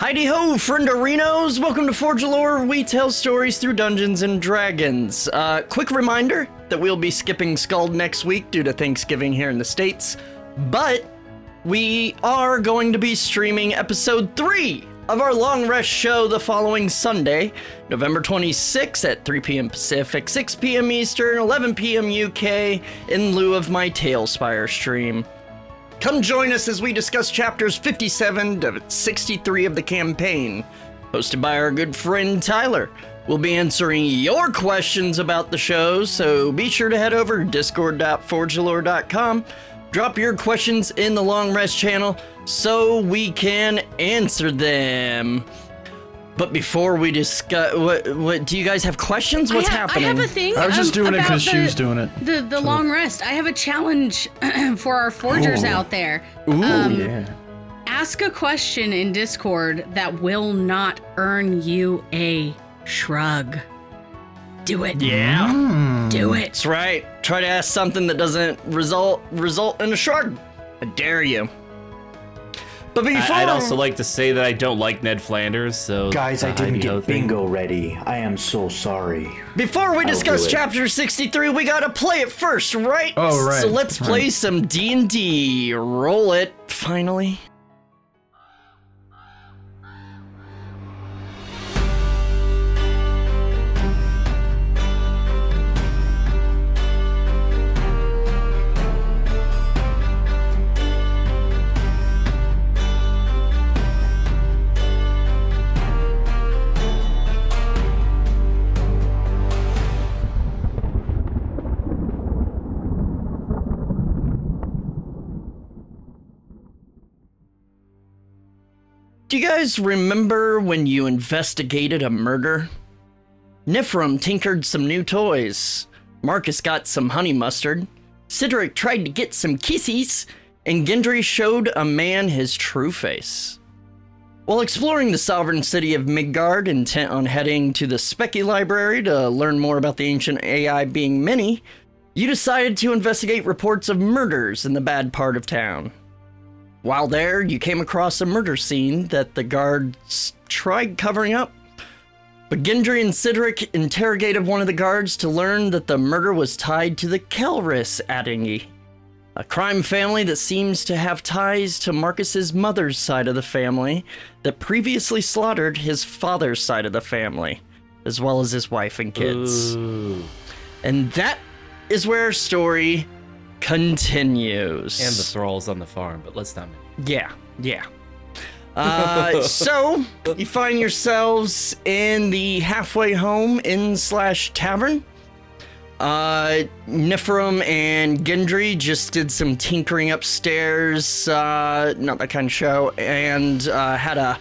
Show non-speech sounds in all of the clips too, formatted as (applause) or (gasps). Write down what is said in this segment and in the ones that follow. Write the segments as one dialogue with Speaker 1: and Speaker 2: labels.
Speaker 1: Heidi ho, friendarinos! Welcome to Forge Lore. We tell stories through Dungeons and Dragons. Uh, quick reminder that we'll be skipping Scald next week due to Thanksgiving here in the states, but we are going to be streaming episode three of our long rest show the following Sunday, November 26th at 3 p.m. Pacific, 6 p.m. Eastern, 11 p.m. UK, in lieu of my Tailspire stream. Come join us as we discuss chapters 57 to 63 of the campaign, hosted by our good friend Tyler. We'll be answering your questions about the show, so be sure to head over to discord.forgelore.com, drop your questions in the long rest channel so we can answer them. But before we discuss, what, what do you guys have questions? What's
Speaker 2: I ha-
Speaker 1: happening?
Speaker 2: I have a thing.
Speaker 3: I was just
Speaker 2: um,
Speaker 3: doing it
Speaker 2: about
Speaker 3: because she
Speaker 2: the-
Speaker 3: was doing it.
Speaker 2: The the long rest. I have a challenge (clears throat) for our forgers
Speaker 3: Ooh.
Speaker 2: out there.
Speaker 3: Ooh,
Speaker 2: Um,
Speaker 3: Oh, yeah.
Speaker 2: Ask a question in Discord that will not earn you a shrug. Do it. Mm.
Speaker 1: yeah.
Speaker 2: Do
Speaker 3: Mm.
Speaker 2: it.
Speaker 1: That's right. Try to ask something that doesn't result result in a shrug. I dare you. But before
Speaker 4: I, would also like to say that I don't like Ned Flanders, so
Speaker 5: Guys, I
Speaker 4: the
Speaker 5: didn't
Speaker 4: Heidi Ho
Speaker 5: get
Speaker 4: thing-
Speaker 5: bingo ready. I am so sorry.
Speaker 1: before we discuss
Speaker 5: do it.
Speaker 1: chapter 63, we gotta play it first, right?
Speaker 3: Oh, right,
Speaker 1: So let's play
Speaker 3: right.
Speaker 1: some D and D. Roll it. Finally. Do you guys remember when you investigated a murder? Nifrim tinkered some new toys. Marcus got some honey mustard. Cedric tried to get some kisses, and Gendry showed a man his true face. While exploring the sovereign city of Midgard, intent on heading to the Specky Library to learn more about the ancient AI being many, you decided to investigate reports of murders in the bad part of town. While there, you came across a murder scene that the guards tried covering up. But Gendry and Sidric interrogated one of the guards to learn that the murder was tied to the Kelris Adingi, a crime family that seems to have ties to Marcus's mother's side of the family that previously slaughtered his father's side of the family, as well as his wife and kids.
Speaker 4: Ooh.
Speaker 1: And that is where our story continues.
Speaker 4: And the thralls on the farm, but let's not.
Speaker 1: Yeah, yeah. (laughs) Uh, so you find yourselves in the halfway home inn slash tavern. Uh, Nifrim and Gendry just did some tinkering upstairs. Uh, not that kind of show, and uh, had a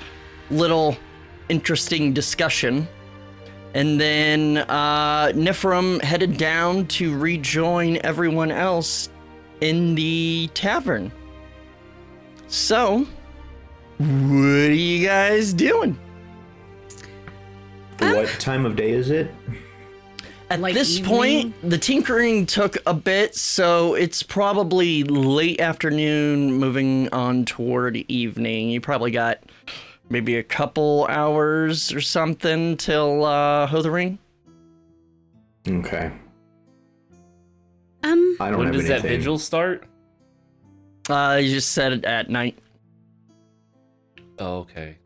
Speaker 1: little interesting discussion. And then uh, Nifrim headed down to rejoin everyone else in the tavern. So, what are you guys doing?
Speaker 5: What time of day is it?
Speaker 1: At
Speaker 2: Like
Speaker 1: this
Speaker 2: evening?
Speaker 1: point, the tinkering took a bit, so it's probably late afternoon moving on toward evening. You probably got maybe a couple hours or something till uh Hothering.
Speaker 5: Okay.
Speaker 2: Um.
Speaker 5: I don't
Speaker 4: When
Speaker 5: have
Speaker 4: does
Speaker 5: anything.
Speaker 4: that vigil start?
Speaker 1: Uh you just said it at night.
Speaker 4: Oh, okay.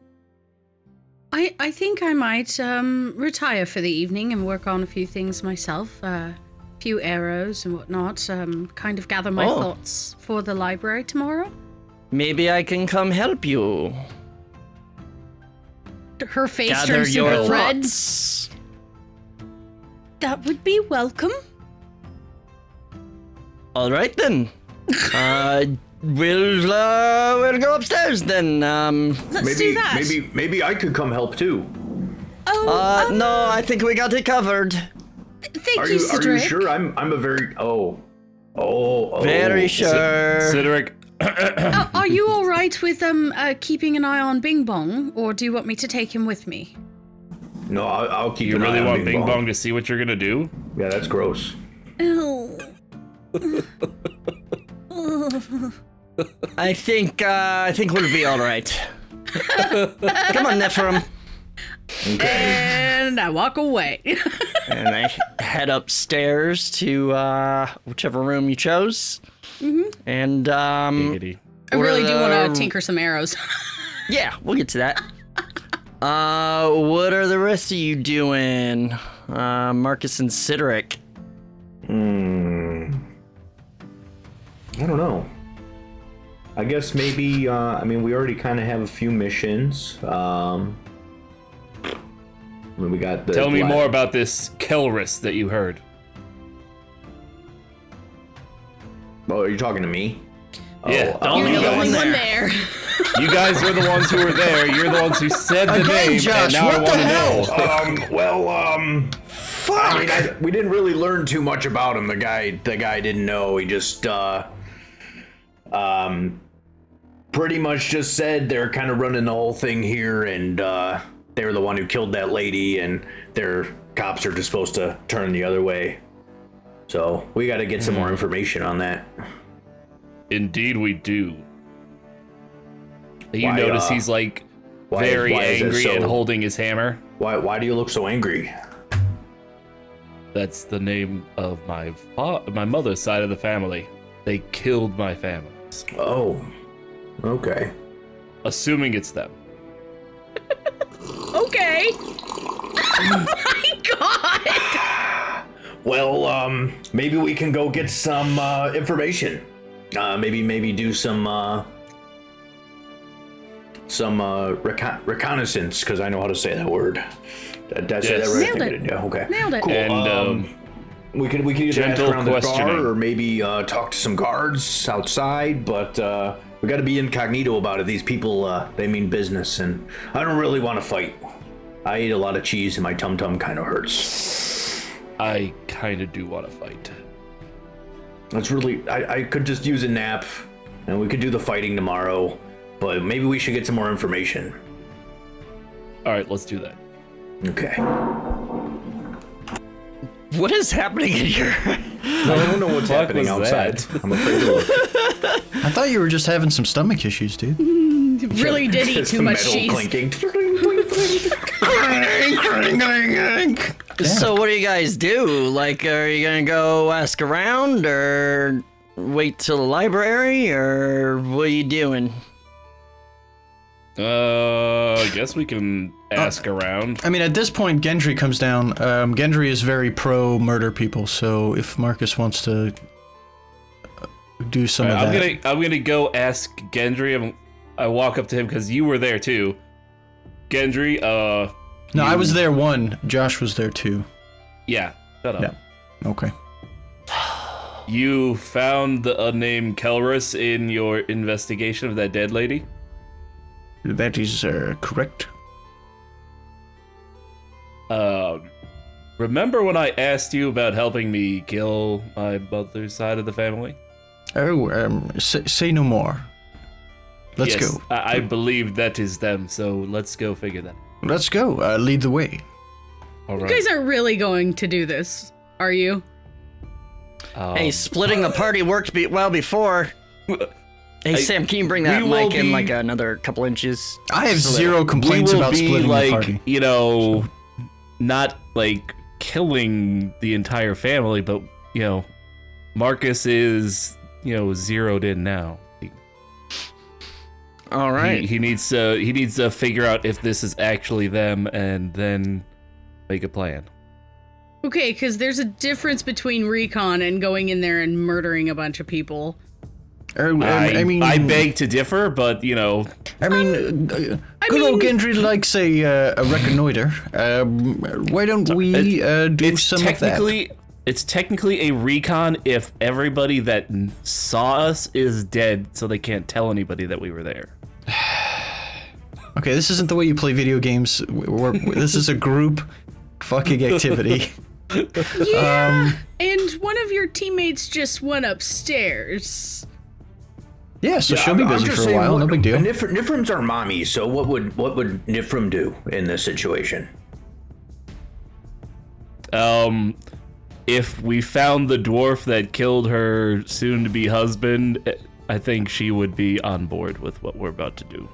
Speaker 2: I I think I might um retire for the evening and work on a few things myself. Uh, few arrows and whatnot. Um, kind of gather my
Speaker 1: Oh.
Speaker 2: thoughts for the library tomorrow.
Speaker 1: Maybe I can come help you.
Speaker 2: Her face
Speaker 1: Gather
Speaker 2: turns
Speaker 1: your
Speaker 2: to red.
Speaker 1: thoughts.
Speaker 2: That would be welcome.
Speaker 1: All right then. (laughs) uh, we'll uh, we'll go upstairs then. Um,
Speaker 2: Let's do
Speaker 5: Maybe,
Speaker 2: that.
Speaker 5: maybe, maybe I could come help too.
Speaker 2: Oh,
Speaker 1: uh,
Speaker 2: um,
Speaker 1: no, I think we got it covered.
Speaker 2: thank
Speaker 5: Are
Speaker 2: you,
Speaker 5: you, are you
Speaker 2: Cedric.
Speaker 5: sure? I'm, I'm a very. Oh, oh, oh.
Speaker 1: Very sure.
Speaker 4: Cedric,
Speaker 2: Uh, are you all right with um uh, keeping an eye on Bing Bong, or do you want me to take him with me?
Speaker 5: No, I'll, I'll keep.
Speaker 4: you
Speaker 5: an eye
Speaker 4: really
Speaker 5: on
Speaker 4: want Bing Bong to see what you're gonna do?
Speaker 5: Yeah, that's gross.
Speaker 2: Oh.
Speaker 1: I think uh, I think we'll be all right. Come on, Nephrim.
Speaker 2: and I walk away. (laughs)
Speaker 1: and I head upstairs to uh, whichever room you chose. And
Speaker 5: Mm.
Speaker 1: um,
Speaker 4: Giggity.
Speaker 2: I really do want
Speaker 1: Well-
Speaker 2: to tinker some arrows. (laughs)
Speaker 1: yeah, we'll get to that. Uh, what are the rest of you doing, uh, Marcus and Sideric?
Speaker 5: Hmm. I don't know. I guess maybe. Uh, I mean, we already kind of have a few missions. Um, I mean, we got the.
Speaker 4: Tell me
Speaker 5: la-
Speaker 4: more about this Kelris that you heard.
Speaker 5: Oh, are you talking to me?
Speaker 4: Yeah,
Speaker 5: Oh,
Speaker 2: You're
Speaker 5: you
Speaker 2: the
Speaker 5: guys-
Speaker 2: only one
Speaker 1: there.
Speaker 2: there.
Speaker 4: You guys were the ones who were there. You're the ones who said the
Speaker 1: Again,
Speaker 4: name,
Speaker 1: Josh,
Speaker 4: and now
Speaker 1: what
Speaker 4: I
Speaker 1: the
Speaker 4: want to
Speaker 1: hell?
Speaker 4: know.
Speaker 5: um. (laughs) Well. Um. Fuck. I mean, I, we didn't really learn too much about him. The guy. The guy didn't know. He just. Uh, um. Pretty much just said they're kind of running the whole thing here, and uh, they were the one who killed that lady, and their cops are just supposed to turn the other way. So we got to get some more
Speaker 4: Hmm.
Speaker 5: information on that.
Speaker 4: Indeed, we do. You
Speaker 5: Why,
Speaker 4: notice
Speaker 5: uh,
Speaker 4: he's like
Speaker 5: Why,
Speaker 4: very
Speaker 5: why is that
Speaker 4: angry
Speaker 5: so-
Speaker 4: and holding his hammer.
Speaker 5: Why? Why do you look so angry?
Speaker 4: That's the name of my fa- my mother's side of the family. They killed my family.
Speaker 5: Oh. Okay.
Speaker 4: Assuming it's them.
Speaker 2: Okay. (laughs) oh my god.
Speaker 5: Well, um, maybe we can go get some uh, information. Uh, maybe, maybe do some uh, some uh, recon- reconnaissance because I know how to say that word. Did did I say
Speaker 4: Yes.
Speaker 5: that right? I
Speaker 2: Nailed
Speaker 5: think I
Speaker 2: it.
Speaker 5: did. Yeah. Okay.
Speaker 2: Nailed it.
Speaker 5: Cool.
Speaker 4: And
Speaker 5: um,
Speaker 4: um,
Speaker 5: we could we could either ask
Speaker 4: gentle
Speaker 5: around the
Speaker 4: questioning.
Speaker 5: bar or maybe uh, talk to some guards outside, but. Uh, we got to be incognito about it. These people, uh, they mean business, and I don't really want to fight. I ate a lot of cheese, and my tum tum kind of hurts.
Speaker 4: I kind of do want to fight.
Speaker 5: That's really. I, I could just use a nap, and we could do the fighting tomorrow. But maybe we should get some more information.
Speaker 4: All right, let's do that.
Speaker 5: Okay. I
Speaker 1: What is happening in here?
Speaker 5: don't
Speaker 3: (laughs)
Speaker 5: know what's
Speaker 4: fuck
Speaker 5: happening
Speaker 4: was
Speaker 5: outside. I'm
Speaker 2: (laughs)
Speaker 5: afraid to look.
Speaker 3: I thought you were just having some stomach issues, dude.
Speaker 2: Really did eat
Speaker 5: Just
Speaker 2: too
Speaker 5: the
Speaker 2: much
Speaker 5: metal
Speaker 2: cheese.
Speaker 5: Clinking.
Speaker 1: So what do you guys do? Like, are you gonna go ask around, or wait till the library, or what are you doing?
Speaker 4: Uh, I guess we can ask around.
Speaker 3: I mean, at this point, Gendry comes down. Um, Gendry is very pro murder people, so if Marcus wants to uh, do some of
Speaker 4: I'm
Speaker 3: that,
Speaker 4: gonna I'm gonna go ask Gendry. I'm, I walk up to him because you were there too. Gendry, uh,
Speaker 3: no, I was there one. Josh was there two.
Speaker 4: yeah, shut up.
Speaker 3: Yeah. Okay.
Speaker 4: You found the unnamed Kelrus in your investigation of that dead lady.
Speaker 3: That is uh, correct.
Speaker 4: Um, remember when I asked you about helping me kill my mother's side of the family?
Speaker 3: Oh, um, say, say no more. Let's
Speaker 4: Yes,
Speaker 3: go.
Speaker 4: I, I believe that is them. So let's go figure that.
Speaker 3: Let's go. Uh, lead the way.
Speaker 4: All
Speaker 2: You
Speaker 4: right.
Speaker 2: guys are really going to do this, are you?
Speaker 4: um,
Speaker 1: Hey, splitting the party worked be- well before. Hey, Sam, can you bring that
Speaker 4: we will
Speaker 1: mic in
Speaker 4: be-
Speaker 1: like another couple inches?
Speaker 3: I have zero complaints
Speaker 4: we will
Speaker 3: about
Speaker 4: be
Speaker 3: splitting
Speaker 4: like
Speaker 3: the party.
Speaker 4: you know, not like killing the entire family, but you know, Marcus is you know zeroed in now. He-
Speaker 1: All right.
Speaker 4: He, needs to he needs to figure out if this is actually them, and then make a plan.
Speaker 2: Okay, because there's a difference between recon and going in there and murdering a bunch of people.
Speaker 3: Uh, um,
Speaker 4: I,
Speaker 3: I mean,
Speaker 4: I beg to differ, but you know,
Speaker 3: I mean, uh, uh,
Speaker 2: I
Speaker 3: good old
Speaker 2: mean-
Speaker 3: Gendry likes a, uh, a reconnoiter. Um, why don't we uh, do
Speaker 4: it's
Speaker 3: some of that?
Speaker 4: technically it's technically a recon if everybody that n- saw us is dead, so they can't tell anybody that we were there.
Speaker 3: Okay, this isn't the way you play video games. we we're, this is a group fucking
Speaker 5: (laughs)
Speaker 3: activity.
Speaker 2: Yeah, and one of your teammates just went upstairs.
Speaker 3: Yeah, so (laughs) she'll
Speaker 5: I'm-
Speaker 3: be
Speaker 5: I'm
Speaker 3: busy
Speaker 5: just
Speaker 3: for a
Speaker 5: saying,
Speaker 3: while. No
Speaker 5: what-
Speaker 3: big deal.
Speaker 5: Nifr- Nifrim's our mommy, so what would what would Nifrim do in this situation?
Speaker 4: Um, if we found the dwarf that killed her eh, soon-to-be husband, I think she would be on board with what we're about to do.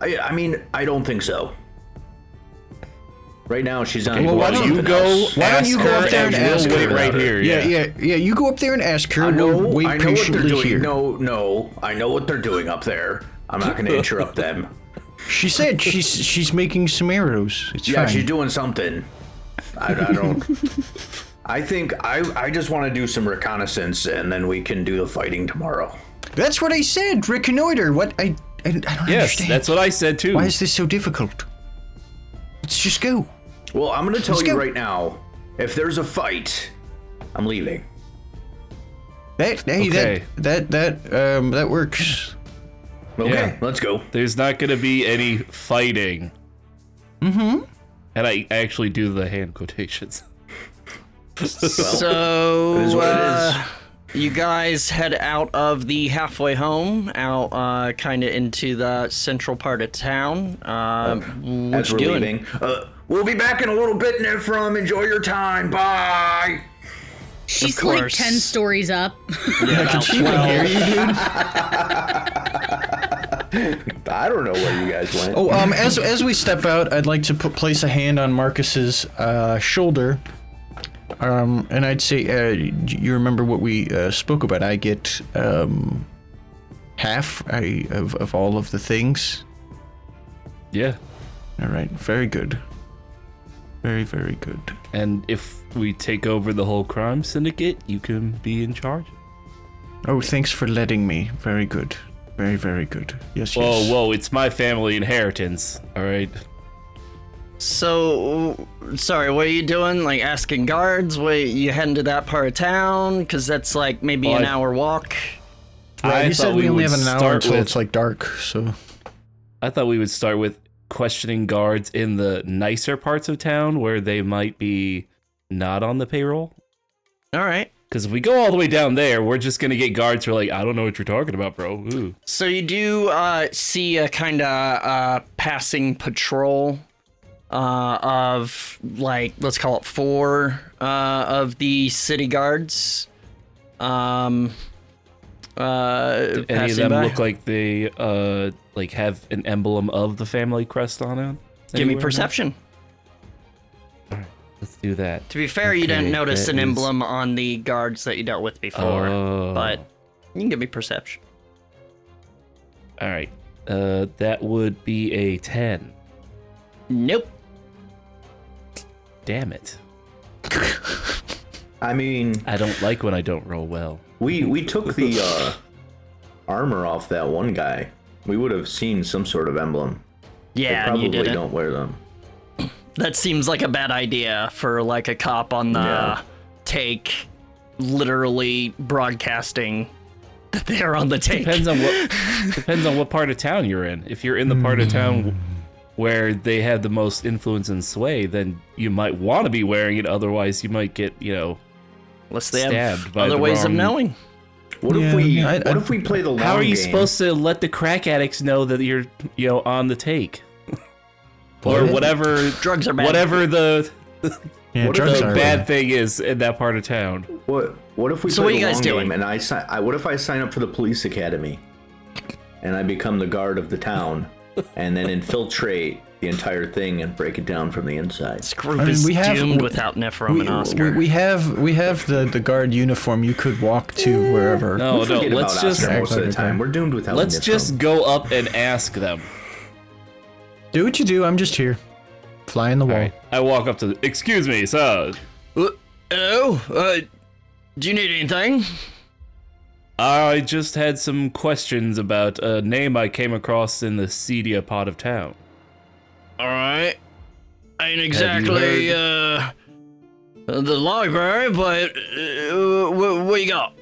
Speaker 5: I, I mean, I don't think so. Right now, she's on.
Speaker 4: Well, why don't you go?
Speaker 3: Why don't you
Speaker 4: ask
Speaker 3: go
Speaker 4: her
Speaker 3: up there and ask
Speaker 4: we'll
Speaker 3: her
Speaker 4: wait
Speaker 3: about
Speaker 4: right
Speaker 5: it.
Speaker 4: here.
Speaker 3: Yeah, yeah, yeah. You go up there and ask her.
Speaker 5: I know,
Speaker 3: we'll wait
Speaker 5: I know what they're
Speaker 3: patiently
Speaker 5: doing.
Speaker 3: here.
Speaker 5: No, no, I know what they're doing up there. I'm
Speaker 3: (laughs)
Speaker 5: not going to interrupt them.
Speaker 3: She
Speaker 5: (laughs)
Speaker 3: said she's she's making some arrows. It's
Speaker 5: Yeah,
Speaker 3: fine.
Speaker 5: she's doing something. I, I don't. I think I I just want to do some reconnaissance and then we can do the fighting tomorrow.
Speaker 3: That's what I said. Reconnoiter. What I I, I don't
Speaker 4: Yes,
Speaker 3: understand.
Speaker 4: that's what I said too.
Speaker 3: Why is this so difficult? Let's just go.
Speaker 5: Well, I'm going to tell
Speaker 3: Let's
Speaker 5: you
Speaker 3: go.
Speaker 5: right now. If there's a fight, I'm leaving.
Speaker 3: That hey
Speaker 4: Okay.
Speaker 3: that that that um that works.
Speaker 5: Okay,
Speaker 4: Yeah.
Speaker 5: let's go.
Speaker 4: There's not going to be any fighting. Mm-hmm. And I I actually do the hand quotations.
Speaker 1: So
Speaker 5: It is what it
Speaker 1: uh,
Speaker 5: is.
Speaker 1: you guys head out of the halfway home, out uh, kind of into the central part of town. Uh, what
Speaker 5: As
Speaker 1: you
Speaker 5: we're
Speaker 1: doing?
Speaker 5: leaving, uh, we'll be back in a little bit, Nifrim. Enjoy your time. Bye.
Speaker 2: She's like
Speaker 1: course.
Speaker 2: 10 stories up.
Speaker 1: (laughs) Yeah, about
Speaker 3: She can
Speaker 1: 12.
Speaker 3: hear you, dude.
Speaker 5: I don't know where you guys went.
Speaker 3: Oh, um, as as we step out, I'd like to put place a hand on Marcus's uh, shoulder. Um, and I'd say, uh, y- you remember what we uh, spoke about? I get um, half I, of of all of the things.
Speaker 4: (laughs) Yeah.
Speaker 3: All right, very good. Very very good.
Speaker 4: And if we take over the whole crime syndicate, you can be in charge.
Speaker 3: Oh, thanks for letting me. Very good. Very very good. Yes
Speaker 4: Whoa,
Speaker 3: yes.
Speaker 4: whoa, it's my family inheritance. All right.
Speaker 1: So, sorry, what are you doing? Like asking guards? Wait, you heading to that part of town? Because that's like maybe
Speaker 4: Well,
Speaker 1: an
Speaker 4: I-
Speaker 1: hour walk.
Speaker 4: I
Speaker 3: Right, Uh, you
Speaker 4: thought
Speaker 3: said we, only
Speaker 4: would
Speaker 3: have an hour
Speaker 4: start
Speaker 3: until
Speaker 4: with-
Speaker 3: it's like dark. So
Speaker 4: I thought we would start with questioning guards in the nicer parts of town where they might be not on the payroll.
Speaker 1: All right.
Speaker 4: Because if we go all the way down there, we're just gonna get guards who are like, I don't know what you're talking about, bro. Ooh.
Speaker 1: So you do uh, see a kind of uh, passing patrol uh, of like let's call it four uh, of the city guards. Um, uh,
Speaker 4: Any
Speaker 1: passing
Speaker 4: of them
Speaker 1: by.
Speaker 4: look like they uh like have an emblem of the family crest on it?
Speaker 1: Give me
Speaker 4: Anywhere?
Speaker 1: perception.
Speaker 4: Let's do that.
Speaker 1: To be fair, you didn't
Speaker 4: Okay,
Speaker 1: notice
Speaker 4: that
Speaker 1: an
Speaker 4: is-
Speaker 1: emblem on the guards that you dealt with before,
Speaker 4: Oh.
Speaker 1: but you can give me perception.
Speaker 4: All right. Uh, that would be a ten.
Speaker 1: Nope.
Speaker 4: Damn it!
Speaker 5: I mean,
Speaker 4: I don't like when I don't roll well.
Speaker 5: We we took the uh, armor off that one guy. We would have seen some sort of emblem. They
Speaker 1: Yeah, and
Speaker 5: probably
Speaker 1: you didn't.
Speaker 5: don't wear them.
Speaker 1: That seems like a bad idea for like a cop on the
Speaker 5: Yeah.
Speaker 1: take, literally broadcasting (laughs) that they're on the take.
Speaker 4: Depends on
Speaker 1: (laughs)
Speaker 4: what depends on what part of town you're in. If you're in the part of town where they have the most influence and sway, then you might want to be wearing it. Otherwise, you might get you know.
Speaker 1: Unless they
Speaker 4: Stabbed
Speaker 1: have
Speaker 4: by
Speaker 1: other
Speaker 4: the
Speaker 1: ways of
Speaker 4: wrong-
Speaker 1: knowing.
Speaker 5: What if
Speaker 3: Yeah,
Speaker 5: we
Speaker 3: I-
Speaker 5: what
Speaker 3: I-
Speaker 5: if we play the long
Speaker 4: How are you
Speaker 5: game?
Speaker 4: supposed to let the crack addicts know that you're you know on the take, or whatever
Speaker 1: Drugs are bad.
Speaker 4: whatever the
Speaker 3: yeah,
Speaker 5: What if drugs
Speaker 4: the
Speaker 5: are
Speaker 4: bad thing is in that part of town?
Speaker 5: What what if we
Speaker 1: So
Speaker 5: play
Speaker 1: what are
Speaker 5: the
Speaker 1: you guys
Speaker 5: long
Speaker 1: doing?
Speaker 5: game and I sign? I, what if I sign up for the police academy, and I become the guard of
Speaker 4: (laughs)
Speaker 5: the town, and then infiltrate the entire thing and break it down from the inside?
Speaker 1: This group
Speaker 3: I mean,
Speaker 1: is
Speaker 3: we have-
Speaker 1: doomed
Speaker 3: we-
Speaker 1: without Nephrom
Speaker 3: We,
Speaker 1: and Oscar.
Speaker 3: we, we have we have the, the guard uniform. You could walk to wherever.
Speaker 4: No,
Speaker 5: we
Speaker 4: no.
Speaker 5: forget
Speaker 4: Let's
Speaker 5: about
Speaker 4: just
Speaker 5: Oscar most of the
Speaker 3: Okay.
Speaker 5: time. We're doomed without.
Speaker 4: let's
Speaker 5: Nifrim.
Speaker 4: just go up and ask them.
Speaker 3: Do what you do. I'm just here, flying the wall.
Speaker 4: All right. I walk up to. The, Excuse me, sir.
Speaker 1: Uh, hello? Uh, do you need anything?
Speaker 4: I just had some questions about a name I came across in the seedier part of town.
Speaker 1: All right. Ain't exactly uh, the library, but uh, what, what you got?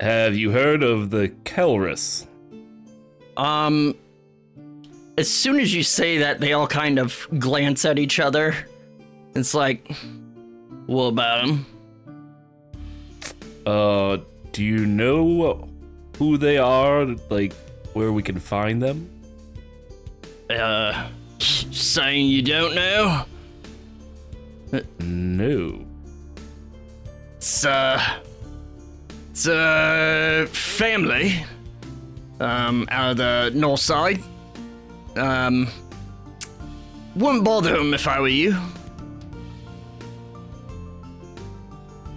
Speaker 4: Have you heard of the Kelrus?
Speaker 1: Um, as soon as you say that, they all kind of glance at each other. It's like, what about him?
Speaker 4: Uh, do you know who they are? Like, where we can find them?
Speaker 1: Uh, saying you don't know?
Speaker 4: No.
Speaker 1: It's, uh, it's uh, a family, um, out of the north side. Um, wouldn't bother him if I were you.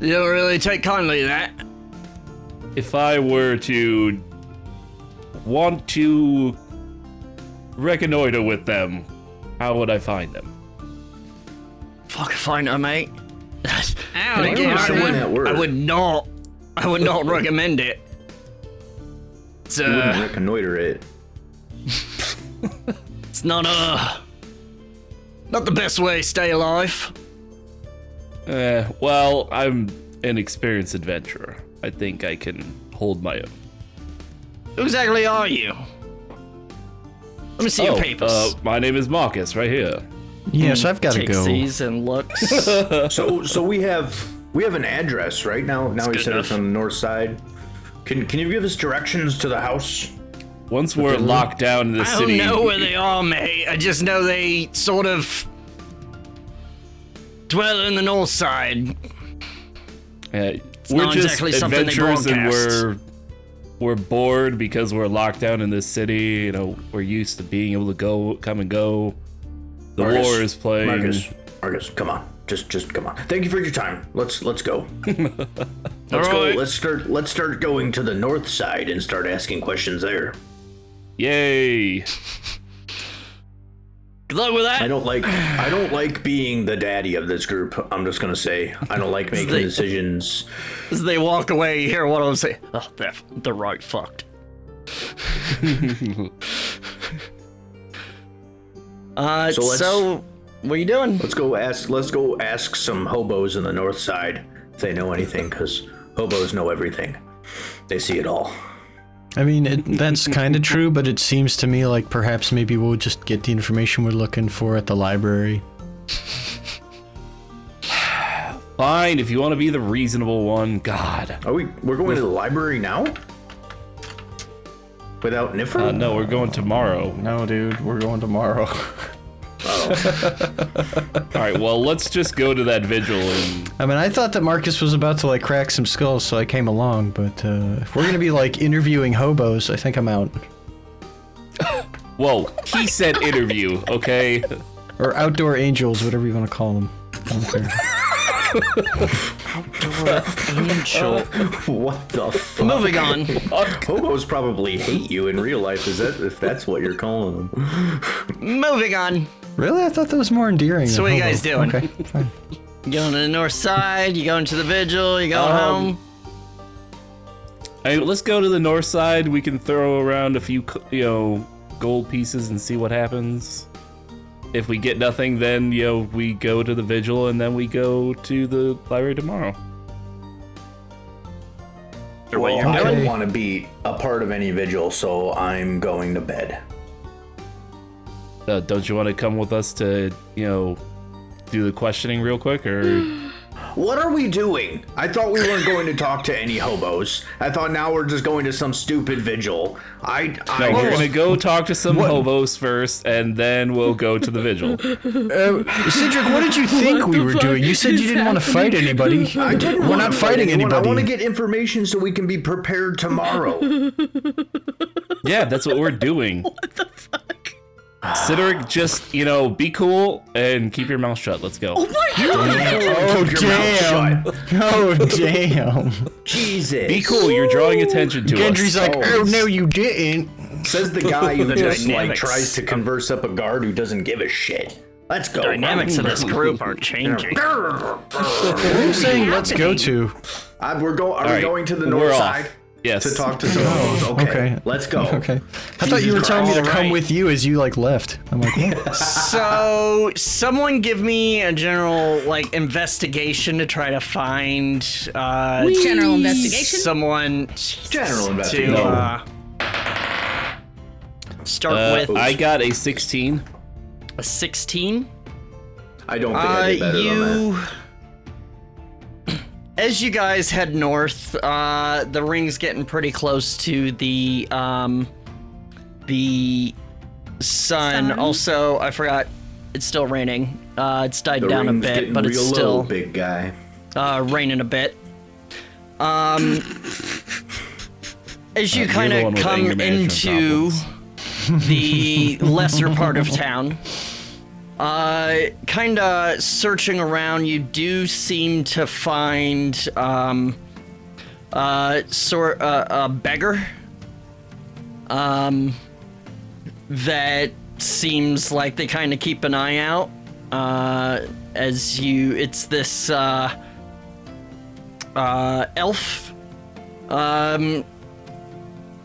Speaker 1: You don't really take kindly to that.
Speaker 4: If I were to want to reconnoiter with them, how would I find them?
Speaker 1: Fuck if I know, mate. (laughs)
Speaker 2: Ow,
Speaker 1: Again,
Speaker 5: remember
Speaker 1: I,
Speaker 5: saying
Speaker 1: would,
Speaker 5: that word.
Speaker 1: I would not. I would
Speaker 5: (laughs)
Speaker 1: not recommend it. It's,
Speaker 5: You
Speaker 1: uh,
Speaker 4: (laughs)
Speaker 5: wouldn't reconnoiter it.
Speaker 1: it's not uh, not the best way to stay alive.
Speaker 4: Eh, well, I'm an experienced adventurer. I think I can hold my own.
Speaker 1: Who exactly are you? Let me see your papers.
Speaker 4: uh, my name is Marcus, right here.
Speaker 3: Yes, I've got to
Speaker 1: Takes
Speaker 3: go.
Speaker 1: these and looks.
Speaker 5: So so we have we have an address right now. Now he
Speaker 1: good
Speaker 5: said it's
Speaker 1: enough.
Speaker 5: on the north side. Can can you give us directions to the house?
Speaker 4: Once we're locked down in the
Speaker 1: I
Speaker 4: city,
Speaker 1: don't know where they are, mate. I just know they sort of dwell in the north side.
Speaker 4: Uh,
Speaker 1: not exactly something they
Speaker 4: and
Speaker 1: broadcast.
Speaker 4: we're we're bored because we're locked down in this city. You know, we're used to being able to go, come and go. The
Speaker 5: Marcus,
Speaker 4: war is playing.
Speaker 5: Marcus, Marcus, come on. Just just come on. Thank you for your time. Let's
Speaker 4: (laughs)
Speaker 5: let's go. Let's go.
Speaker 1: Alright.
Speaker 5: Let's start let's start going to the north side and start asking questions there.
Speaker 4: Yay!
Speaker 1: Good luck with
Speaker 5: I
Speaker 1: that.
Speaker 5: don't like I don't like being the daddy of this group. I'm just gonna say I
Speaker 4: (laughs)
Speaker 5: don't like making
Speaker 1: the-
Speaker 5: decisions.
Speaker 1: As they walk away, you hear what I'm saying. Oh, they're, they're right fucked. uh,
Speaker 5: So
Speaker 1: so,
Speaker 5: let's-
Speaker 1: what are you doing?
Speaker 5: Let's go ask let's go ask some hobos in the north side if they know anything, because hobos know everything. They see it all.
Speaker 3: I mean, it, that's
Speaker 1: (laughs)
Speaker 3: kind of true, but it seems to me like perhaps maybe we'll just get the information we're looking for at the library.
Speaker 4: Fine, if you want to be the reasonable one, God.
Speaker 5: Are we we're going to the library now? Without Niffer?
Speaker 4: Uh, no, we're going tomorrow.
Speaker 3: No, dude, we're going tomorrow. (laughs)
Speaker 4: All right, well, let's just go to that vigil and
Speaker 3: I mean, I thought that Marcus was about to like crack some skulls, so I came along. But uh, if we're gonna be like interviewing hobos, I think I'm out.
Speaker 4: whoa. He said interview, okay?
Speaker 3: Or outdoor angels, whatever you want to call them. I don't care.
Speaker 5: (laughs) What the fuck?
Speaker 1: Moving on.
Speaker 5: Hobos probably hate you in real life. Is that if that's what you're calling them?
Speaker 1: Moving on.
Speaker 3: really, I thought that was more endearing.
Speaker 1: So what
Speaker 3: than
Speaker 1: you
Speaker 3: hobo.
Speaker 1: guys doing?
Speaker 3: Okay,
Speaker 1: (laughs)
Speaker 3: fine.
Speaker 1: You going to the north side? You going to the vigil? You going
Speaker 4: Um,
Speaker 1: home?
Speaker 4: Hey, let's go to the north side. We can throw around a few, c- you know, gold pieces and see what happens. If we get nothing, then you know we go to the vigil, and then we go to the library tomorrow.
Speaker 5: Well,
Speaker 3: you're
Speaker 5: I don't
Speaker 3: doing?
Speaker 5: want to be a part of any vigil, so I'm going to bed.
Speaker 4: Uh, don't you want to come with us to, you know, do the questioning real quick? (gasps) Or
Speaker 5: What are we doing? I thought we weren't going to talk to any hobos. I thought now we're just going to some stupid vigil. I, I
Speaker 4: no, we're
Speaker 5: just-
Speaker 4: gonna go talk to some hobos first, and then we'll go to the (laughs) vigil.
Speaker 3: Uh, Cedric, what
Speaker 5: (laughs)
Speaker 3: did you think we were doing? You said you didn't want to fight anybody.
Speaker 5: I didn't
Speaker 3: We're
Speaker 5: wanna
Speaker 3: not
Speaker 5: fight
Speaker 3: fighting
Speaker 5: anyone.
Speaker 3: anybody.
Speaker 5: I want to get information so we can be prepared tomorrow.
Speaker 4: yeah, that's what we're doing. what the fuck? Cedric, just you know, be cool and keep your mouth shut. Let's go.
Speaker 3: Oh
Speaker 5: Keep your mouth
Speaker 3: damn!
Speaker 5: shut.
Speaker 3: (laughs) Oh
Speaker 5: (laughs)
Speaker 3: damn!
Speaker 5: Jesus.
Speaker 4: Be cool. You're drawing attention to
Speaker 3: Gendry's
Speaker 4: us.
Speaker 3: like, oh no, you didn't.
Speaker 5: Says the guy who just like
Speaker 1: Dynamics.
Speaker 5: tries to converse up a guard who doesn't give a shit. Let's go.
Speaker 1: Dynamics of (laughs) this group are changing.
Speaker 3: I'm saying let's go to.
Speaker 5: Uh, we're go- are
Speaker 4: All
Speaker 5: we
Speaker 4: right,
Speaker 5: going to the
Speaker 4: we're
Speaker 5: north
Speaker 4: off.
Speaker 5: side
Speaker 4: Yes.
Speaker 5: to talk to some of Okay,
Speaker 3: okay.
Speaker 5: let's go.
Speaker 3: Okay. I thought you were telling me to come
Speaker 1: Christ.
Speaker 3: with you as you like left. I'm like, what?
Speaker 1: (laughs) So, someone give me a general like investigation to try to find uh,
Speaker 2: General investigation.
Speaker 1: someone.
Speaker 5: General
Speaker 1: to
Speaker 5: investigation.
Speaker 1: uh, start
Speaker 4: Uh,
Speaker 1: with.
Speaker 4: I got a 16.
Speaker 1: a sixteen.
Speaker 5: I don't think
Speaker 1: Uh,
Speaker 5: I did better than that.
Speaker 1: you. (clears throat) As you guys head north, uh, the ring's getting pretty close to the um, the sun.
Speaker 2: Sun?
Speaker 1: Also, I forgot it's still raining. Uh, it's died
Speaker 5: The
Speaker 1: down a
Speaker 5: ring's
Speaker 1: bit,
Speaker 5: getting
Speaker 1: but
Speaker 5: real
Speaker 1: it's still
Speaker 5: low, big guy.
Speaker 1: uh, raining a bit. Um, as you
Speaker 4: you're the
Speaker 1: kind
Speaker 4: one
Speaker 1: of
Speaker 4: with
Speaker 1: come
Speaker 4: Uh, anger management
Speaker 1: into
Speaker 4: problems.
Speaker 1: the lesser part of town. Uh, kind of searching around, you do seem to find um, uh, sort uh, a beggar um, that seems like they kind of keep an eye out uh, as you. It's this uh, uh, elf. Um,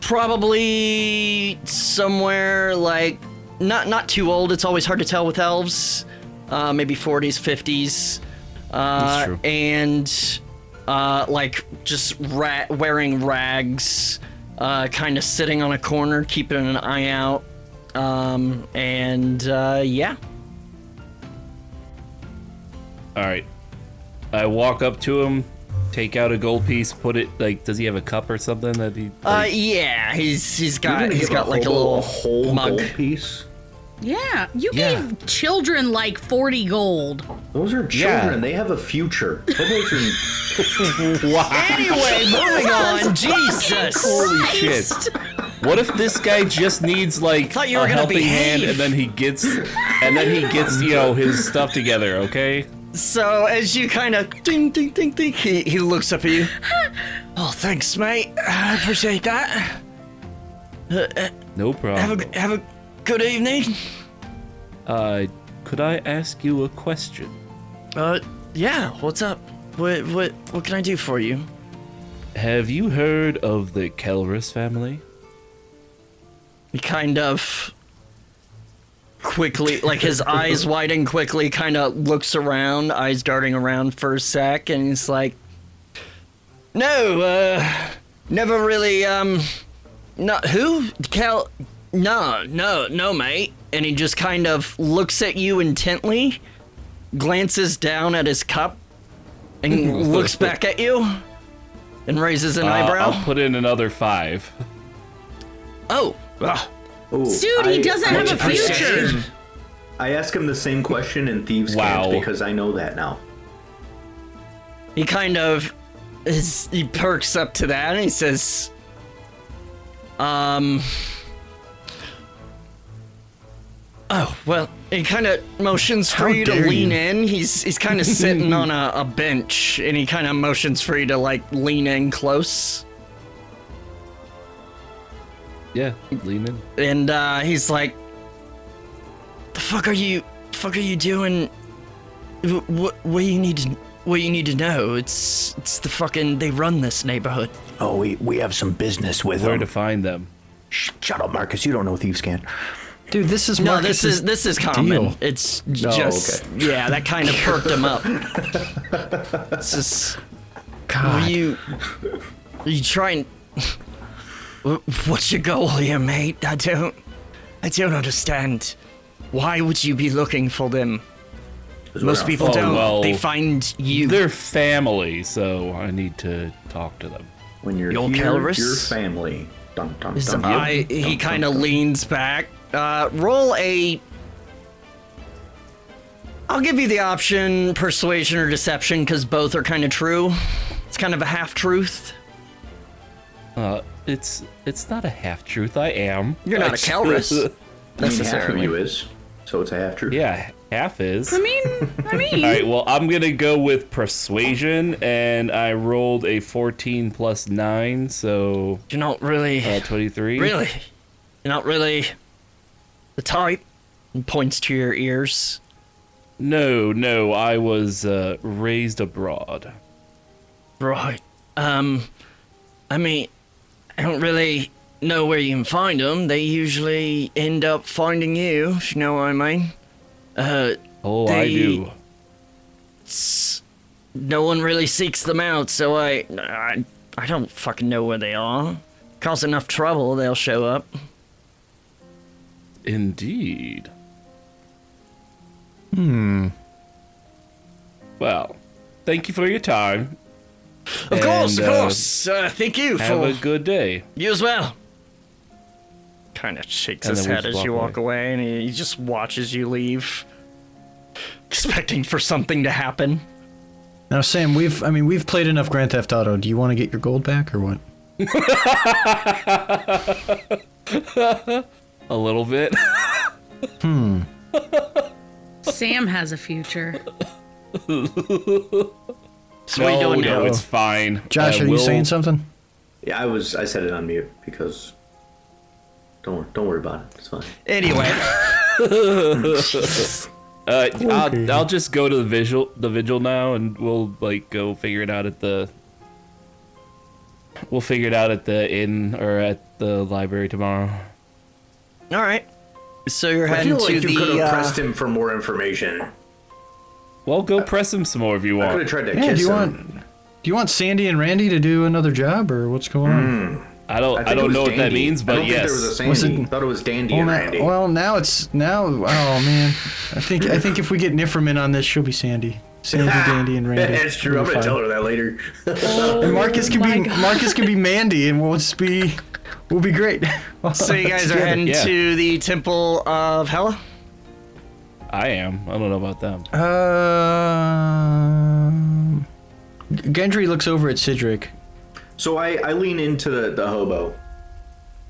Speaker 1: probably somewhere like not not too old. It's always hard to tell with elves. Uh, maybe 40s, 50s. Uh,
Speaker 4: That's true.
Speaker 1: And uh, like just ra- wearing rags, uh, kind of sitting on a corner, keeping an eye out. Um, and uh, yeah,
Speaker 4: All right. I walk up to him, take out a gold piece, put it like. Does he have a cup or something that he?
Speaker 1: uh,
Speaker 4: like-
Speaker 1: yeah, he's he's got
Speaker 5: gonna
Speaker 1: he's
Speaker 5: give
Speaker 1: got like a
Speaker 5: hobo
Speaker 1: little
Speaker 5: a whole
Speaker 1: mug.
Speaker 5: gold piece.
Speaker 2: Yeah, you
Speaker 3: Yeah.
Speaker 2: gave children like 40 gold.
Speaker 5: Those are
Speaker 4: Yeah.
Speaker 5: children. They have a future. Hobos
Speaker 1: (laughs)
Speaker 5: are
Speaker 1: Anyway, moving on. Jesus.
Speaker 4: Holy shit! What if this guy just needs like
Speaker 1: Thought you
Speaker 4: a
Speaker 1: were gonna
Speaker 4: helping hand,
Speaker 1: behave.
Speaker 4: and then he gets, and then he gets you know his stuff together? Okay.
Speaker 1: So as you kind of ding ding ding ding, he, he looks up at (gasps) you. oh, thanks, mate. I appreciate that. Uh,
Speaker 4: No
Speaker 1: Have
Speaker 4: problem.
Speaker 1: a have a good evening.
Speaker 4: Uh, could I ask you a question?
Speaker 1: Uh, yeah. What's up? What what what can I do for you?
Speaker 4: Have you heard of the Kelrus family?
Speaker 1: He kind of quickly, like
Speaker 4: (laughs)
Speaker 1: his eyes widen quickly, kind of looks around, eyes darting around for a sec, and he's like, "No, uh, never really, um, not who Cal, no, no, no, mate." And he just kind of looks at you intently, glances down at his cup,
Speaker 4: (laughs)
Speaker 1: and looks back at you, and raises an
Speaker 4: Uh,
Speaker 1: eyebrow.
Speaker 4: I'll put in another five.
Speaker 1: oh, ah,
Speaker 2: Dude, he doesn't have a future.
Speaker 5: I ask him the same question in Thieves'
Speaker 4: Wow.
Speaker 5: Cant because I know that now.
Speaker 1: he kind of his, he perks up to that and he says um oh well he kind of motions for
Speaker 3: How
Speaker 1: you to
Speaker 3: dare
Speaker 1: lean
Speaker 3: you.
Speaker 1: in he's he's kind of sitting on a, a bench and he kind of motions for you to like lean in close
Speaker 4: (laughs) Yeah, lean in.
Speaker 1: and uh, he's like, "The fuck are you? Fuck are you doing? What? What you need? To, what you need to know? It's it's the fucking they run this neighborhood.
Speaker 5: Oh, we, we have some business with
Speaker 4: Where to find them?
Speaker 5: Shh, shut up, Marcus. You don't know Thieves' Cant.
Speaker 3: Dude, this is
Speaker 1: No,
Speaker 3: Marcus's
Speaker 1: this is this is common.
Speaker 3: deal.
Speaker 1: It's
Speaker 5: Oh,
Speaker 1: just yeah, that kind of perked him up. It's just
Speaker 3: God.
Speaker 1: are you are you trying? Wh- What's your goal here, mate? I don't I don't understand. Why would you be looking for them? Most people
Speaker 4: Oh,
Speaker 1: don't.
Speaker 4: well,
Speaker 1: they find you.
Speaker 4: They're family, so I need to talk to them.
Speaker 5: When you're
Speaker 1: Your
Speaker 5: here,
Speaker 1: Calrus?
Speaker 5: your family. Dun, dun,
Speaker 1: His
Speaker 5: dun,
Speaker 1: eye,
Speaker 5: dun,
Speaker 1: he
Speaker 5: dun, dun,
Speaker 1: kind of
Speaker 5: dun.
Speaker 1: leans back. Uh, roll a. I'll give you the option persuasion or deception because both are kind of true. It's kind of a half truth.
Speaker 4: Uh, it's it's not a half truth. I am.
Speaker 1: You're (laughs) not a Kelrus.
Speaker 5: I mean, half of
Speaker 1: necessarily.
Speaker 5: you is, so it's a half
Speaker 4: (laughs)
Speaker 5: truth.
Speaker 4: yeah, half is.
Speaker 2: I
Speaker 4: All
Speaker 2: mean, I mean,
Speaker 4: right. Well, I'm gonna go with persuasion, and I rolled a 14 plus nine, so
Speaker 1: You're not really,
Speaker 4: uh, 23.
Speaker 1: really, you're not really the type. And points to your ears.
Speaker 4: No, no. I was uh, raised abroad.
Speaker 1: Right. Um, I mean, I don't really know where you can find them. They usually end up finding you, if you know what I mean. Uh,
Speaker 4: Oh, I
Speaker 1: They-
Speaker 4: do.
Speaker 1: it's- no one really seeks them out, so I, I, I don't fucking know where they are. Cause enough trouble, they'll show up.
Speaker 4: Indeed. Hmm. Well, thank you for your time.
Speaker 1: Of course,
Speaker 4: And,
Speaker 1: of
Speaker 4: uh,
Speaker 1: course. Uh, thank you
Speaker 4: Have
Speaker 1: for
Speaker 4: a good day.
Speaker 1: you as well. Kind of shakes
Speaker 4: And
Speaker 1: his
Speaker 4: then we
Speaker 1: head
Speaker 4: just
Speaker 1: as you
Speaker 4: walk
Speaker 1: walk away, and he just watches you leave, expecting for something to happen.
Speaker 3: Now, Sam, we've I mean we've played enough Grand Theft Auto. Do you want to get your gold back or what?
Speaker 4: a little
Speaker 5: (laughs)
Speaker 4: bit.
Speaker 2: Sam has a future.
Speaker 1: So what are you doing
Speaker 4: no,
Speaker 1: now?
Speaker 4: it's fine. Uh,
Speaker 3: Josh,
Speaker 4: I
Speaker 3: are you
Speaker 4: will-
Speaker 3: saying something?
Speaker 5: Yeah, I was. I said it on mute because don't don't worry about it. It's fine.
Speaker 1: Anyway,
Speaker 4: Uh, I'll, I'll just go to the vigil, the vigil now, and we'll like go figure it out at the. We'll figure it out at the inn or at the library tomorrow.
Speaker 1: (laughs) all right. So you're
Speaker 6: I
Speaker 1: heading
Speaker 6: feel like
Speaker 1: to
Speaker 6: you could
Speaker 1: the.
Speaker 6: have
Speaker 1: uh,
Speaker 6: pressed him for more information.
Speaker 4: Well, go press him some more if you
Speaker 5: I could have
Speaker 4: want.
Speaker 5: tried to
Speaker 3: Yeah.
Speaker 5: kiss
Speaker 3: Do you
Speaker 5: him.
Speaker 3: want Do you want Sandy and Randy to do another job, or what's going on?
Speaker 4: I don't.
Speaker 5: think
Speaker 4: I,
Speaker 5: it
Speaker 4: don't
Speaker 5: was
Speaker 4: know what that
Speaker 5: Dandy.
Speaker 4: means,
Speaker 5: I
Speaker 4: but
Speaker 5: don't think there was a
Speaker 4: yes.
Speaker 5: Sandy.
Speaker 3: Was it-
Speaker 5: I thought it was Dandy
Speaker 3: Well
Speaker 5: and
Speaker 3: now,
Speaker 5: Randy.
Speaker 3: well, now it's now. Oh man, I think I think if we get Nifrim in on this, she'll be Sandy,
Speaker 1: (laughs)
Speaker 3: Sandy, Dandy,
Speaker 5: (laughs)
Speaker 3: and Randy.
Speaker 5: That's true.
Speaker 3: We'll
Speaker 5: I'm
Speaker 3: be
Speaker 5: gonna
Speaker 3: fine.
Speaker 5: tell her that later.
Speaker 3: And Marcus can
Speaker 2: Oh my
Speaker 3: be
Speaker 2: God.
Speaker 3: Marcus
Speaker 2: (laughs)
Speaker 3: can be Mandy, and we'll just be we'll be great.
Speaker 1: (laughs) so you guys are heading
Speaker 4: (laughs) yeah.
Speaker 1: to the Temple of Hella.
Speaker 4: I am. I don't know about them.
Speaker 3: (laughs) Um, Gendry looks over at Sidric.
Speaker 5: So I, I lean into the, the hobo.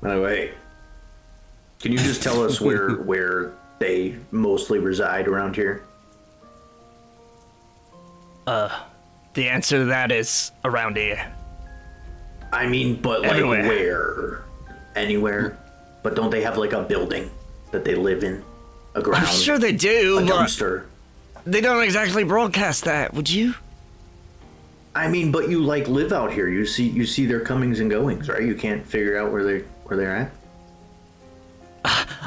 Speaker 5: And I go, hey, can you just tell
Speaker 1: (laughs)
Speaker 5: us where where they mostly reside around here?
Speaker 1: The answer to that is around here.
Speaker 5: I mean, but like
Speaker 1: Everywhere.
Speaker 5: where? Anywhere. But don't they have like a building that they live in? A ground?
Speaker 1: I'm sure they
Speaker 5: a
Speaker 1: do, but
Speaker 5: dumpster.
Speaker 1: they don't exactly broadcast that. Would you?
Speaker 5: I mean, but you like live out here. You see you see their comings and goings, right? You can't figure out where they where they're at.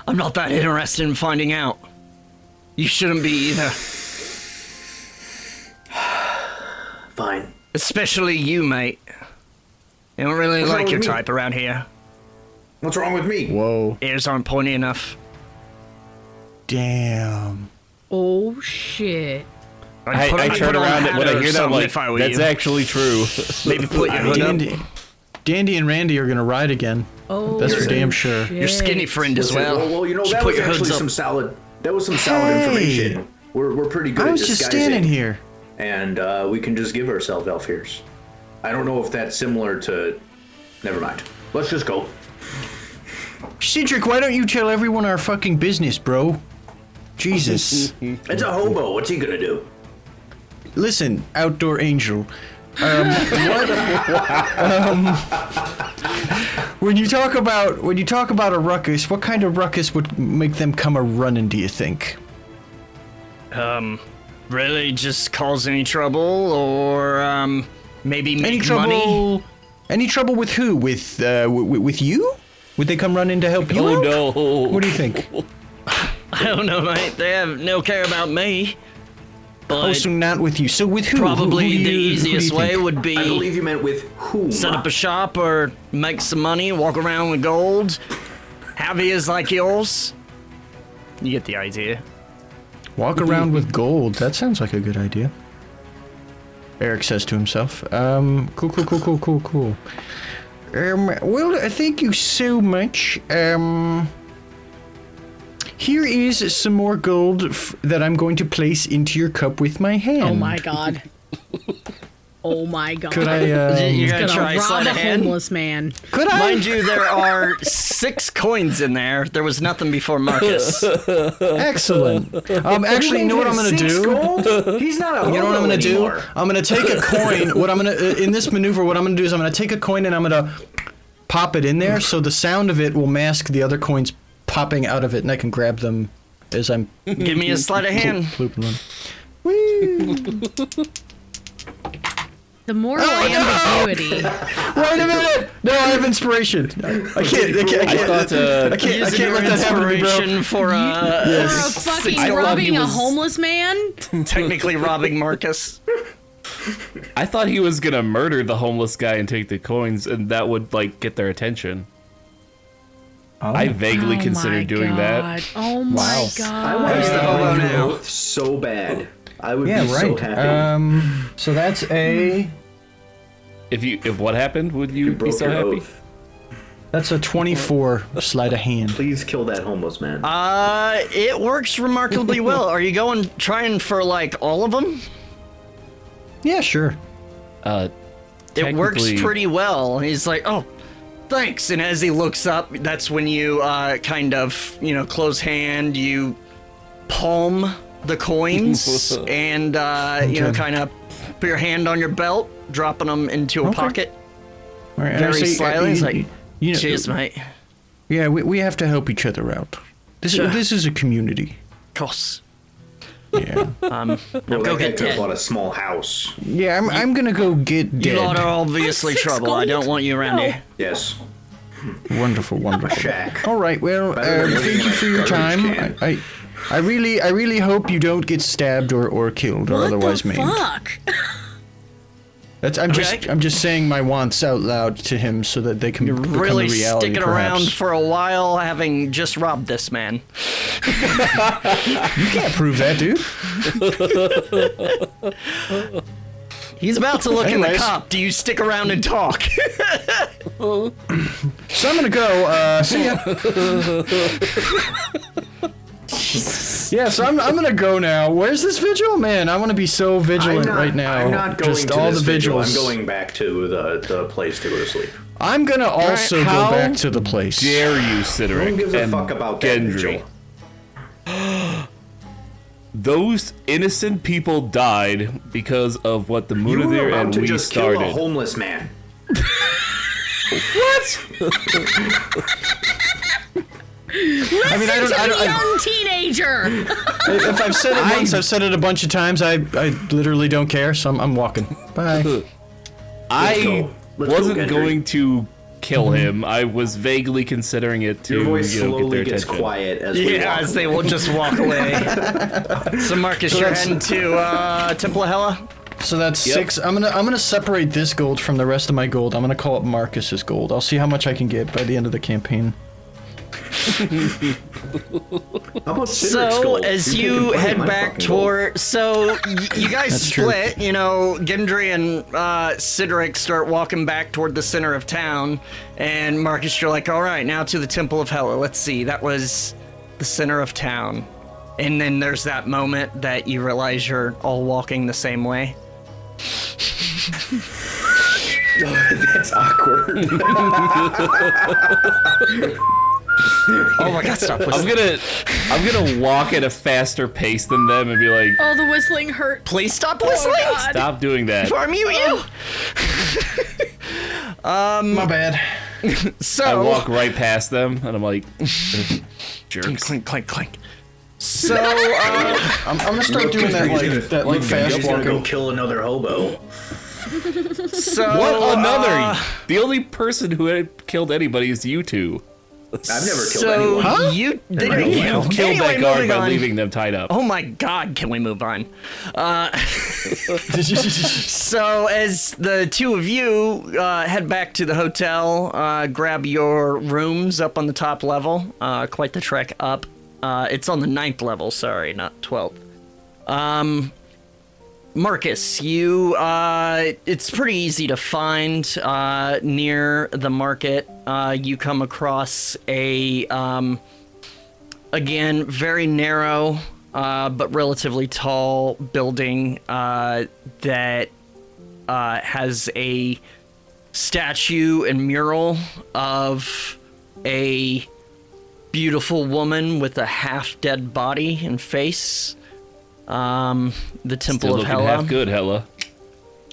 Speaker 1: I'm not that interested in finding out. You shouldn't be either,
Speaker 5: Fine.
Speaker 1: especially you, mate. They don't really
Speaker 5: wrong
Speaker 1: like your
Speaker 5: with me?
Speaker 1: type around here.
Speaker 5: What's wrong with me?
Speaker 3: Whoa,
Speaker 1: Ears aren't pointy enough.
Speaker 3: damn.
Speaker 2: Oh shit.
Speaker 1: I'd
Speaker 4: I,
Speaker 1: put-
Speaker 4: I
Speaker 1: I'd
Speaker 4: turn
Speaker 1: put on a
Speaker 4: around and
Speaker 1: hat
Speaker 4: when
Speaker 1: or
Speaker 4: I hear that, I'm
Speaker 1: something
Speaker 4: like,
Speaker 1: if I were
Speaker 4: that's
Speaker 1: you. (laughs)
Speaker 4: actually true. (laughs)
Speaker 1: maybe put your hood up.
Speaker 3: Dandy, Dandy and Randy are gonna ride again.
Speaker 2: Oh,
Speaker 3: That's for damn sure.
Speaker 2: shit.
Speaker 1: Your skinny friend as
Speaker 5: So,
Speaker 1: well.
Speaker 5: well, well, you know
Speaker 1: Should
Speaker 5: that
Speaker 1: put
Speaker 5: was
Speaker 1: your
Speaker 5: actually
Speaker 1: hoods up.
Speaker 5: some solid. That was some solid
Speaker 3: Hey!
Speaker 5: information. We're, we're pretty good.
Speaker 3: I was
Speaker 5: at
Speaker 3: just
Speaker 5: disguising,
Speaker 3: standing here.
Speaker 5: and uh, we can just give ourselves elf ears. I don't know if that's similar to. Never mind. Let's just go.
Speaker 3: Cedric, why don't you tell everyone our fucking business, bro? Jesus.
Speaker 1: (laughs)
Speaker 5: It's a hobo. What's he gonna do?
Speaker 3: Listen, outdoor angel. Um, what- um, when you talk about when you talk about a ruckus, what kind of ruckus would make them come a running? Do you think?
Speaker 1: Really, just cause any trouble, or um, maybe make
Speaker 3: Any
Speaker 1: money. (laughs)
Speaker 3: trouble? Any trouble with who? With uh, w- w- with you? Would they come running to help you?
Speaker 4: oh
Speaker 3: out?
Speaker 4: no!
Speaker 3: What do
Speaker 1: (laughs)
Speaker 3: you think?
Speaker 1: I don't know, mate. They have no care about me. But
Speaker 3: Also, not with you. So with who? Who- who
Speaker 1: probably
Speaker 3: do
Speaker 1: the
Speaker 3: you- who do you
Speaker 1: easiest
Speaker 3: think?
Speaker 1: way would be
Speaker 5: I believe you meant with whom?
Speaker 1: set up E. a shop or make some money, walk around with gold. Heavy is like yours. You get the idea.
Speaker 3: Walk around with gold. That sounds like a good idea. Eric says to himself. Um, cool, cool, cool, cool, cool, cool. Um, well, uh, thank you so much. Um, here is some more gold f- that I'm going to place into your cup with my hand.
Speaker 2: Oh my god. Oh my god.
Speaker 3: Could I?
Speaker 1: You're
Speaker 3: Um,
Speaker 1: gonna,
Speaker 2: Gonna
Speaker 1: try
Speaker 2: rob
Speaker 1: sleight
Speaker 2: a
Speaker 1: of hand?
Speaker 2: homeless man.
Speaker 3: could I?
Speaker 1: Mind you, there are six coins in there. There was nothing before
Speaker 3: (laughs)
Speaker 1: Marcus.
Speaker 3: Excellent. Um, actually, you know what I'm gonna
Speaker 6: Six
Speaker 3: do? (laughs)
Speaker 6: gold? He's not a hobo
Speaker 3: You know what I'm gonna
Speaker 6: anymore.
Speaker 3: do? I'm gonna take (laughs) a coin. What I'm gonna uh, in this maneuver, what I'm gonna do is I'm gonna take a coin and I'm gonna pop it in there, so the sound of it will mask the other coins popping out of it, and I can grab them as I'm
Speaker 1: Give me a sleight of hand.
Speaker 3: looping them.
Speaker 2: The moral ambiguity.
Speaker 3: (laughs) Wait a minute! No, I have inspiration. I can't. I can't. I
Speaker 4: I
Speaker 3: can't,
Speaker 4: thought. Uh,
Speaker 3: I can't, I
Speaker 1: Using
Speaker 3: can't
Speaker 1: your
Speaker 3: let that happen to me, bro.
Speaker 1: inspiration for uh,
Speaker 2: For a fucking
Speaker 4: I thought he
Speaker 2: robbing a
Speaker 4: was-
Speaker 2: homeless man?
Speaker 1: technically robbing Marcus.
Speaker 4: I thought he was gonna murder the homeless guy and take the coins, and that would like get their attention. I vaguely
Speaker 2: Oh my
Speaker 4: considered doing that.
Speaker 2: God. Oh my
Speaker 3: Wow.
Speaker 5: I
Speaker 2: god.
Speaker 5: want to
Speaker 1: hobo
Speaker 5: have you
Speaker 1: now.
Speaker 5: both so bad. I would be
Speaker 3: Yeah,
Speaker 5: so
Speaker 3: right.
Speaker 5: happy.
Speaker 3: Um, so that's a
Speaker 4: If you, if what happened, would you,
Speaker 5: you
Speaker 4: be
Speaker 5: broke
Speaker 4: so
Speaker 5: your
Speaker 4: happy?
Speaker 5: oath.
Speaker 3: that's a 24 sleight of hand.
Speaker 5: Please kill that homeless man.
Speaker 1: Uh, it works remarkably well. Are you going trying for like all of them?
Speaker 3: Yeah, sure.
Speaker 4: Uh,
Speaker 1: It works
Speaker 4: Technically-
Speaker 1: pretty well. He's like, oh, thanks. And as he looks up, that's when you uh, kind of, you know, close hand, you palm the
Speaker 3: (laughs)
Speaker 1: coins and, uh, you know,
Speaker 3: Okay.
Speaker 1: kind of put your hand on your belt, dropping them into a pocket.
Speaker 3: All right, and I
Speaker 1: Very
Speaker 3: say, uh,
Speaker 1: slyly. He's
Speaker 3: you-
Speaker 1: like,
Speaker 3: you know, uh,
Speaker 1: cheers, mate. Of
Speaker 3: Yeah, we, we have to help each other out. This
Speaker 1: Sure.
Speaker 3: is this is a community.
Speaker 1: course. (laughs)
Speaker 3: Yeah,
Speaker 1: Now Um, go get
Speaker 5: could have bought
Speaker 1: dead.
Speaker 5: a small house.
Speaker 3: yeah. I'm, I'm gonna go get
Speaker 1: You lot are
Speaker 3: dead.
Speaker 1: obviously
Speaker 2: I'm six
Speaker 1: trouble. I
Speaker 2: gold.
Speaker 1: don't want you around
Speaker 2: No.
Speaker 1: here.
Speaker 5: Yes.
Speaker 3: Wonderful, wonderful.
Speaker 5: Shack.
Speaker 3: All right. Well,
Speaker 5: Better
Speaker 3: uh,
Speaker 5: than
Speaker 3: thank you for your
Speaker 5: garbage
Speaker 3: time.
Speaker 5: can.
Speaker 3: I, I, I really, I really hope you don't get stabbed or, or killed or
Speaker 2: What
Speaker 3: otherwise
Speaker 2: the
Speaker 3: maimed.
Speaker 2: (laughs) fuck?
Speaker 3: That's I'm just
Speaker 1: Okay.
Speaker 3: I'm just saying my wants out loud to him so that they can
Speaker 1: You're
Speaker 3: become
Speaker 1: really
Speaker 3: a reality.
Speaker 1: sticking
Speaker 3: perhaps.
Speaker 1: around for a while, having just robbed this man.
Speaker 3: you can't prove that, dude.
Speaker 1: He's about to look in the
Speaker 3: Anyways.
Speaker 1: cop. Do you stick around and talk?
Speaker 3: So I'm gonna go. Uh, see ya. yeah, so I'm, I'm gonna go now. Where's this vigil, man? I want to be so vigilant right now.
Speaker 5: I'm not going
Speaker 3: Just
Speaker 5: to
Speaker 3: all
Speaker 5: this
Speaker 3: the
Speaker 5: vigil.
Speaker 3: vigils.
Speaker 5: I'm going back to the, the place to go to sleep.
Speaker 3: I'm gonna also
Speaker 4: how
Speaker 3: go back to the place.
Speaker 4: Dare you, Sideric?
Speaker 5: Who gives a
Speaker 4: and
Speaker 5: fuck about that
Speaker 4: Gendry?
Speaker 5: vigil?
Speaker 4: Those innocent people died because of what the
Speaker 5: You were
Speaker 4: Munadir
Speaker 5: about
Speaker 4: and
Speaker 5: to
Speaker 4: we
Speaker 5: just kill a
Speaker 4: started.
Speaker 5: homeless man.
Speaker 2: Listen
Speaker 3: mean, I don't-
Speaker 2: to
Speaker 3: I don't-
Speaker 2: the
Speaker 3: I-
Speaker 2: young teenager.
Speaker 3: If I've said it once, I've said it a bunch of times. I, I literally don't care. So I'm, I'm walking. Bye.
Speaker 5: (laughs) Let's
Speaker 4: I
Speaker 5: go. Let's go,
Speaker 4: wasn't
Speaker 5: Gendry.
Speaker 4: going to kill
Speaker 2: Mm-hmm.
Speaker 4: him. I was vaguely considering it to
Speaker 5: Your voice
Speaker 4: you know, get
Speaker 5: slowly
Speaker 4: their
Speaker 5: gets
Speaker 4: attention.
Speaker 5: quiet as we
Speaker 1: yeah,
Speaker 5: walk
Speaker 1: as they will just walk (laughs) away. so Marcus, you're
Speaker 3: that's-
Speaker 1: heading to uh, Temple of Hella.
Speaker 3: So that's six. I'm gonna I'm gonna separate this gold from the rest of my gold. I'm gonna call it Marcus's gold. I'll see how much I can get by the end of the campaign.
Speaker 5: How about Cedric's
Speaker 1: So
Speaker 5: gold?
Speaker 1: as
Speaker 5: You're taking
Speaker 1: you
Speaker 5: part in
Speaker 1: head
Speaker 5: my
Speaker 1: back
Speaker 5: fucking gold.
Speaker 1: toward, (laughs) so y- you guys
Speaker 3: That's true.
Speaker 1: split. You know, Gendry and uh, Sidric start walking back toward the center of town, and Marcus, you're like, "All right, now to the Temple of Hella. Let's see. That was the center of town." And then there's that moment that you realize you're all walking the same way. (laughs)
Speaker 5: That's awkward.
Speaker 1: Oh my God! Stop
Speaker 4: I'm
Speaker 1: listening.
Speaker 4: gonna, I'm gonna walk at a faster pace than them and be like,
Speaker 2: Oh, the whistling hurt.
Speaker 1: Please stop whistling.
Speaker 2: God.
Speaker 4: stop doing that.
Speaker 1: Before I mute you.
Speaker 3: My bad.
Speaker 1: So
Speaker 4: I walk right past them and I'm like, (laughs) jerks.
Speaker 1: clink clink clink. So
Speaker 5: (laughs)
Speaker 1: uh,
Speaker 3: I'm, I'm gonna start doing that like that like fast
Speaker 5: He's gonna go
Speaker 3: walking.
Speaker 5: kill another hobo.
Speaker 1: so
Speaker 4: What another?
Speaker 1: uh,
Speaker 4: the only person who had killed anybody is you two.
Speaker 5: I've never killed
Speaker 1: So
Speaker 5: anyone.
Speaker 1: you didn't
Speaker 5: I
Speaker 1: you
Speaker 5: don't
Speaker 4: Killed
Speaker 1: anyway,
Speaker 4: that guard
Speaker 1: moving
Speaker 4: by
Speaker 1: on.
Speaker 4: leaving them tied up.
Speaker 1: Oh my God! Can we move on?
Speaker 3: (laughs)
Speaker 1: So as the two of you uh, head back to the hotel, uh, grab your rooms up on the top level. Uh, quite the trek up. Uh, it's on the ninth level. Sorry, not twelfth. Um, Marcus, you. Uh, it's pretty easy to find uh, near the market. Uh, you come across a. Um, again, very narrow uh, but relatively tall building uh, that uh, has a statue and mural of a beautiful woman with a half dead body and face. Um, the Temple
Speaker 4: Still
Speaker 1: of
Speaker 4: looking
Speaker 1: Hela
Speaker 4: half good, Hella.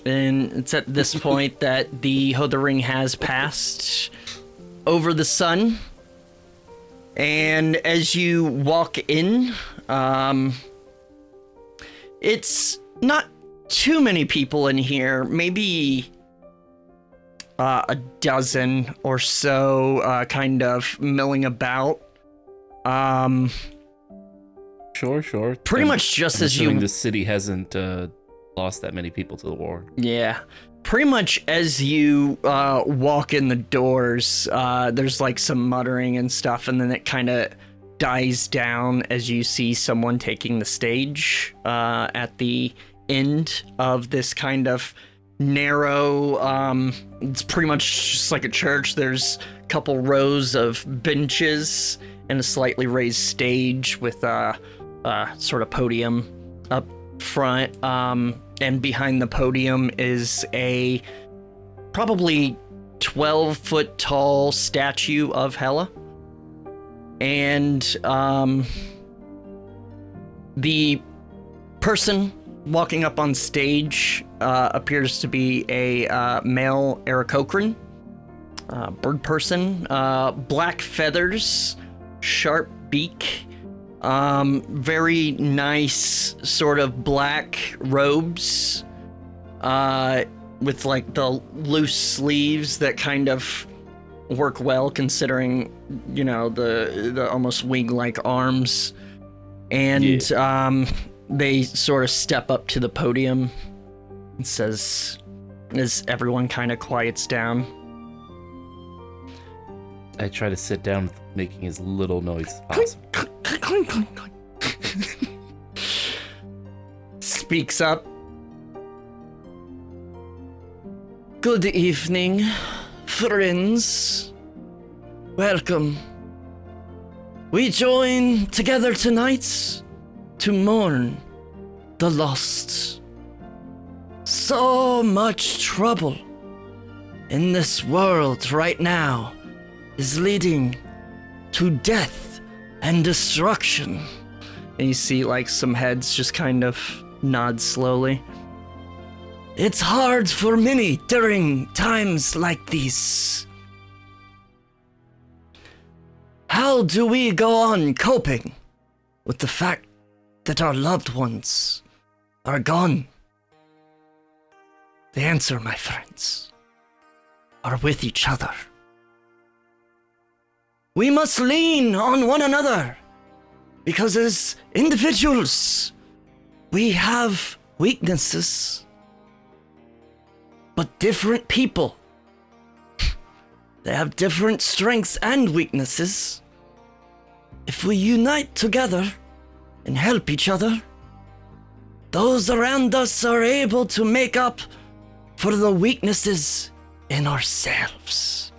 Speaker 1: and it's at this point that the Hothering has passed over the sun. And as you walk in, um, it's not too many people in here. Maybe uh, a dozen or so, uh, kind of milling about. Um,
Speaker 4: Sure, sure.
Speaker 1: pretty
Speaker 4: I'm-
Speaker 1: much just
Speaker 4: I'm
Speaker 1: as you
Speaker 4: assuming the city hasn't uh, lost that many people to the war.
Speaker 1: Yeah. Pretty much as you uh, walk in the doors, uh, there's like some muttering and stuff, and then it kind of dies down as you see someone taking the stage uh, at the end of this kind of narrow. Um, it's pretty much just like a church. There's a couple rows of benches and a slightly raised stage with a, a sort of podium up front um and behind the podium is a probably 12 foot tall statue of Hela. And um, the person walking up on stage uh, appears to be a uh, male Eric Cochran, uh, bird person, uh, black feathers, sharp beak, um, very nice sort of black robes uh, with like the loose sleeves that kind of work well considering you know the the almost wing like arms and um, they sort of step up to the podium and says as everyone kind of quiets down
Speaker 4: I try to sit down, making as little noise as possible.
Speaker 1: speaks up. Good evening, friends. Welcome. We join together tonight to mourn the lost. So much trouble in this world right now is leading to death and destruction. And you see, like, some heads just kind of nod slowly. It's hard for many during times like these. How do we go on coping with the fact that our loved ones are gone? The answer, my friends, are with each other. We must lean on one another. Because as individuals, we have weaknesses. But different people, they have different strengths and weaknesses. If we unite together and help each other, those around us are able to make up for the weaknesses in ourselves.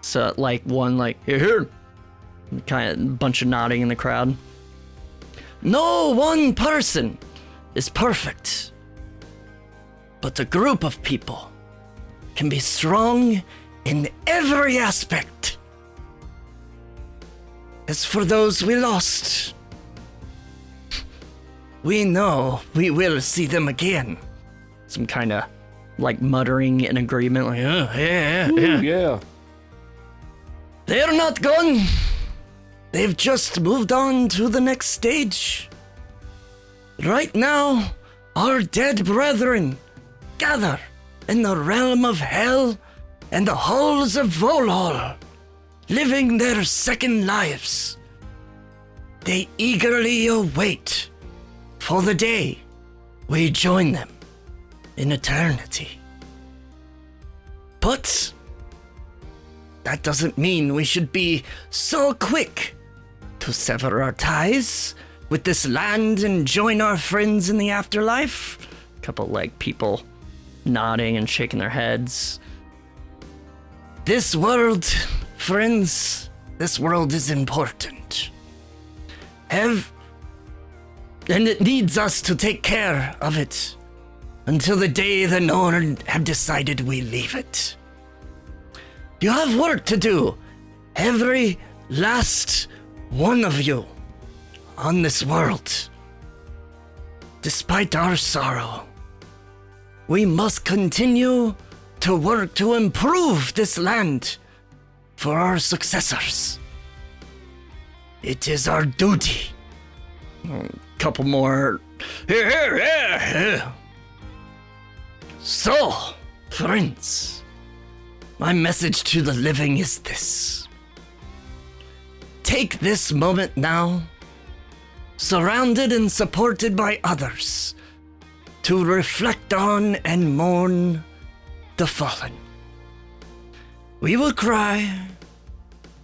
Speaker 1: So like one like here, here, kind of bunch of nodding in the crowd. No one person is perfect, but a group of people can be strong in every aspect. As for those we lost, we know we will see them again. Some kind of like muttering in agreement, like, oh, yeah, yeah, yeah.
Speaker 4: yeah.
Speaker 1: They're not gone. They've just moved on to the next stage. Right now, our dead brethren gather in the realm of hell and the halls of Volhol, living their second lives. They eagerly await for the day we join them in eternity. But that doesn't mean we should be so quick to sever our ties with this land and join our friends in the afterlife. Couple like people nodding and shaking their heads. This world, friends, this world is important. Have and it needs us to take care of it until the day the Norn have decided we leave it. You have work to do. Every last one of you on this world. Despite our sorrow, we must continue to work to improve this land for our successors. It is our duty. Couple more. Here, here, here, here. So, friends. My message to the living is this Take this moment now, surrounded and supported by others, to reflect on and mourn the fallen. We will cry,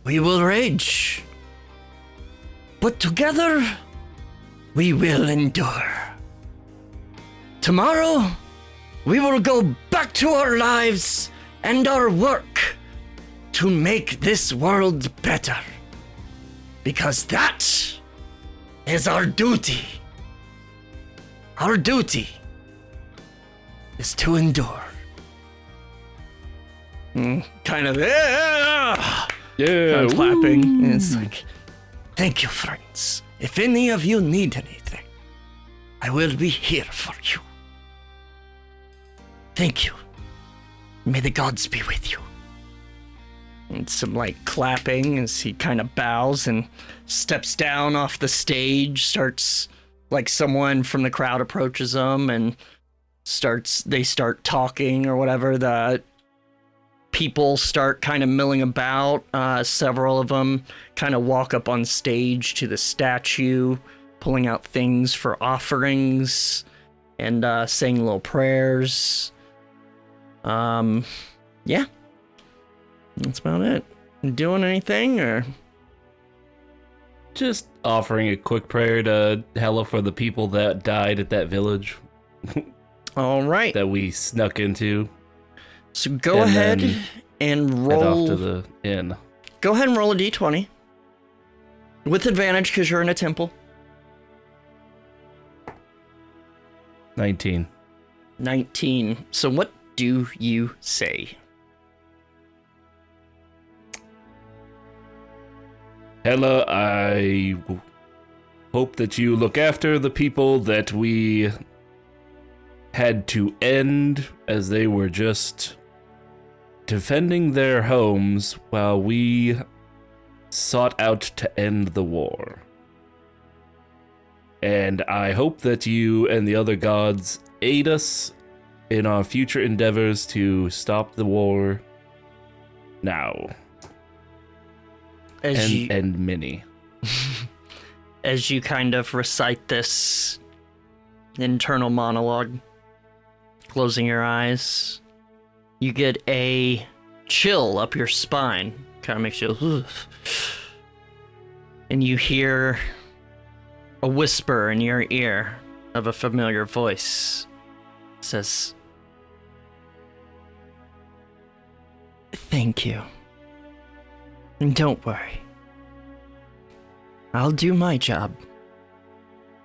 Speaker 1: we will rage, but together we will endure. Tomorrow, we will go back to our lives and our work to make this world better. Because that is our duty. Our duty is to endure. kind of eh? yeah,
Speaker 4: Yeah.
Speaker 1: and
Speaker 4: woo.
Speaker 1: clapping. And it's like, thank you, friends. If any of you need anything, I will be here for you. Thank you. May the gods be with you. And some like clapping as he kind of bows and steps down off the stage, starts like someone from the crowd approaches him and starts they start talking or whatever the people start kind of milling about uh, several of them kind of walk up on stage to the statue pulling out things for offerings and uh, saying little prayers um yeah that's about it doing anything or
Speaker 4: Just offering a quick prayer to Hella for the people that died at that village
Speaker 1: all right
Speaker 4: that we snuck into
Speaker 1: so go
Speaker 4: and
Speaker 1: ahead
Speaker 4: then
Speaker 1: and
Speaker 4: and
Speaker 1: roll
Speaker 4: off to the inn.
Speaker 1: Go ahead and roll a d20. With advantage because you're in a temple.
Speaker 4: 19.
Speaker 1: 19. So what do you say?
Speaker 4: Hella, I w- hope that you look after the people that we had to end as they were just defending their homes while we sought out to end the war. And I hope that you and the other gods aid us in our future endeavors to stop the war now
Speaker 1: As
Speaker 4: and
Speaker 1: you
Speaker 4: end many.
Speaker 1: as you kind of recite this internal monologue, closing your eyes, you get a chill up your spine. Kind of makes you, (sighs) "Oof." and you hear a whisper in your ear of a familiar voice It says, "Thank you, and don't worry." I'll do my job.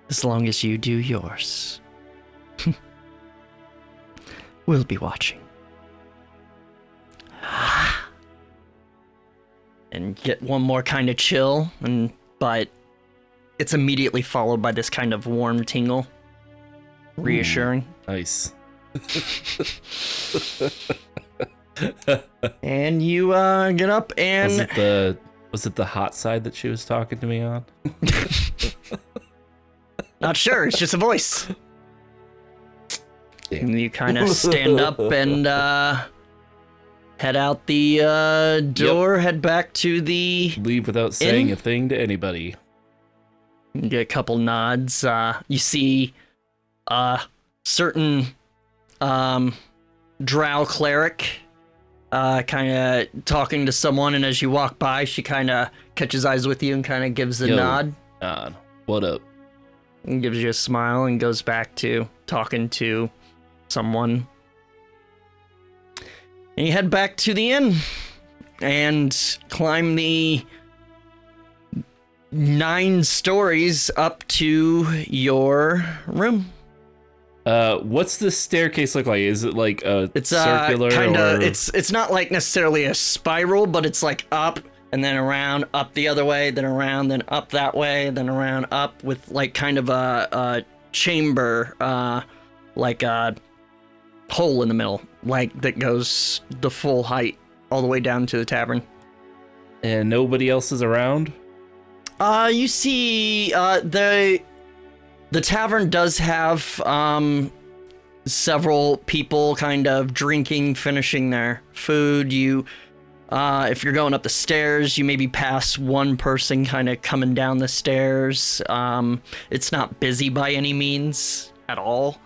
Speaker 1: As long as you do yours. (laughs) we'll be watching. (sighs) and get one more kind of chill and but it's immediately followed by this kind of warm tingle. Reassuring.
Speaker 4: Nice.
Speaker 1: And you uh get up
Speaker 4: Was
Speaker 1: and
Speaker 4: it the was it the hot side that she was talking to me on? (laughs)
Speaker 1: Not sure. It's just a voice.
Speaker 4: Damn.
Speaker 1: And you kind of stand up and uh, head out the uh, door, head back to the.
Speaker 4: Leave without saying
Speaker 1: In?
Speaker 4: a thing to anybody.
Speaker 1: you Get a couple nods. Uh, you see uh, certain um, drow cleric uh, kind of talking to someone, and as you walk by, she kind of catches eyes with you and kind of gives a
Speaker 4: Yo.
Speaker 1: nod.
Speaker 4: God, what up?
Speaker 1: and gives you a smile and goes back to talking to someone. And you head back to the inn and climb the nine stories up to your room.
Speaker 4: Uh, what's this staircase look like? Is it like a
Speaker 1: It's uh,
Speaker 4: circular
Speaker 1: kind of
Speaker 4: or
Speaker 1: it's it's not like necessarily a spiral, but it's like up and then around, up the other way, then around, then up that way, then around, up with like kind of a, a chamber, uh, like a hole in the middle, like that goes the full height all the way down to the tavern.
Speaker 4: and nobody else is around?
Speaker 1: Uh, you see, uh, the the tavern does have um several people kind of drinking, finishing their food. You, uh, if you're going up the stairs, you maybe pass one person kind of coming down the stairs. Um, it's not busy by any means at all.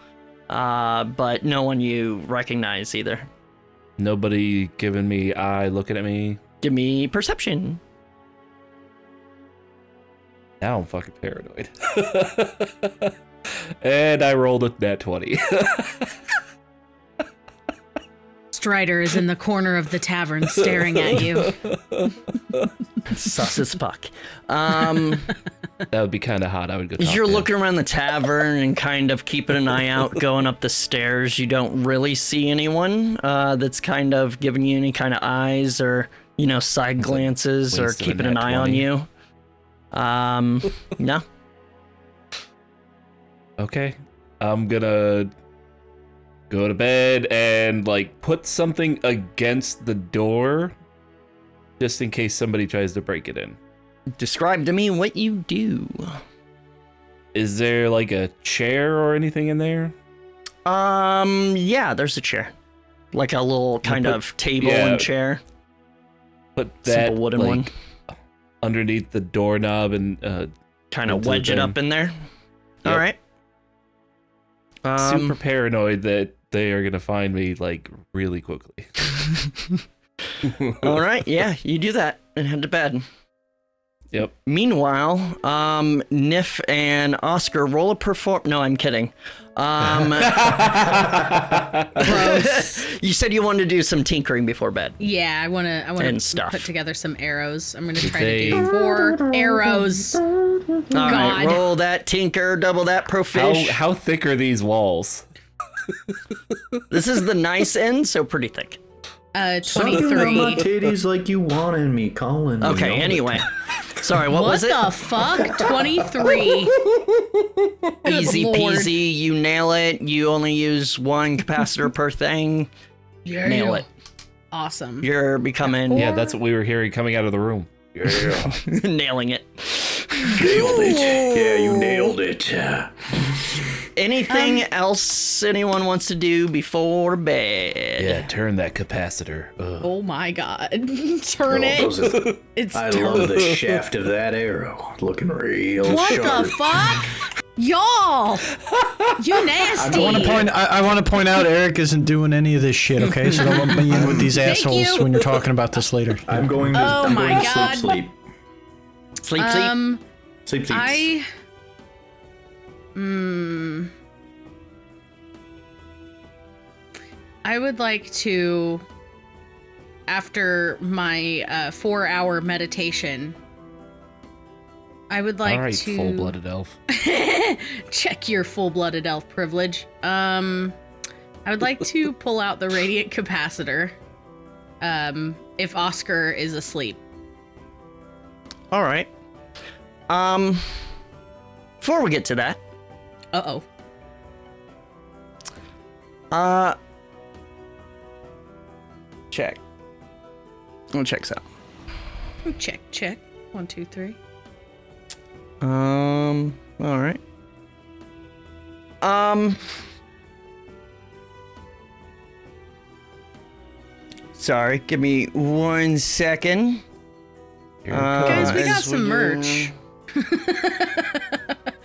Speaker 1: Uh, but no one you recognize either.
Speaker 4: Nobody giving me eye, looking at me.
Speaker 1: Give me perception.
Speaker 4: Now I'm fucking paranoid. (laughs) and I rolled a net twenty.
Speaker 2: ghostwriter is in the corner of the tavern staring at you.
Speaker 7: Sus as fuck.
Speaker 4: (laughs) That would be kind of hot. I would go.
Speaker 7: As
Speaker 4: talk
Speaker 7: you're
Speaker 4: to him.
Speaker 7: looking around the tavern and kind of keeping an eye
Speaker 4: (laughs)
Speaker 7: out going up the stairs, you don't really see anyone uh, that's kind of giving you any kind of eyes or, you know, side glances or
Speaker 4: Winston in
Speaker 7: keeping an
Speaker 4: that
Speaker 7: eye on
Speaker 4: 20.
Speaker 7: you. Um, no.
Speaker 4: Okay. I'm gonna go to bed and like put something against the door just in case somebody tries to break it in.
Speaker 7: Describe to me what you do.
Speaker 4: Is there like a chair or anything in there?
Speaker 7: Um, yeah, there's a chair. Like a little kind
Speaker 4: put-
Speaker 7: of table
Speaker 4: yeah.
Speaker 7: and chair.
Speaker 4: Put
Speaker 7: Simple
Speaker 4: that
Speaker 7: wooden
Speaker 4: like,
Speaker 7: one.
Speaker 4: underneath the doorknob and uh
Speaker 7: Kind of
Speaker 4: into the
Speaker 7: wedge it
Speaker 4: thing.
Speaker 7: up in there. All
Speaker 4: Yep.
Speaker 7: right. Um,
Speaker 4: super paranoid that they are gonna find me like really quickly.
Speaker 7: All right, yeah, you do that and head to bed.
Speaker 4: Yep.
Speaker 7: Meanwhile, um, Nif and Oscar roll a perform. No, I'm kidding. Um,
Speaker 2: Gross.
Speaker 7: you said you wanted to do some tinkering before bed.
Speaker 2: Yeah, I want to. I want
Speaker 7: And
Speaker 2: to
Speaker 7: stuff.
Speaker 2: put together some arrows. I'm going to try
Speaker 4: They-
Speaker 2: to do four arrows.
Speaker 7: All right,
Speaker 2: God.
Speaker 7: roll that tinker, double that
Speaker 4: How
Speaker 7: profish.
Speaker 4: how thick are these walls?
Speaker 7: This is the nice end, so pretty thick.
Speaker 2: Uh,
Speaker 5: Something on my
Speaker 2: 23.
Speaker 5: titties like you wanted me, Colin. you
Speaker 7: Okay,
Speaker 4: (laughs)
Speaker 5: know?
Speaker 7: anyway. Sorry, what,
Speaker 2: What
Speaker 7: was it?
Speaker 2: the fuck? 23.
Speaker 7: Easy
Speaker 2: Oh, Lord.
Speaker 7: peasy, you nail it. You only use one capacitor per thing. Nail it.
Speaker 2: Awesome.
Speaker 7: You're becoming
Speaker 4: Yeah, that's what we were hearing coming out of the room.
Speaker 7: (laughs) nailing it.
Speaker 1: Nailed it. Yeah, you nailed it.
Speaker 7: Anything else anyone wants to do before bed?
Speaker 4: Yeah, turn that capacitor. Ugh.
Speaker 2: Oh my god. (laughs) Turn
Speaker 1: Oh,
Speaker 2: it.
Speaker 1: those are- (laughs)
Speaker 2: It's
Speaker 1: I
Speaker 2: turn-
Speaker 1: love the shaft of that arrow. Looking real
Speaker 2: What
Speaker 1: sharp.
Speaker 2: the fuck? Y'all. You nasty.
Speaker 3: I want to point. I, I want to point out Eric isn't doing any of this shit. Okay, so don't lump me in with these assholes
Speaker 2: you.
Speaker 3: when you're talking about this later.
Speaker 5: I'm going to,
Speaker 2: Oh
Speaker 5: I'm
Speaker 2: my
Speaker 5: going to
Speaker 2: God.
Speaker 5: sleep, sleep.
Speaker 7: Sleep, sleep.
Speaker 2: um,
Speaker 5: Sleep, sleep.
Speaker 2: I. Mm, I would like to, after my uh, four hour meditation, I would like
Speaker 4: All right,
Speaker 2: to
Speaker 4: full blooded elf.
Speaker 2: (laughs) check your full blooded elf privilege. Um, I would like to pull out the radiant capacitor. Um, if Oscar is asleep,
Speaker 7: All right. Um, before we get to that,
Speaker 2: uh oh,
Speaker 7: uh, check. We'll check this out.
Speaker 2: check check one two three.
Speaker 7: Um, all right. Um, sorry, give me one second.
Speaker 4: Here
Speaker 7: Uh,
Speaker 2: Guys, we got
Speaker 7: as
Speaker 2: some
Speaker 7: we
Speaker 2: merch. (laughs)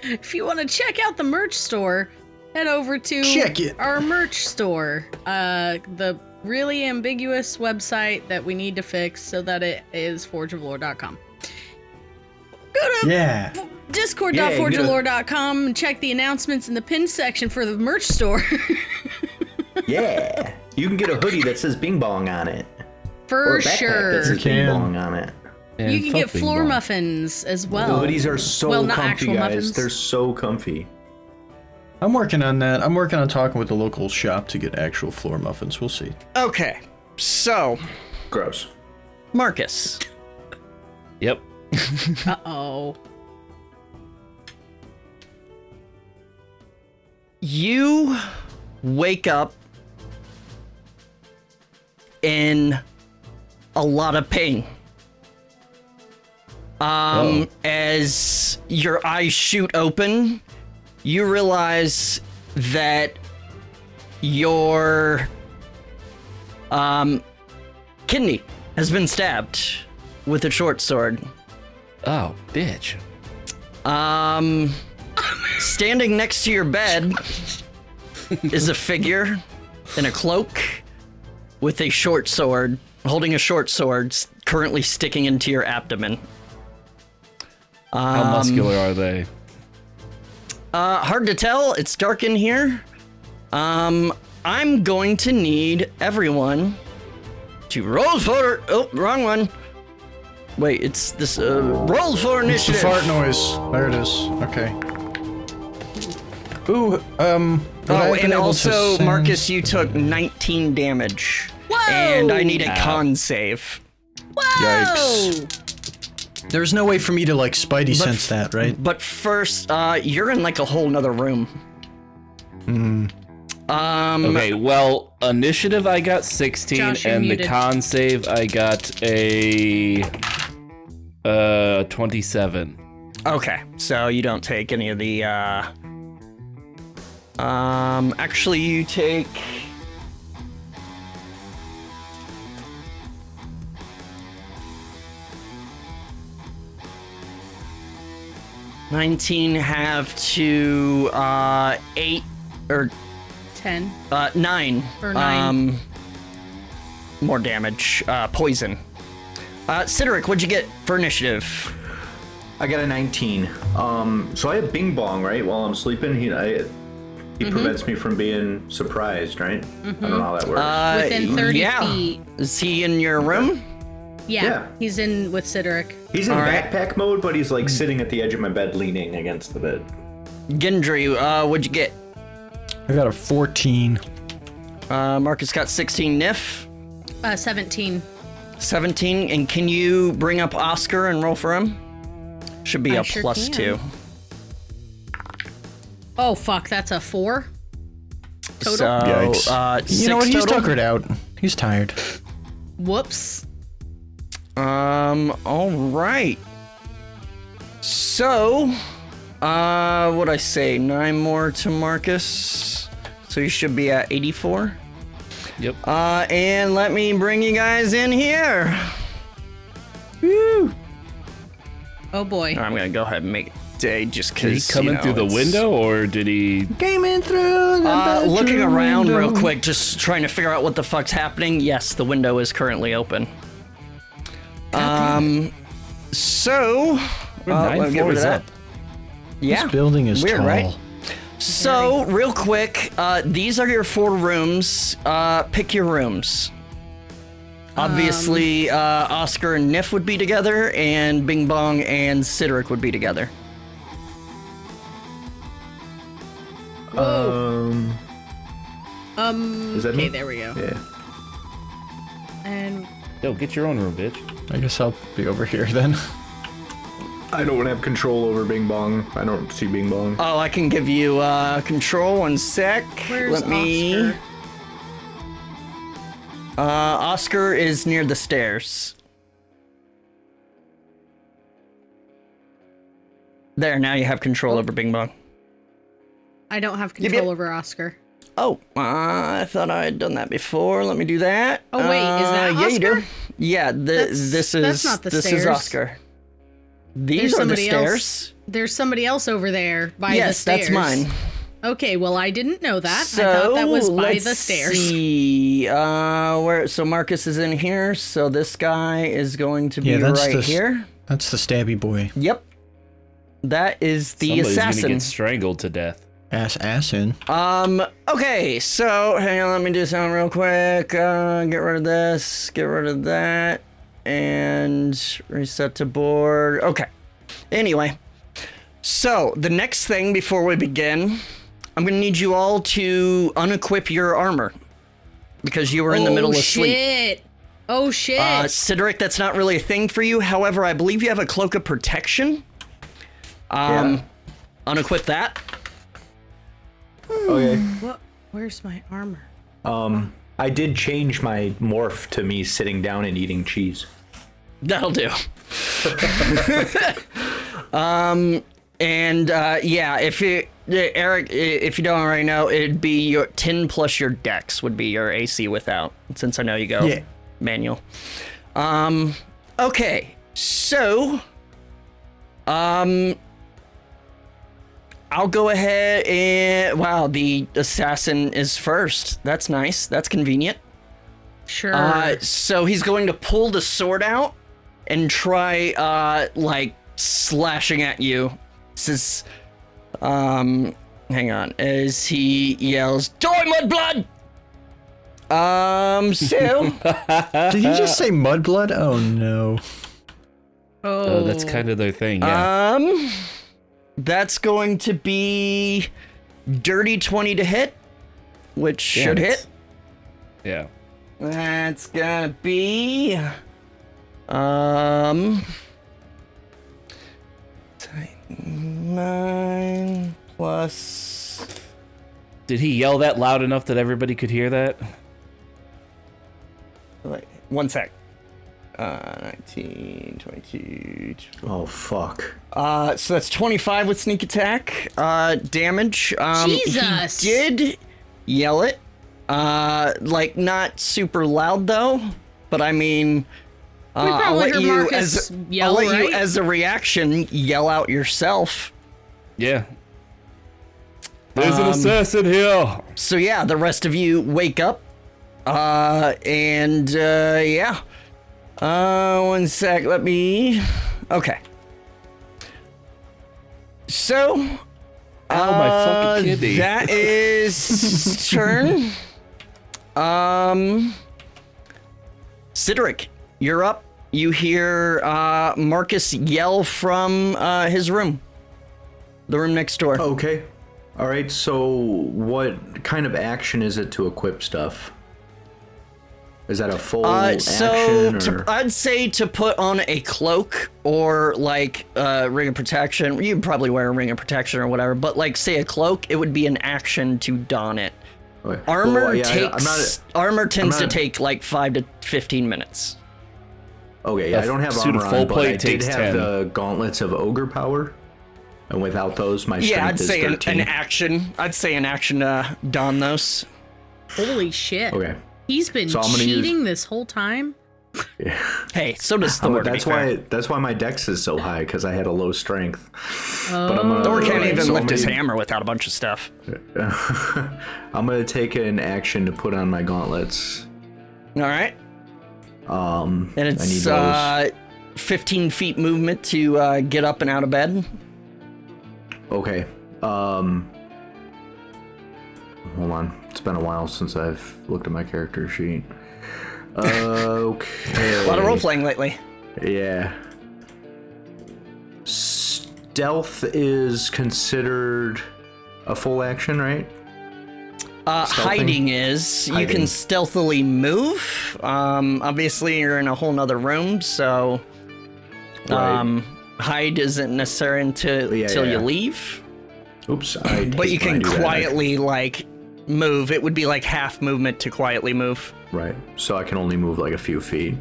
Speaker 2: if you want to check out the merch store, head over to
Speaker 3: Check it.
Speaker 2: our merch store. Uh, the really ambiguous website that we need to fix so that it is forgeoflore.com. Go to
Speaker 3: Yeah.
Speaker 2: discord.forgeoflore.com and check the announcements in the pin section for the merch store. (laughs)
Speaker 5: yeah. You can get a hoodie that says Bing Bong on it. Or
Speaker 2: for
Speaker 5: a backpack that
Speaker 2: sure.
Speaker 5: says Bing
Speaker 3: can.
Speaker 5: Bong on it.
Speaker 4: And
Speaker 2: You can get
Speaker 4: fucking
Speaker 2: floor
Speaker 4: bomb.
Speaker 2: muffins as
Speaker 5: The
Speaker 2: well.
Speaker 5: hoodies are so
Speaker 2: Oh. Well, not
Speaker 5: comfy,
Speaker 2: actual
Speaker 5: guys.
Speaker 2: muffins.
Speaker 5: They're so comfy.
Speaker 3: I'm working on that. I'm working on talking with the local shop to get actual floor muffins. We'll see.
Speaker 7: Okay, so
Speaker 5: Gross.
Speaker 7: Marcus,
Speaker 4: Yep.
Speaker 2: Uh oh.
Speaker 7: you wake up in a lot of pain. Um, as your eyes shoot open, you realize that your um, kidney has been stabbed with a short sword.
Speaker 4: Oh, bitch.
Speaker 7: Um, standing next to your bed is a figure in a cloak with a short sword, holding a short sword s- currently sticking into your abdomen. Um,
Speaker 4: How muscular are they?
Speaker 7: Uh, hard to tell. It's dark in here. Um, I'm going to need everyone to roll for. Oh, wrong one. Wait, it's this. Uh, roll for
Speaker 3: It's the
Speaker 7: initiative.
Speaker 3: fart noise. There it is. Okay. Ooh, um. would I
Speaker 7: Oh,
Speaker 3: have been
Speaker 7: and
Speaker 3: able to
Speaker 7: also,
Speaker 3: send-
Speaker 7: Marcus, you took 19 damage.
Speaker 2: Whoa!
Speaker 7: And I need a con save.
Speaker 2: Whoa!
Speaker 3: Yikes. There's no way for me to like Spidey
Speaker 7: But
Speaker 3: sense that, right?
Speaker 7: But first, uh, you're in like a whole nother room. Um,
Speaker 4: Okay, well, initiative I got 16
Speaker 2: Josh, you're
Speaker 4: and the
Speaker 2: muted.
Speaker 4: con save I got a uh 27.
Speaker 7: Okay, so you don't take any of the. Uh, um, actually, you take. Nineteen have to uh, eight or
Speaker 2: Ten.
Speaker 7: uh, nine.
Speaker 2: Or nine.
Speaker 7: Um, more damage. Uh, poison. Uh, Sidoric, what'd you get for initiative?
Speaker 5: I got a 19. Um, so I have Bing Bong, right? While I'm sleeping, he I, he
Speaker 2: Mm-hmm.
Speaker 5: prevents me from being surprised, right? I don't know how that works.
Speaker 7: Uh,
Speaker 2: Within 30
Speaker 7: yeah.
Speaker 2: feet.
Speaker 7: Is he in your room?
Speaker 2: Yeah,
Speaker 5: Yeah.
Speaker 2: he's in with Sidoric.
Speaker 5: he's in
Speaker 7: alright.
Speaker 5: backpack mode, but he's like sitting at the edge of my bed, leaning against the bed.
Speaker 7: Gendry, uh, what'd you get?
Speaker 3: I got a 14.
Speaker 7: Uh, Marcus got 16 Nif,
Speaker 2: Uh, 17.
Speaker 7: 17, and can you bring up Oscar and roll for him? Should be
Speaker 2: I
Speaker 7: a
Speaker 2: sure
Speaker 7: plus
Speaker 2: can.
Speaker 7: two.
Speaker 2: Oh, fuck, that's a four? Total?
Speaker 7: So, uh,
Speaker 3: you know what?
Speaker 7: six
Speaker 3: He's
Speaker 7: total.
Speaker 3: tuckered out. He's tired.
Speaker 2: Whoops.
Speaker 7: Um, all right. So, uh, what I say? Nine more to Marcus. So you should be at 84.
Speaker 4: Yep.
Speaker 7: Uh, and let me bring you guys in here.
Speaker 2: Oh boy.
Speaker 7: I'm gonna go ahead and make it day just because
Speaker 4: Did he come in through the window or did he
Speaker 3: Came in through the
Speaker 7: Uh,
Speaker 3: bedroom
Speaker 7: looking around real
Speaker 3: window.
Speaker 7: quick, just trying to figure out what the fuck's happening. Yes, the window is currently open. Um, so
Speaker 4: We're
Speaker 7: uh,
Speaker 4: nine
Speaker 7: let me get rid
Speaker 4: floors
Speaker 7: of that.
Speaker 4: up.
Speaker 7: Yeah,
Speaker 3: This building is
Speaker 7: weird,
Speaker 3: tall.
Speaker 7: right? So real quick, uh, these are your four rooms. Uh, pick your rooms. Obviously, uh, Oscar and Niff would be together, and Bing Bong and Sidoric would be together.
Speaker 5: Um,
Speaker 2: Um,
Speaker 5: Is that
Speaker 2: okay,
Speaker 5: me?
Speaker 2: there we go.
Speaker 5: yeah.
Speaker 2: And
Speaker 4: Yo, get your own room, bitch.
Speaker 3: I guess I'll be over here then. (laughs)
Speaker 5: I don't have control over Bing Bong. I don't see Bing Bong.
Speaker 7: Oh, I can give you uh, control. One sec.
Speaker 2: where's
Speaker 7: Let me.
Speaker 2: Oscar?
Speaker 7: Uh, Oscar is near the stairs. There, now you have
Speaker 2: Oh.
Speaker 7: control over Bing Bong.
Speaker 2: I don't have
Speaker 7: yep.
Speaker 2: control over Oscar.
Speaker 7: Oh, uh, I thought I had done that before. Let me do that.
Speaker 2: Oh, wait, is that
Speaker 7: Uh, Yeah, you do.
Speaker 2: Oscar?
Speaker 7: Yeah, th-
Speaker 2: That's-
Speaker 7: this is
Speaker 2: that's not the
Speaker 7: this is
Speaker 2: stairs.
Speaker 7: Oscar. These
Speaker 2: There's
Speaker 7: are the
Speaker 2: somebody else
Speaker 7: stairs.
Speaker 2: There's somebody else over there by the
Speaker 7: yes,
Speaker 2: stairs.
Speaker 7: that's mine.
Speaker 2: Okay, well, I didn't know that.
Speaker 7: So
Speaker 2: I thought that was by
Speaker 7: let's
Speaker 2: the stairs.
Speaker 7: see. Uh, where? So Marcus is in here. So this guy is going to be
Speaker 3: Yeah, that's
Speaker 7: right
Speaker 3: the s-
Speaker 7: here.
Speaker 3: That's the stabby boy.
Speaker 7: Yep. That is the
Speaker 4: Somebody's gonna
Speaker 7: assassin.
Speaker 4: get strangled to death.
Speaker 3: Ass ass in.
Speaker 7: Um, okay, so hang on, let me do something real quick. Uh, get rid of this, get rid of that, and reset to board. Okay. Anyway, so the next thing before we begin, I'm gonna need you all to unequip your armor because you were in the middle
Speaker 2: oh,
Speaker 7: of sleep.
Speaker 2: shit. Oh, shit.
Speaker 7: Uh, Sidoric, that's not really a thing for you. However, I believe you have a cloak of protection. Um, unequip that.
Speaker 5: Okay.
Speaker 2: what? Where's my armor?
Speaker 5: Um, I did change my morph to me sitting down and eating cheese.
Speaker 7: That'll do. (laughs) um, Um, and uh, yeah, if you eh, Eric, eh, if you don't already know, it'd be your ten plus your dex would be your AC without. Since I know you go
Speaker 3: Yeah.
Speaker 7: manual. Um, okay, so um, I'll go ahead and wow, the assassin is first. That's nice. That's convenient.
Speaker 2: Sure.
Speaker 7: Uh, so he's going to pull the sword out and try, uh, like slashing at you. This is, um, hang on, as he yells, "Die, mudblood!"
Speaker 4: (laughs)
Speaker 7: Um, so
Speaker 3: Did
Speaker 7: (laughs)
Speaker 3: he just say mudblood? Oh no.
Speaker 2: Oh,
Speaker 4: Oh, that's kind of their thing. Yeah.
Speaker 7: um, that's going to be dirty twenty to hit, which
Speaker 4: Damn
Speaker 7: should
Speaker 4: it.
Speaker 7: hit.
Speaker 4: Yeah.
Speaker 7: That's gonna be um nine plus
Speaker 4: Did he yell that loud enough that everybody could hear that?
Speaker 7: wait, one sec. Uh, 19, 22. tw-
Speaker 5: Oh fuck.
Speaker 7: Uh, so that's 25 with sneak attack uh, damage. Um,
Speaker 2: Jesus.
Speaker 7: He did yell it. Uh, like, not super loud, though. But I mean, uh, I'll
Speaker 2: probably
Speaker 7: let,
Speaker 2: heard
Speaker 7: you,
Speaker 2: Marcus
Speaker 7: as,
Speaker 2: yell,
Speaker 7: I'll let
Speaker 2: right?
Speaker 7: you, as a reaction, yell out yourself.
Speaker 4: Yeah. There's
Speaker 7: Um,
Speaker 4: an assassin here.
Speaker 7: So, yeah, the rest of you wake up. Uh, and, uh, yeah. Uh, one sec, let me. Okay. So,
Speaker 4: Ow, my fucking
Speaker 7: Uh,
Speaker 4: kidney.
Speaker 7: That is turn. Um, Sidoric, you're up. You hear uh, Marcus yell from uh, his room, the room next door.
Speaker 5: Okay. All right. So, what kind of action is it to equip stuff? Is that a full
Speaker 7: Uh, so
Speaker 5: action?
Speaker 7: to,
Speaker 5: or-
Speaker 7: I'd say to put on a cloak or like a ring of protection. You'd probably wear a ring of protection or whatever, but like say a cloak, it would be an action to don it.
Speaker 5: Okay.
Speaker 7: Armor
Speaker 5: Well, yeah, I- I'm
Speaker 7: takes
Speaker 5: not-
Speaker 7: armor tends
Speaker 5: not-
Speaker 7: to take like five to fifteen minutes.
Speaker 5: okay. Yeah,
Speaker 4: A
Speaker 5: I don't have
Speaker 4: suit
Speaker 5: armor
Speaker 4: of full
Speaker 5: on, but
Speaker 4: plate
Speaker 5: I did
Speaker 4: takes
Speaker 5: have
Speaker 4: 10.
Speaker 5: the gauntlets of ogre power, and without those, my strength
Speaker 7: Yeah, I'd
Speaker 5: is
Speaker 7: say an,
Speaker 5: thirteen.
Speaker 7: an action. I'd say an action uh, to don those.
Speaker 2: holy shit.
Speaker 5: okay.
Speaker 2: He's been
Speaker 5: So I'm gonna use-
Speaker 2: cheating this whole time.
Speaker 7: Hey, so does
Speaker 5: I'm-
Speaker 7: Thor.
Speaker 5: that's why that's why my dex is so high because I had a low strength. (laughs) But I'm gonna,
Speaker 7: Thor can't
Speaker 5: okay,
Speaker 7: even
Speaker 5: so
Speaker 7: lift
Speaker 5: I'm
Speaker 7: his
Speaker 5: gonna-
Speaker 7: hammer without a bunch of stuff.
Speaker 5: I'm gonna take an action to put on my gauntlets.
Speaker 7: All right,
Speaker 5: Um,
Speaker 7: and
Speaker 5: I need those.
Speaker 7: it's uh, 15 feet movement to uh, get up and out of bed.
Speaker 5: Okay. Um. Hold on. It's been a while since I've looked at my character
Speaker 7: (laughs)
Speaker 5: sheet. Uh, okay.
Speaker 7: A lot of role playing lately.
Speaker 5: Yeah. Stealth is considered a full action, right?
Speaker 7: Uh,
Speaker 5: Stealthing?
Speaker 7: hiding is you
Speaker 5: Hiding.
Speaker 7: can stealthily move. Um, obviously, you're in a whole nother room, so um, hide isn't necessary until
Speaker 5: Yeah,
Speaker 7: till
Speaker 5: yeah,
Speaker 7: you
Speaker 5: yeah.
Speaker 7: leave.
Speaker 5: Oops. I
Speaker 7: But
Speaker 5: hate
Speaker 7: you
Speaker 5: when I
Speaker 7: can
Speaker 5: do that. I-
Speaker 7: quietly like move. It would be like half movement to quietly move.
Speaker 5: Right. So I can only move like a few feet.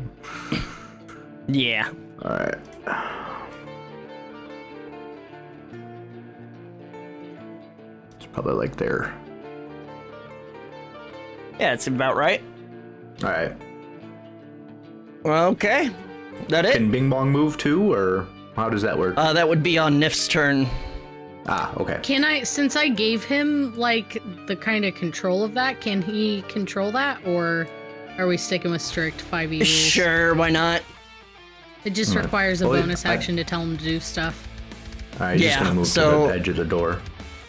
Speaker 7: Yeah.
Speaker 5: All right. It's probably like there.
Speaker 7: Yeah, it's about right.
Speaker 5: All right.
Speaker 7: Okay. That it?
Speaker 5: Can Bing Bong move too, or how does that work?
Speaker 7: Uh, that would be on Nif's turn.
Speaker 5: ah, okay.
Speaker 2: Can I, since I gave him like the kind of control of that, can he control that, or are we sticking with strict five E rules?
Speaker 7: Sure, why not?
Speaker 2: It just requires a
Speaker 5: Well, it-
Speaker 2: bonus
Speaker 5: I-
Speaker 2: action to tell him to do stuff.
Speaker 5: All right, he's
Speaker 7: Yeah,
Speaker 5: gonna move
Speaker 7: so-
Speaker 5: to the edge of the door.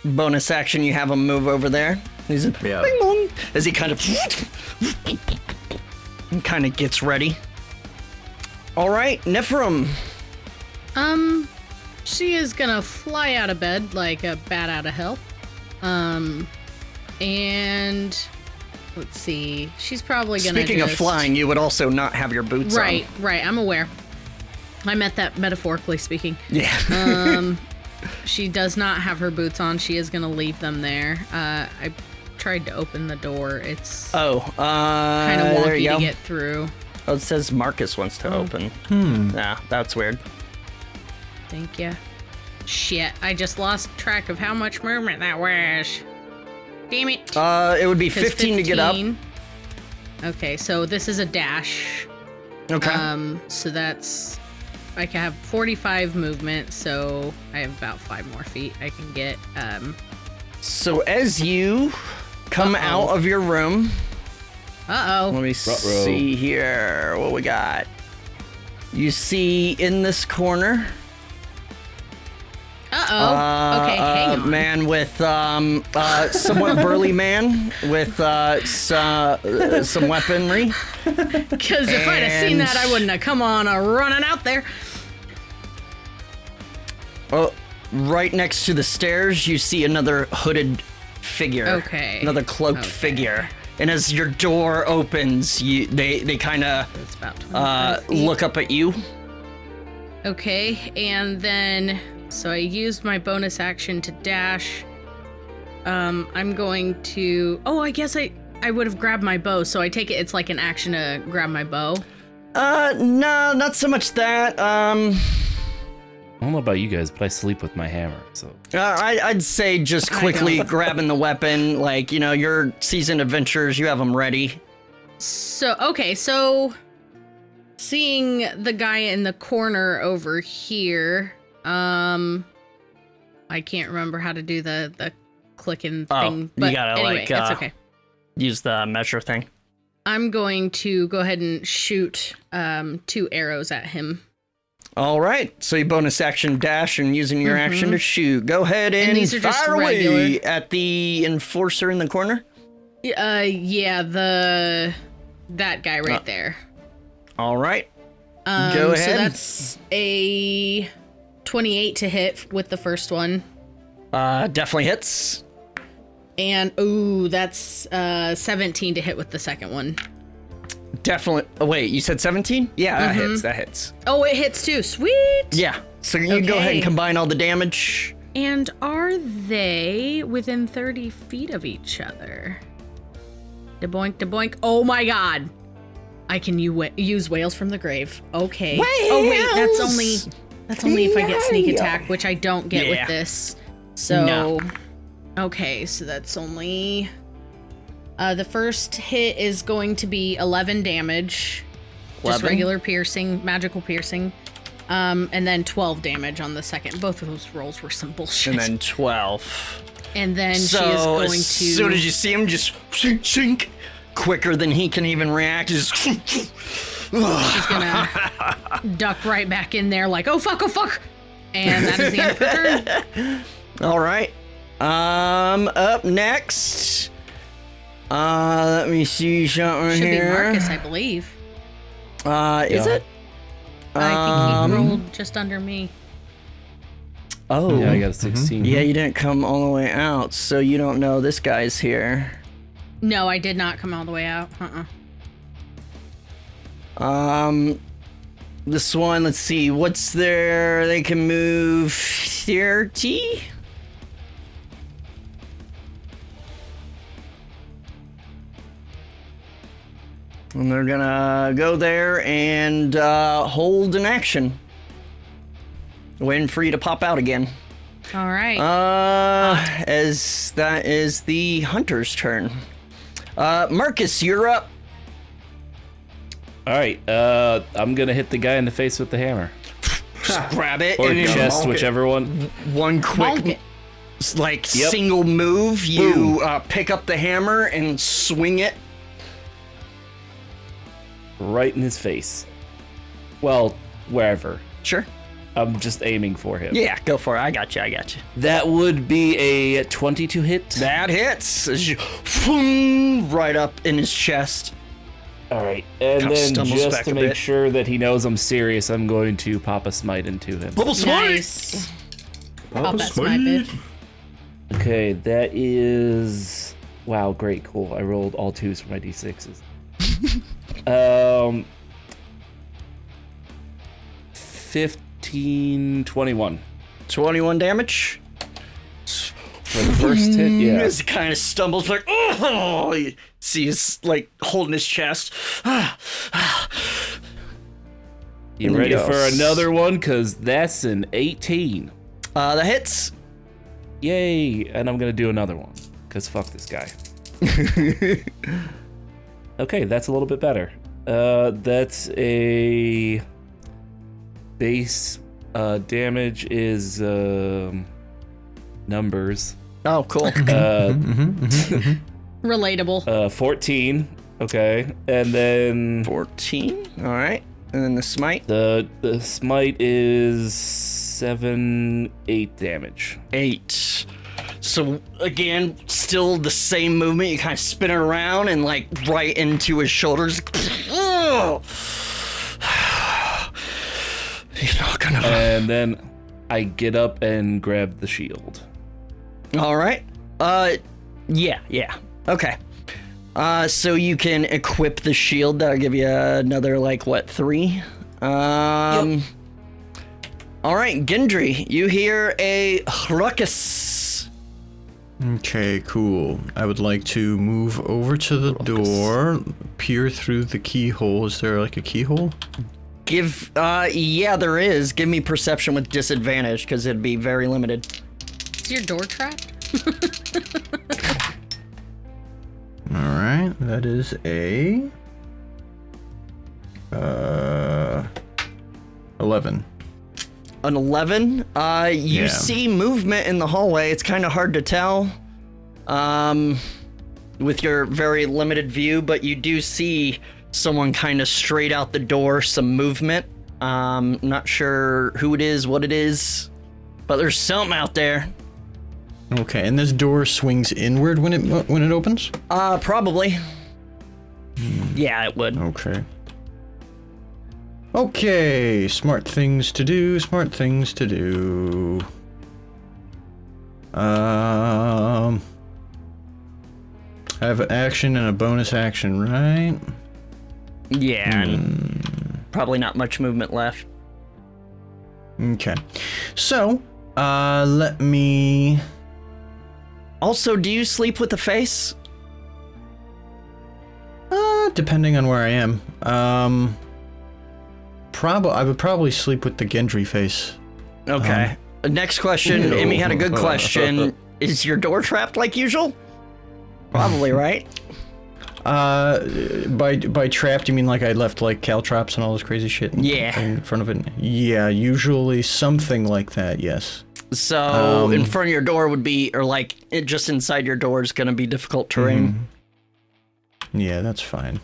Speaker 7: Bonus action, you have him move over there. He's a
Speaker 5: Yeah.
Speaker 7: bing bong. As he kind of kind of gets ready. All right, Nifrim.
Speaker 2: Um, she is gonna fly out of bed like a bat out of hell. Um, and let's see, she's probably gonna.
Speaker 7: Speaking of
Speaker 2: just-
Speaker 7: flying, you would also not have your boots on.
Speaker 2: right, right, I'm aware. I meant that metaphorically speaking.
Speaker 7: Yeah.
Speaker 2: Uh, She does not have her boots on. She is gonna leave them there. Uh, I tried to open the door. It's
Speaker 7: (laughs) oh, uh,
Speaker 2: kind of
Speaker 7: there
Speaker 2: wonky
Speaker 7: you
Speaker 2: to
Speaker 7: go.
Speaker 2: get through.
Speaker 7: Oh, it says Marcus wants to open. Hmm. Nah, that's weird.
Speaker 2: Thank you. Shit, I just lost track of how much movement that was. Damn it.
Speaker 7: Uh, it would be
Speaker 2: 'Cause
Speaker 7: 15 to get up.
Speaker 2: 15 Okay, so this is a dash.
Speaker 7: Okay.
Speaker 2: Um, so that's I can have 45 movement, so I have about five more feet I can get. Um,
Speaker 7: So as you come out of your room,
Speaker 2: uh
Speaker 7: let
Speaker 2: oh,
Speaker 7: me
Speaker 4: Ruh-roh.
Speaker 7: see here what we got. You see in this corner
Speaker 2: Uh-oh. okay, hang
Speaker 7: uh,
Speaker 2: on.
Speaker 7: man with um, uh, somewhat burly man with uh, s- uh, uh, some weaponry.
Speaker 2: Because if I'd have seen
Speaker 7: And-
Speaker 2: that, I wouldn't have come on a running out there.
Speaker 7: Oh, right next to the stairs, you see another hooded figure.
Speaker 2: Okay.
Speaker 7: Another cloaked
Speaker 2: Okay.
Speaker 7: figure. And as your door opens, you they they kind of
Speaker 2: It's about 25
Speaker 7: uh,
Speaker 2: feet.
Speaker 7: look up at you.
Speaker 2: Okay, and then so I used my bonus action to dash. Um, I'm going to. Oh, I guess I I would have grabbed my bow. So I take it it's like an action to grab my bow.
Speaker 7: Uh, no, not so much that. Um,
Speaker 4: I don't know about you guys, but I sleep with my hammer, so
Speaker 7: uh, I, I'd say
Speaker 2: (laughs)
Speaker 7: just quickly grabbing the weapon. Like you know, your seasoned adventures, you have them ready.
Speaker 2: So okay, so seeing the guy in the corner over here. Um, I can't remember how to do the the clicking
Speaker 7: Oh,
Speaker 2: thing.
Speaker 7: you
Speaker 2: But
Speaker 7: gotta,
Speaker 2: anyway,
Speaker 7: like,
Speaker 2: it's
Speaker 7: uh,
Speaker 2: okay.
Speaker 7: Use the measure thing.
Speaker 2: I'm going to go ahead and shoot um two arrows at him.
Speaker 7: All right, so you bonus action dash and using your action to shoot. Go ahead and,
Speaker 2: Mm-hmm. these are just
Speaker 7: fire away
Speaker 2: regular.
Speaker 7: at the enforcer in the corner.
Speaker 2: Y- Uh, yeah, the that guy right
Speaker 7: Uh,
Speaker 2: there.
Speaker 7: All right,
Speaker 2: Um,
Speaker 7: go
Speaker 2: So
Speaker 7: ahead.
Speaker 2: that's a twenty-eight to hit with the first one,
Speaker 7: uh, definitely hits.
Speaker 2: and ooh, that's uh seventeen to hit with the second one.
Speaker 7: Definitely. Oh, wait, you said seventeen? Yeah, that hits. That hits.
Speaker 2: Oh, it hits too. Sweet.
Speaker 7: Yeah. So you go ahead
Speaker 2: Okay.
Speaker 7: and combine all the damage.
Speaker 2: And are they within thirty feet of each other? De boink, de boink. Oh my god. I can u- wa- use whales from the grave. Okay. Oh wait, that's only
Speaker 7: Whales!
Speaker 2: that's only if I get sneak attack, which I don't get
Speaker 7: Yeah.
Speaker 2: with this. So
Speaker 7: No.
Speaker 2: Okay, so that's only uh the first hit is going to be 11 damage. Just
Speaker 7: 11?
Speaker 2: regular piercing, magical piercing. Um and then 12 damage on the second. Both of those rolls were some bullshit.
Speaker 7: And then twelve.
Speaker 2: And then
Speaker 7: so
Speaker 2: she is going
Speaker 7: as
Speaker 2: to.
Speaker 7: soon as you see him, just shink, shink, quicker than he can even react. Just (laughs)
Speaker 2: she's gonna duck right back in there, like, oh fuck, oh fuck. And that is the end of her
Speaker 7: (laughs)
Speaker 2: turn.
Speaker 7: All right. Um, up next. Uh, let me see something
Speaker 2: Should be
Speaker 7: here.
Speaker 2: Marcus, I believe.
Speaker 7: Uh, is
Speaker 4: Yeah.
Speaker 7: it?
Speaker 2: I think
Speaker 7: Um,
Speaker 2: he rolled just under me.
Speaker 7: Oh.
Speaker 4: yeah, I got a 16
Speaker 7: Yeah, you didn't come all the way out, so you don't know this guy's here.
Speaker 2: No, I did not come all the way out. Uh-uh.
Speaker 7: Um, this one. Let's see. What's their? They can move thirty. And they're gonna go there and uh, hold an action. Waiting for you to pop out again.
Speaker 2: All right.
Speaker 7: Uh, as that is the hunter's turn. Uh, Marcus, you're up.
Speaker 4: All right, uh, I'm gonna hit the guy in the face with the hammer
Speaker 7: Grab it
Speaker 4: or
Speaker 7: and in
Speaker 4: chest,
Speaker 1: bonk it.
Speaker 4: whichever one.
Speaker 7: one
Speaker 2: Bonk
Speaker 7: quick,
Speaker 2: it.
Speaker 7: s- like
Speaker 4: Yep.
Speaker 7: single move.
Speaker 4: Boom.
Speaker 7: You uh, pick up the hammer and swing it.
Speaker 4: right in his face. Well, wherever.
Speaker 7: Sure.
Speaker 4: I'm just aiming for him.
Speaker 7: Yeah, go for it. I got you. I got you.
Speaker 4: That would be a 22 hit.
Speaker 7: That hits as you phoom, right up in his chest.
Speaker 4: All right, and
Speaker 7: Kinda
Speaker 4: then
Speaker 7: stumbles
Speaker 4: just
Speaker 7: back
Speaker 4: to
Speaker 7: a
Speaker 4: make
Speaker 7: bit.
Speaker 4: sure that he knows I'm serious, I'm going to pop a smite into him.
Speaker 7: Bubble
Speaker 2: nice. Oh, that's my bitch.
Speaker 4: Okay, that is wow, great, cool. I rolled all twos for my d6s. um, 15, 21
Speaker 7: Twenty-one damage.
Speaker 4: for the first hit. Yeah,
Speaker 7: As he kind of stumbles, like oh, you see, he's like holding his chest. (sighs) Uh,
Speaker 4: you ready
Speaker 7: Yes.
Speaker 4: for another one? Cause that's an 18.
Speaker 7: Uh, that hits.
Speaker 4: Yay! And I'm gonna do another one. Cause fuck this guy. okay, that's a little bit better. Uh, that's a base uh, damage is um, numbers.
Speaker 7: Oh,
Speaker 4: (clears throat)
Speaker 7: cool.
Speaker 4: Uh,
Speaker 2: Relatable.
Speaker 4: uh, 14. Okay, and then
Speaker 7: 14. All right. And then the smite.
Speaker 4: the the smite is seven, eight damage.
Speaker 7: eight. So again, still the same movement. You kind of spin it around and like right into his shoulders. (sighs) Ugh. He's not gonna.
Speaker 4: And then I get up and grab the shield.
Speaker 7: All right. Uh, yeah, yeah. Okay. Uh, so you can equip the shield. That'll give you another like what three. Um. All right, Gendry. You hear a ruckus.
Speaker 3: Okay, cool. I would like to move over to the door, peer through the keyhole. Is there like a keyhole?
Speaker 7: Give uh yeah, there is. Give me perception with disadvantage because it'd be very limited.
Speaker 2: Is your door trapped?
Speaker 3: All right, that is a uh 11.
Speaker 7: An eleven. Uh, you
Speaker 3: Yeah.
Speaker 7: see movement in the hallway. It's kind of hard to tell, um, with your very limited view, but you do see someone kind of straight out the door. Some movement. Um, not sure who it is, what it is, but there's something out there.
Speaker 3: Okay, and this door swings inward when it when it opens?
Speaker 7: Uh, probably. Yeah, it would.
Speaker 3: Okay. Okay, smart things to do, smart things to do. Um I have an action and a bonus action, right?
Speaker 7: Yeah. and Probably not much movement left.
Speaker 3: Okay. So, uh let me
Speaker 7: Also, do you sleep with a face?
Speaker 3: uh depending on where I am. Um probably I would probably sleep with the Gendry face.
Speaker 7: Okay. Next question.
Speaker 3: Ew.
Speaker 7: Emmy had a good question. Is your door trapped like usual? Probably, right?
Speaker 3: Uh, by by trapped, you mean like I left like caltrops and all this crazy shit? In,
Speaker 7: Yeah.
Speaker 3: In front of it. Yeah, usually something like that. Yes.
Speaker 7: So, in front of your door would be, or like it just inside your door is going to be difficult terrain.
Speaker 3: Yeah, that's fine.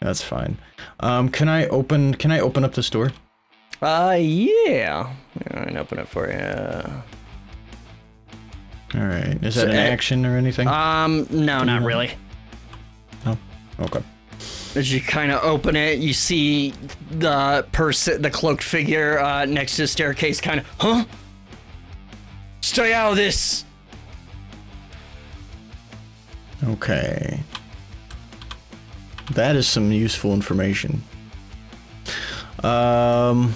Speaker 3: That's fine. Um, can I open? Can I open up this door?
Speaker 7: Uh, yeah. I can open it for you.
Speaker 3: All right. Is that
Speaker 7: So,
Speaker 3: an
Speaker 7: uh,
Speaker 3: action or anything?
Speaker 7: Um, no, not really.
Speaker 3: no. Okay.
Speaker 7: As you kind of open it, you see the person, the cloaked figure uh, next to the staircase, kind of, huh? Stay out of this.
Speaker 3: Okay. That is some useful information. Um.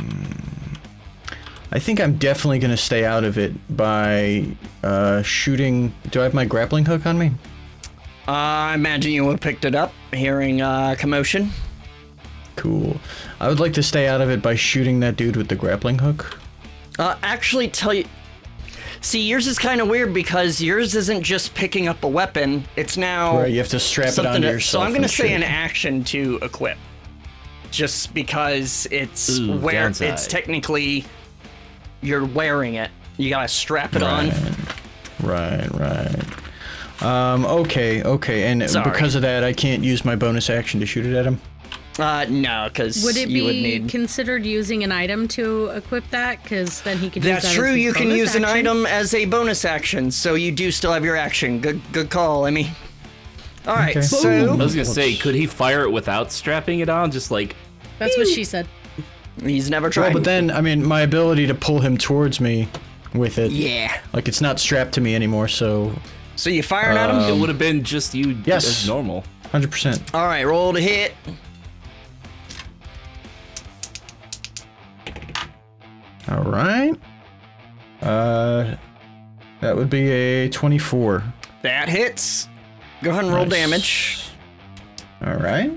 Speaker 3: Hmm. I think I'm definitely going to stay out of it by uh, shooting. Do I have my grappling hook on me?
Speaker 7: I imagine you would have picked it up, hearing uh, commotion.
Speaker 3: Cool. I would like to stay out of it by shooting that dude with the grappling hook.
Speaker 7: Uh, actually, tell you. See, yours is kind of weird because yours isn't just picking up a weapon; it's now
Speaker 3: right, you have to strap it
Speaker 7: something.
Speaker 3: onto
Speaker 7: to-
Speaker 3: yourself.
Speaker 7: so I'm gonna
Speaker 3: and
Speaker 7: say
Speaker 3: shoot.
Speaker 7: an action to equip, just because it's
Speaker 4: Ooh,
Speaker 7: where
Speaker 4: downside.
Speaker 7: it's technically you're wearing it. You gotta strap it on.
Speaker 3: Right, right. Um, okay, okay, and
Speaker 7: Sorry.
Speaker 3: because of that, I can't use my bonus action to shoot it at him.
Speaker 7: Uh, no, because
Speaker 2: Would it
Speaker 7: you would
Speaker 2: be
Speaker 7: need.
Speaker 2: considered using an item to equip that? Because then he could. use
Speaker 7: That's
Speaker 2: that
Speaker 7: true.
Speaker 2: As his
Speaker 7: You can
Speaker 2: bonus
Speaker 7: use an
Speaker 2: action.
Speaker 7: item as a bonus action, so you do still have your action. Good, good call, Emmy. All right,
Speaker 3: Okay.
Speaker 7: so
Speaker 4: I was gonna say, could he fire it without strapping it on? Just like
Speaker 2: That's what she said.
Speaker 7: he's never
Speaker 3: Well,
Speaker 7: tried.
Speaker 3: but then, I mean, my ability to pull him towards me with it,
Speaker 7: yeah.
Speaker 3: like it's not strapped to me anymore, so
Speaker 7: So you firing at him?
Speaker 3: Uh,
Speaker 4: it would have been just you
Speaker 3: yes.
Speaker 4: as normal.
Speaker 3: 100%.
Speaker 7: All right, roll to hit.
Speaker 3: All right. Uh, that would be a 24.
Speaker 7: That hits. Go ahead and roll
Speaker 3: Nice.
Speaker 7: damage.
Speaker 3: All right.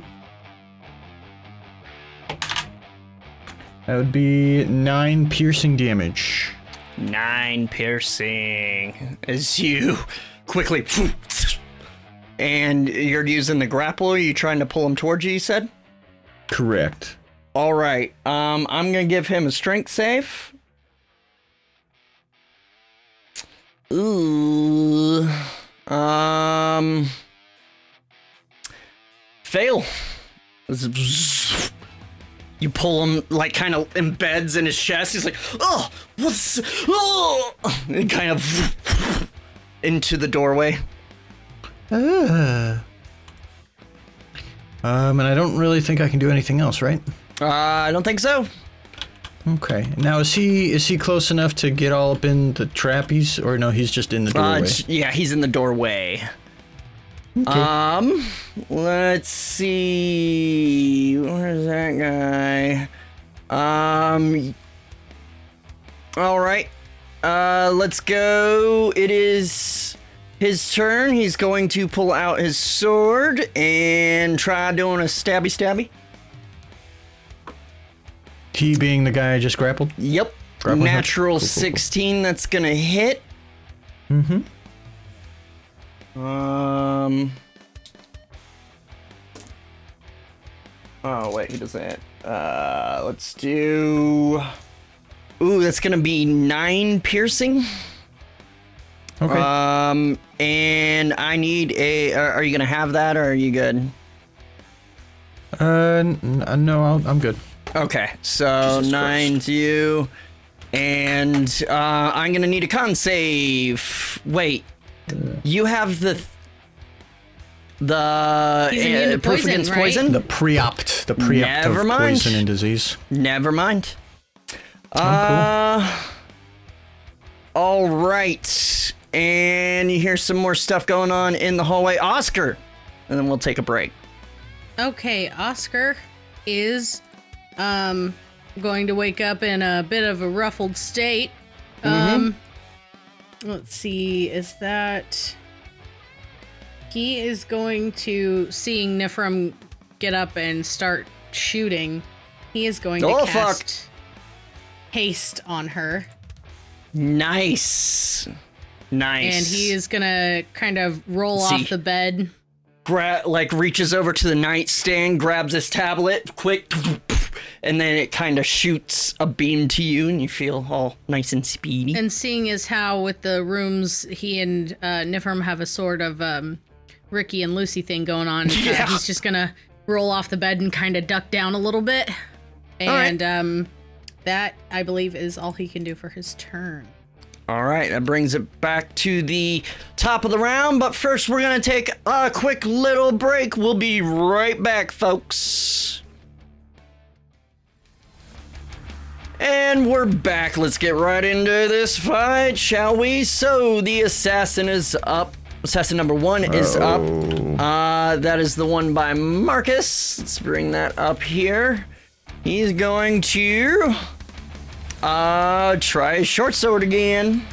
Speaker 3: That would be nine piercing damage.
Speaker 7: Nine piercing. As you quickly. (laughs) And you're using the grapple. Are you trying to pull him towards you, you said?
Speaker 3: Correct.
Speaker 7: All right. Um, I'm going to give him a strength save. Ooh. Um. Fail. You pull him, like, kind of embeds in his chest. He's like, oh, what's. Oh! And kind of into the doorway.
Speaker 3: Um, and I don't really think I can do anything else, right?
Speaker 7: Uh, I don't think so.
Speaker 3: Okay. Now is he is he close enough to get all up in the trapeze, or no? He's just in the
Speaker 7: Uh,
Speaker 3: doorway.
Speaker 7: j- yeah, he's in the doorway. Um, let's see. Where's that guy? Um. All right. Uh, let's go. It is his turn. He's going to pull out his sword and try doing a stabby stabby.
Speaker 3: he being the guy I just grappled.
Speaker 7: Yep.
Speaker 3: Grab my hook.
Speaker 7: Natural
Speaker 3: Cool, Mm-hmm. cool, cool.
Speaker 7: 16 that's going to hit. Mhm. Um Oh, wait, he doesn't. Uh let's do Ooh, that's going to be
Speaker 3: (laughs)
Speaker 7: 9 piercing.
Speaker 3: Okay.
Speaker 7: Um and I need a are, are you going to have that or are you good?
Speaker 3: Uh, n- n- no, I'll, I'm good.
Speaker 7: Okay, so nine to you, and uh, I'm gonna need a con save. Wait, you have the th- the uh,
Speaker 2: He's immune to
Speaker 7: proof
Speaker 2: poison,
Speaker 7: against
Speaker 2: right?
Speaker 7: poison.
Speaker 3: The pre-opt, the pre-opt
Speaker 7: Never
Speaker 3: of
Speaker 7: mind.
Speaker 3: poison and disease.
Speaker 7: Never mind. Uh, all right, and you hear some more stuff going on in the hallway, Oscar, and then we'll take a break.
Speaker 2: Okay, Oscar is um going to wake up in a bit of a ruffled state.
Speaker 7: Mm-hmm.
Speaker 2: Um let's see, is that he is going to seeing Nifrim get up and start shooting. He is going
Speaker 7: Oh,
Speaker 2: to
Speaker 7: fuck.
Speaker 2: cast haste on her.
Speaker 7: Nice, nice.
Speaker 2: And he is gonna kind of roll
Speaker 7: See.
Speaker 2: off the bed.
Speaker 7: gra- like reaches over to the nightstand, grabs his tablet, quick, and then it kind of shoots a beam to you, and you feel all nice and speedy.
Speaker 2: And seeing as how with the rooms he and uh, Nifrim have a sort of um, Ricky and Lucy thing going on, uh,
Speaker 7: (laughs) Yeah.
Speaker 2: he's just gonna roll off the bed and kind of duck down a little bit.
Speaker 7: right.
Speaker 2: And um, that I believe is all he can do for his turn.
Speaker 7: all right, that brings it back to the top of the round, but first we're gonna take a quick little break. We'll be right back, folks. And we're back. Let's get right into this fight, shall we? So the assassin is up. Assassin number one is up. Uh, that is the one by Marcus. Let's bring that up here. He's going to uh try his short sword again.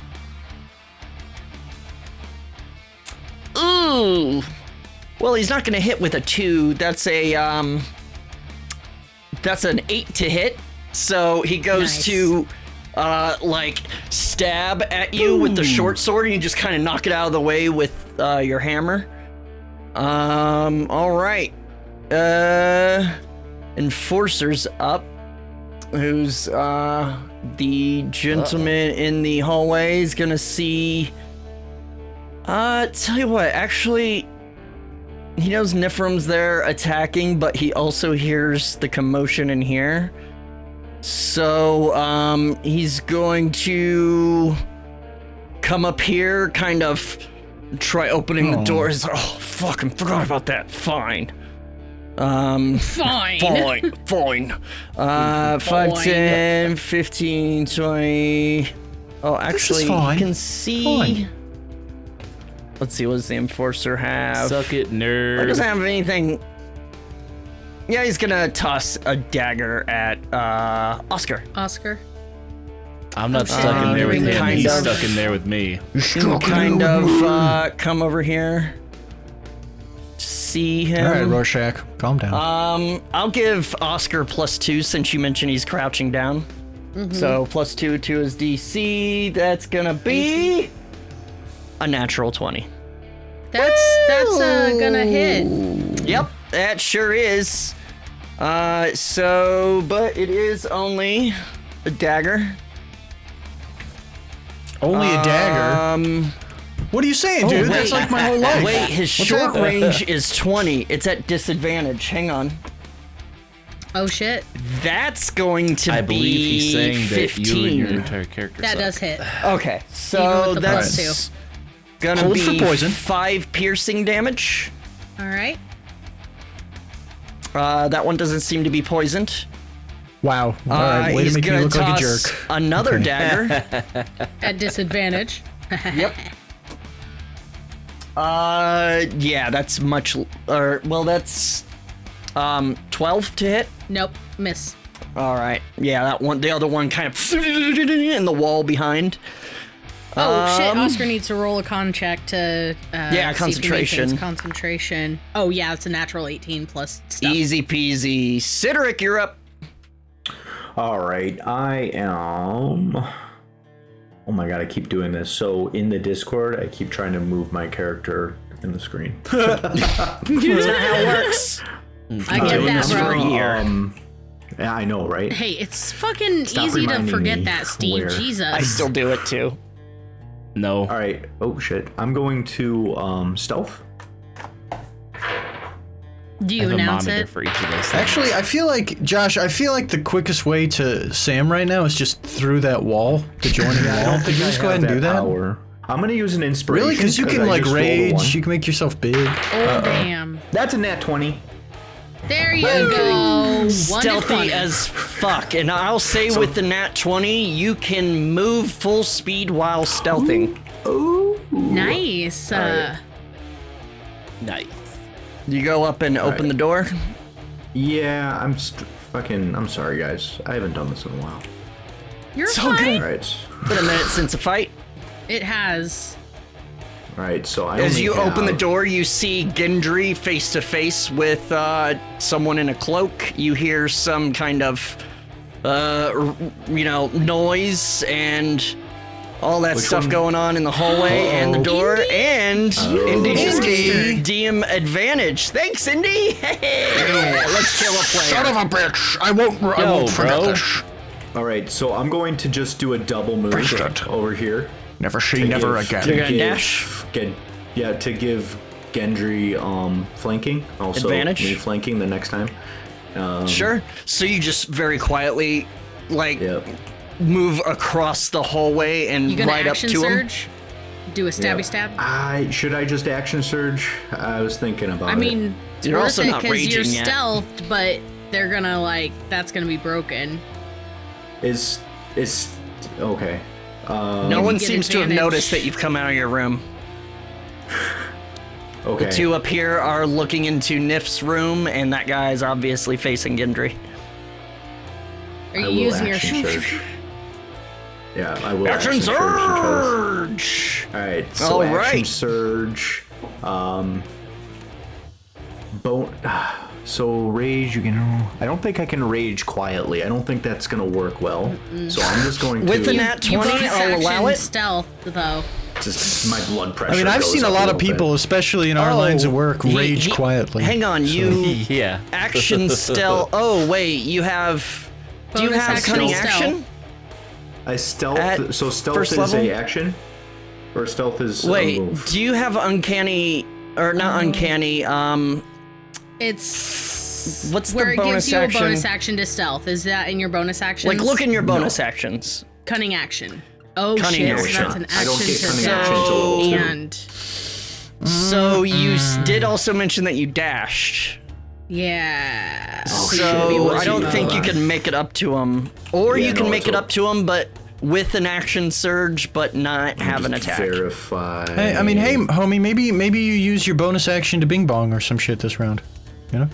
Speaker 7: Ooh. Well, he's not gonna hit with a two. That's a um. That's an eight to hit. So he goes
Speaker 2: Nice.
Speaker 7: to uh, like stab at you with the short sword, and you just kind of knock it out of the way with uh, your hammer. Um. All right. Uh. Enforcer's up. Who's uh the gentleman in the hallway is gonna see. Uh, tell you what, actually, he knows Nifrim's there attacking, but he also hears the commotion in here. So, um, he's going to come up here, kind of try opening the door. He's like, oh, fucking forgot about that. Fine. Um,
Speaker 2: Fine. (laughs)
Speaker 7: fine, fine. Uh, 5,
Speaker 2: Fine.
Speaker 7: 10, 15, 20. Oh, actually,
Speaker 3: fine.
Speaker 7: you can see.
Speaker 3: Fine.
Speaker 7: Let's see, what does the enforcer have?
Speaker 4: Suck it,
Speaker 7: He doesn't
Speaker 4: nerd.
Speaker 7: have anything. Yeah, he's gonna toss a dagger at uh, Oscar.
Speaker 2: Oscar.
Speaker 4: I'm not stuck in there with him.
Speaker 7: kind
Speaker 4: He's
Speaker 7: of.
Speaker 4: stuck in there with me.
Speaker 7: (laughs) He'll kind of
Speaker 3: um,
Speaker 7: uh, come over here. See him.
Speaker 3: All right, Rorschach, calm down.
Speaker 7: Um, I'll give Oscar plus two since you mentioned he's crouching down. So plus two to his DC. That's gonna be a natural twenty.
Speaker 2: That's that's uh, gonna hit.
Speaker 7: Yep, that sure is. Uh, so, but it is only a dagger.
Speaker 3: Only a dagger.
Speaker 7: Um,
Speaker 3: What are you saying, dude? That's like my whole life. (laughs)
Speaker 7: wait, his short range is twenty. It's at disadvantage. Hang on.
Speaker 2: Oh shit.
Speaker 7: That's going to
Speaker 4: I
Speaker 7: be
Speaker 4: believe he's saying that
Speaker 7: 15.
Speaker 4: you and your entire character.
Speaker 2: That
Speaker 4: suck.
Speaker 2: does hit.
Speaker 7: Okay,
Speaker 2: Even
Speaker 7: so
Speaker 2: with the plus
Speaker 7: that's gonna
Speaker 3: Hold for
Speaker 7: be
Speaker 3: poison.
Speaker 7: five piercing damage.
Speaker 2: All right.
Speaker 7: Uh, that one doesn't seem to be poisoned.
Speaker 3: Wow. All
Speaker 7: Uh,
Speaker 3: right, way
Speaker 7: he's
Speaker 3: to make me
Speaker 7: gonna
Speaker 3: look like a
Speaker 7: toss
Speaker 3: jerk. (laughs)
Speaker 7: Another dagger.
Speaker 2: At disadvantage.
Speaker 7: yep. Uh, yeah, that's much. l- Or well, that's um twelve to hit.
Speaker 2: nope. Miss.
Speaker 7: All right. Yeah, that one. The other one kind of (laughs) in the wall behind.
Speaker 2: Oh
Speaker 7: Um,
Speaker 2: shit. Oscar needs to roll a con check to. Uh, see if he
Speaker 7: concentration.
Speaker 2: maintains Concentration. Oh yeah, it's a natural 18 plus stuff.
Speaker 7: Easy peasy. Sideric, you're up.
Speaker 5: All right, I am. Oh my god, I keep doing this. So in the Discord, I keep trying to move my character in the
Speaker 7: (laughs)
Speaker 5: screen.
Speaker 7: That works.
Speaker 2: I get that,
Speaker 7: this for
Speaker 2: bro.
Speaker 7: a year.
Speaker 5: Um, yeah, I know, right?
Speaker 2: Hey, it's fucking
Speaker 5: Stop
Speaker 2: easy to
Speaker 5: reminding
Speaker 2: forget
Speaker 5: me
Speaker 2: that, Steve.
Speaker 5: where-
Speaker 2: Jesus.
Speaker 7: I still do it too.
Speaker 4: No.
Speaker 5: All right. Oh shit, I'm going to um, stealth.
Speaker 2: do
Speaker 4: I
Speaker 2: you
Speaker 4: have a
Speaker 2: announce
Speaker 4: monitor
Speaker 2: it?
Speaker 4: for each of those. things.
Speaker 3: Actually, I feel like Josh. I feel like the quickest way to Sam right now is just through that wall, the joining wall. Could you just go ahead and do that?
Speaker 5: power. I'm gonna use an inspiration. (laughs)
Speaker 3: Really? Because you can
Speaker 5: I
Speaker 3: like
Speaker 5: just rolled a one.
Speaker 3: rage. You can make yourself big.
Speaker 2: Oh damn.
Speaker 5: That's a nat twenty.
Speaker 2: There you go. One to
Speaker 7: Stealthy
Speaker 2: 20.
Speaker 7: as fuck. And I'll say with the nat 20, you can move full speed while stealthing.
Speaker 2: nice. Uh,
Speaker 4: nice.
Speaker 7: You go up and open the door.
Speaker 5: Yeah, I'm st- fucking. I'm sorry, guys. I haven't done this in a while.
Speaker 2: You're
Speaker 7: So
Speaker 2: fine.
Speaker 5: All
Speaker 7: good.
Speaker 5: right.
Speaker 7: Been a minute since a fight.
Speaker 2: It has.
Speaker 5: All right. So I.
Speaker 7: As
Speaker 5: only
Speaker 7: you open the
Speaker 5: have-
Speaker 7: door, you see Gendry face to face with uh, someone in a cloak. You hear some kind of, uh, r- you know, noise and all that stuff
Speaker 5: one? Oh.
Speaker 7: going on in the hallway and the door. And Indy just
Speaker 3: Indy.
Speaker 7: gave DM advantage. Thanks, Indy. (laughs) Let's kill a player.
Speaker 3: of a bitch! I won't. I
Speaker 4: Yo, bro.
Speaker 5: All right, so I'm going to just do a double move
Speaker 3: Bastard.
Speaker 5: over here.
Speaker 3: Never say
Speaker 5: Thank
Speaker 3: never
Speaker 5: you.
Speaker 7: You're
Speaker 3: again.
Speaker 7: gonna dash.
Speaker 5: Gen- yeah, to give Gendry um flanking also
Speaker 7: Advantage?
Speaker 5: me flanking the next time.
Speaker 7: Um, Sure. So you just very quietly, like,
Speaker 5: Yep.
Speaker 7: move across the hallway and
Speaker 2: You gonna
Speaker 7: right up
Speaker 2: action
Speaker 7: to him.
Speaker 2: surge? Do a stabby
Speaker 5: Yep.
Speaker 2: stab?
Speaker 5: I should I just action surge? I was thinking about
Speaker 2: I
Speaker 5: it.
Speaker 2: mean, it's
Speaker 7: You're
Speaker 2: worth
Speaker 7: also
Speaker 2: it
Speaker 7: not
Speaker 2: 'cause you're
Speaker 7: raging yet.
Speaker 2: stealthed, but they're gonna like that's gonna be broken.
Speaker 5: is is okay. Um,
Speaker 7: No one
Speaker 2: get
Speaker 7: seems to have
Speaker 2: advantage.
Speaker 7: noticed that you've come out of your room.
Speaker 5: okay.
Speaker 7: Two up here are looking into Nif's room, and that guy is obviously facing Gendry.
Speaker 2: Are
Speaker 5: I
Speaker 2: you
Speaker 5: will
Speaker 2: using your
Speaker 5: action surge. Yeah, I will action, surge. and charge.
Speaker 7: surge!
Speaker 5: All right, so
Speaker 7: All
Speaker 5: action
Speaker 7: right.
Speaker 5: surge. Um, bone. (sighs) So rage, you can. I don't think I can rage quietly. I don't think that's gonna work well. So I'm just going to.
Speaker 7: With the nat
Speaker 2: You
Speaker 7: 20,
Speaker 2: bonus
Speaker 7: I'll allow
Speaker 2: action
Speaker 7: it.
Speaker 2: stealth though.
Speaker 5: just my blood pressure.
Speaker 3: I mean, I've
Speaker 5: goes
Speaker 3: seen a
Speaker 5: up
Speaker 3: lot of
Speaker 5: little bit.
Speaker 3: people, especially in our lines of work,
Speaker 7: Oh, he-
Speaker 3: rage
Speaker 7: he-
Speaker 3: quietly.
Speaker 7: Hang
Speaker 3: (laughs)
Speaker 7: on, you
Speaker 4: (laughs) Yeah.
Speaker 7: action stealth. Oh wait, you have. Do you
Speaker 2: Bonus
Speaker 7: have
Speaker 2: action
Speaker 7: cunning
Speaker 2: stealth.
Speaker 7: action?
Speaker 5: I stealth.
Speaker 7: at
Speaker 5: so stealth
Speaker 7: first
Speaker 5: is
Speaker 7: level?
Speaker 5: a action, or stealth is oh, a
Speaker 7: Wait,
Speaker 5: move.
Speaker 7: do you have uncanny or not uncanny? Um,
Speaker 2: It's
Speaker 7: What's the
Speaker 2: where it
Speaker 7: bonus
Speaker 2: gives you
Speaker 7: action?
Speaker 2: a bonus action to stealth. Is that in your bonus action?
Speaker 7: like look in your bonus actions.
Speaker 2: cunning action. Oh
Speaker 7: Cunning
Speaker 2: shit! so
Speaker 7: action.
Speaker 2: that's an action
Speaker 5: I don't get
Speaker 2: to
Speaker 5: cunning
Speaker 2: stealth.
Speaker 5: action until level two.
Speaker 2: And
Speaker 7: So you s-
Speaker 2: Mm.
Speaker 7: did also mention that you dashed.
Speaker 2: yeah,
Speaker 5: Oh. shit,
Speaker 7: So
Speaker 5: what
Speaker 7: I
Speaker 5: is
Speaker 7: don't
Speaker 5: he
Speaker 7: think
Speaker 5: now?
Speaker 7: you can make it up to him, or
Speaker 5: Yeah,
Speaker 7: you can
Speaker 5: no, it's
Speaker 7: make it
Speaker 5: o-
Speaker 7: up to him, but with an action surge, but not have an attack.
Speaker 5: Verify.
Speaker 3: Hey, I mean, hey, homie, maybe maybe you use your bonus action to Bing Bong or some shit this round. You know?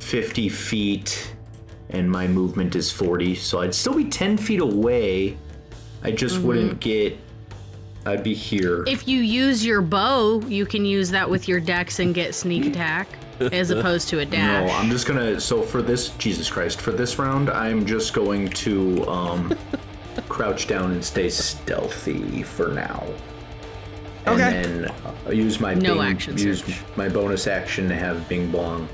Speaker 5: 50 feet and my movement is 40 so i'd still be 10 feet away i just wouldn't get i'd be here
Speaker 2: Mm-hmm. If you use your bow, you can use that with your dex and get sneak attack as opposed to a
Speaker 5: (laughs) no
Speaker 2: dash.
Speaker 5: i'm just gonna so for this jesus christ for this round i'm just going to
Speaker 2: (laughs)
Speaker 5: um crouch down and stay stealthy
Speaker 2: (laughs)
Speaker 5: for now and
Speaker 7: Okay.
Speaker 5: then uh, use my
Speaker 2: No
Speaker 5: bing,
Speaker 2: action
Speaker 5: use
Speaker 2: search.
Speaker 5: my bonus action to have bing bong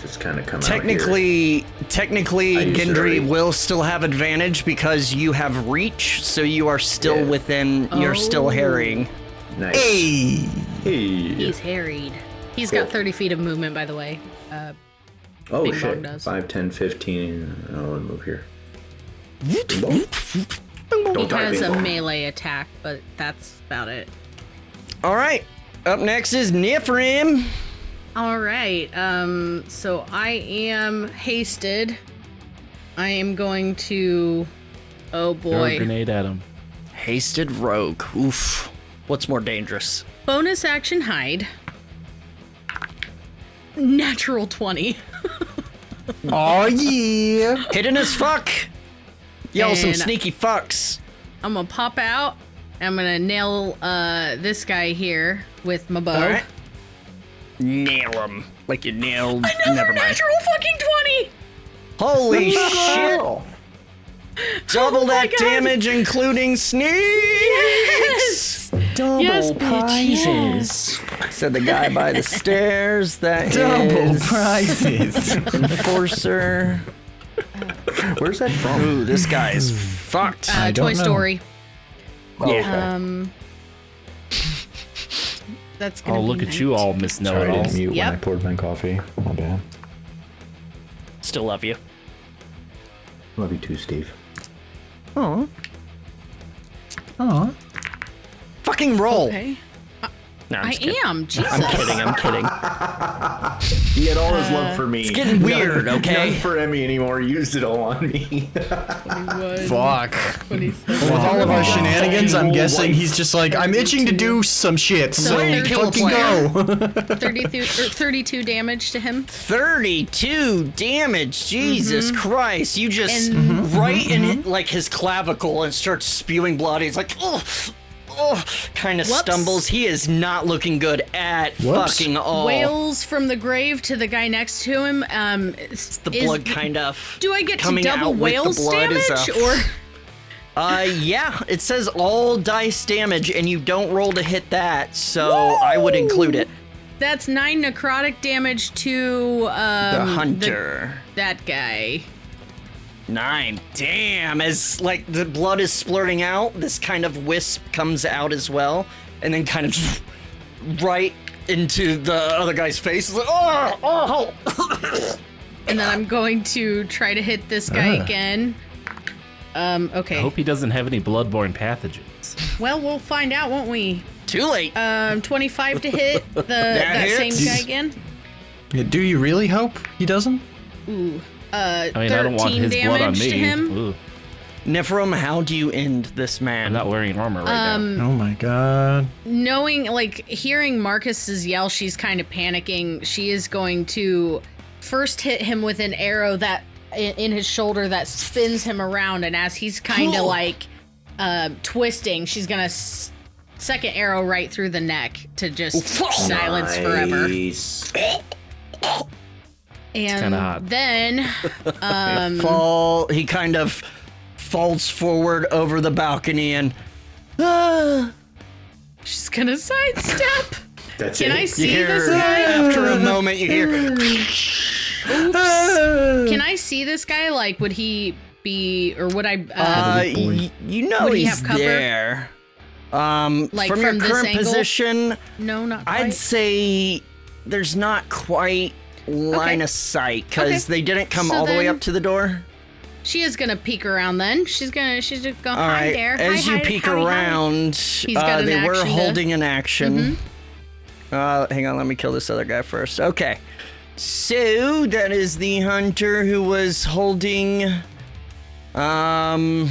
Speaker 5: just kind of come out
Speaker 7: Technically, technically,
Speaker 5: I used it already.
Speaker 7: Gendry will still have advantage because you have reach, so you are still
Speaker 5: Yeah.
Speaker 7: within. You're still
Speaker 2: Oh.
Speaker 7: harrying.
Speaker 5: here. nice hey, hey.
Speaker 2: He's harried. He's got 30 feet of movement, by the way. Uh,
Speaker 5: Oh
Speaker 2: Big Bong
Speaker 5: shit.
Speaker 2: does.
Speaker 5: 5, 10, 15. I want to Oh, move here.
Speaker 2: He
Speaker 5: Don't die,
Speaker 2: has
Speaker 5: Bing
Speaker 2: a
Speaker 5: Bong.
Speaker 2: melee attack, but that's about it.
Speaker 7: All right. Up next is Nifrim.
Speaker 2: All right. Um, so I am hasted. I am going to. Oh
Speaker 4: Throw a
Speaker 2: boy.
Speaker 4: grenade at him.
Speaker 7: Hasted rogue. Oof. What's more dangerous?
Speaker 2: Bonus action hide. Natural (laughs) 20.
Speaker 3: Oh yeah.
Speaker 7: Hidden as fuck. Y'all some
Speaker 2: And-
Speaker 7: sneaky fucks.
Speaker 2: I'm gonna pop out. I'm gonna nail uh, this guy here with my bow.
Speaker 7: All right. Nail him. Like you nailed.
Speaker 2: Another
Speaker 7: Never mind.
Speaker 2: natural fucking 20! (laughs)
Speaker 7: Holy shit. Double
Speaker 2: Oh my
Speaker 7: that
Speaker 2: God.
Speaker 7: damage, including sneaks. Double
Speaker 2: Yes, bitch,
Speaker 7: prizes. Said the guy
Speaker 2: (laughs)
Speaker 7: by the stairs. That
Speaker 3: Double
Speaker 7: is
Speaker 3: prizes.
Speaker 7: enforcer.
Speaker 5: Where's that from?
Speaker 7: Ooh, this guy is fucked.
Speaker 2: Uh,
Speaker 3: don't
Speaker 2: Toy
Speaker 3: know.
Speaker 2: Story.
Speaker 7: yeah.
Speaker 2: Um, that's gonna
Speaker 4: Oh,
Speaker 2: be
Speaker 4: look at you
Speaker 2: 19.
Speaker 4: all, Miss Know
Speaker 5: Sorry, I
Speaker 4: It
Speaker 5: didn't mute
Speaker 2: Yep.
Speaker 5: when I poured my coffee. My bad.
Speaker 7: Still love you.
Speaker 5: Love you too, Steve.
Speaker 3: Oh.
Speaker 7: Fucking roll.
Speaker 2: Okay.
Speaker 7: No, I'm
Speaker 2: I
Speaker 7: just kidding.
Speaker 2: am. Jesus.
Speaker 7: I'm kidding. I'm kidding.
Speaker 5: He had all his
Speaker 2: Uh,
Speaker 5: love for me.
Speaker 7: It's
Speaker 5: (laughs)
Speaker 7: getting weird,
Speaker 5: None
Speaker 7: okay?
Speaker 5: for Emmy anymore. He used it all on
Speaker 2: (laughs)
Speaker 5: me.
Speaker 3: (laughs) Fuck. With all of our shenanigans, I'm guessing he's just like, I'm itching to do some shit, so
Speaker 2: there's a
Speaker 3: fucking
Speaker 2: player.
Speaker 3: go.
Speaker 2: 32, er, 32 damage to him.
Speaker 7: 32 damage. Jesus
Speaker 2: Mm-hmm.
Speaker 7: Christ. You just Mm-hmm. right in it, like his clavicle and starts spewing blood. He's like, oh, oh, kind of stumbles. He is not looking good at
Speaker 3: Whoops.
Speaker 7: fucking all.
Speaker 2: Wails from the grave to the guy next to him. Um, it's
Speaker 7: the blood kind of.
Speaker 2: Do I get to
Speaker 7: coming
Speaker 2: double
Speaker 7: out with the
Speaker 2: whales
Speaker 7: blood
Speaker 2: damage
Speaker 7: is a-
Speaker 2: or?
Speaker 7: (laughs) Uh, yeah, it says all dice damage, and you don't roll to hit that, so I would include it.
Speaker 2: That's nine necrotic damage to um,
Speaker 7: The hunter.
Speaker 2: that guy.
Speaker 7: Nine. Damn. As like the blood is splurting out, this kind of wisp comes out as well, and then kind of (laughs) right into the other guy's face. It's like, oh, oh. (laughs)
Speaker 2: And then I'm going to try to hit this guy
Speaker 7: Ah.
Speaker 2: again. Um, okay.
Speaker 4: I hope he doesn't have any bloodborne pathogens.
Speaker 2: Well, we'll find out, won't we?
Speaker 7: Too late.
Speaker 2: Um, 25 to
Speaker 7: (laughs)
Speaker 2: hit the that same
Speaker 7: hits.
Speaker 2: guy again.
Speaker 3: (laughs) Yeah, do you really hope he doesn't?
Speaker 2: Ooh. Uh,
Speaker 4: I mean,
Speaker 2: 13
Speaker 4: I don't want his
Speaker 2: damage
Speaker 4: blood on
Speaker 2: to
Speaker 4: me.
Speaker 2: him.
Speaker 4: Ooh,
Speaker 7: Nephrom, how do you end this man?
Speaker 4: I'm not wearing armor right
Speaker 2: Um,
Speaker 4: now.
Speaker 3: Oh my god.
Speaker 2: Knowing, like, hearing Marcus's yell, she's kind of panicking. She is going to first hit him with an arrow that in, in his shoulder that spins him around, and as he's kind of
Speaker 7: Cool.
Speaker 2: like uh, twisting, she's gonna s- second arrow right through the neck to just silence forever.
Speaker 5: Nice.
Speaker 2: And
Speaker 4: kinda hot.
Speaker 2: then
Speaker 7: fall. He kind of falls forward over the balcony and. ah.
Speaker 2: she's gonna sidestep.
Speaker 5: That's
Speaker 2: Can
Speaker 5: it.
Speaker 2: I
Speaker 7: you
Speaker 2: see
Speaker 7: hear
Speaker 2: this guy?
Speaker 7: after a moment,
Speaker 2: (laughs)
Speaker 7: you hear
Speaker 3: Ah.
Speaker 2: Can I see this guy? Like, would he be, or would I?
Speaker 7: Uh,
Speaker 2: Uh,
Speaker 7: y- you know
Speaker 2: Would he
Speaker 7: he's
Speaker 2: have cover?
Speaker 7: there. Um,
Speaker 2: Like,
Speaker 7: from,
Speaker 2: from
Speaker 7: your
Speaker 2: this
Speaker 7: current
Speaker 2: angle?
Speaker 7: position,
Speaker 2: no, not quite.
Speaker 7: I'd say there's not quite line
Speaker 2: Okay.
Speaker 7: of sight
Speaker 2: Okay.
Speaker 7: because they didn't come
Speaker 2: So
Speaker 7: all the way
Speaker 2: then-
Speaker 7: up to the door.
Speaker 2: she is gonna peek around. Then she's gonna, she's just going.
Speaker 7: All
Speaker 2: hi
Speaker 7: right,
Speaker 2: there.
Speaker 7: as
Speaker 2: hi,
Speaker 7: you
Speaker 2: hi,
Speaker 7: peek
Speaker 2: howdy, howdy."
Speaker 7: around,
Speaker 2: got
Speaker 7: uh,
Speaker 2: an
Speaker 7: they were
Speaker 2: action to- Mm-hmm.
Speaker 7: holding an action. Uh, hang on, let me kill this other guy first. Okay, so that is the hunter who was holding. Um,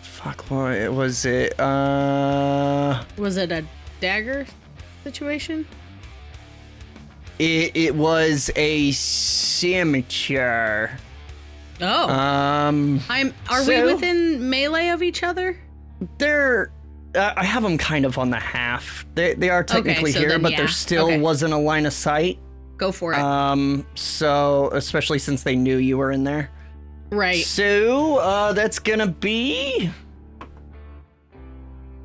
Speaker 7: fuck, what was it? Uh,
Speaker 2: Was it a dagger situation?
Speaker 7: it it was a scimitar.
Speaker 2: Oh,
Speaker 7: Um,
Speaker 2: I'm. Are
Speaker 7: so-
Speaker 2: we within melee of each other?
Speaker 7: they're uh, I have them kind of on the half. They they are technically
Speaker 2: so
Speaker 7: here,
Speaker 2: then,
Speaker 7: but
Speaker 2: yeah.
Speaker 7: there still
Speaker 2: Okay.
Speaker 7: wasn't a line of sight.
Speaker 2: Go for it.
Speaker 7: Um, so especially since they knew you were in there.
Speaker 2: right.
Speaker 7: So uh, that's gonna be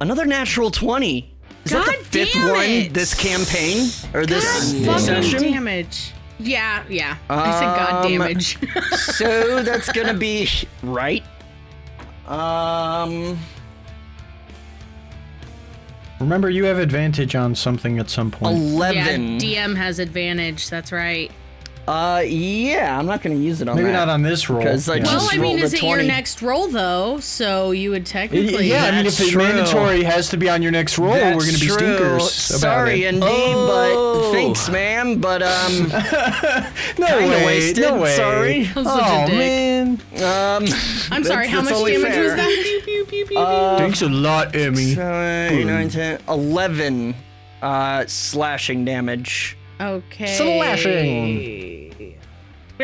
Speaker 7: another natural twenty. Is that
Speaker 2: God
Speaker 7: the fifth
Speaker 2: damn
Speaker 7: one
Speaker 2: it.
Speaker 7: this campaign or this
Speaker 2: God fucking
Speaker 7: session?
Speaker 2: damage. Yeah, yeah. I said god
Speaker 7: Um,
Speaker 2: damage. (laughs)
Speaker 7: so that's gonna be right. Um.
Speaker 3: Remember, you have advantage on something at some point.
Speaker 7: 11.
Speaker 2: Yeah, DM has advantage. That's right.
Speaker 7: Uh, yeah, I'm not gonna use it on
Speaker 3: Maybe
Speaker 7: that.
Speaker 3: not on this roll.
Speaker 7: 'Cause I
Speaker 3: yeah.
Speaker 7: just-
Speaker 2: Well, I mean,
Speaker 7: rolled a
Speaker 2: is it your
Speaker 7: 20.
Speaker 2: next roll though? So you would
Speaker 3: Y-
Speaker 2: technically.
Speaker 3: yeah, I mean, if
Speaker 7: That's
Speaker 3: the
Speaker 7: true.
Speaker 3: mandatory has to be on your next roll,
Speaker 7: That's
Speaker 3: Oh, we're going to be
Speaker 7: true.
Speaker 3: stinkers.
Speaker 7: Sorry,
Speaker 3: about it.
Speaker 7: indeed,
Speaker 4: Oh.
Speaker 7: but thanks, ma'am. But um,
Speaker 3: no
Speaker 7: kinda
Speaker 3: way,
Speaker 7: wasted,
Speaker 3: no way.
Speaker 7: sorry.
Speaker 2: I'm such a
Speaker 3: Oh
Speaker 2: dick.
Speaker 3: man,
Speaker 7: um,
Speaker 2: I'm sorry. How
Speaker 7: that's
Speaker 2: much
Speaker 7: only
Speaker 2: damage
Speaker 7: fair.
Speaker 2: was that? (laughs) Pew, pew, pew, pew,
Speaker 3: thanks a lot, Emmy.
Speaker 7: uh, eight, nine, 10, 11 uh, slashing damage.
Speaker 2: pew. okay.
Speaker 3: Slashing.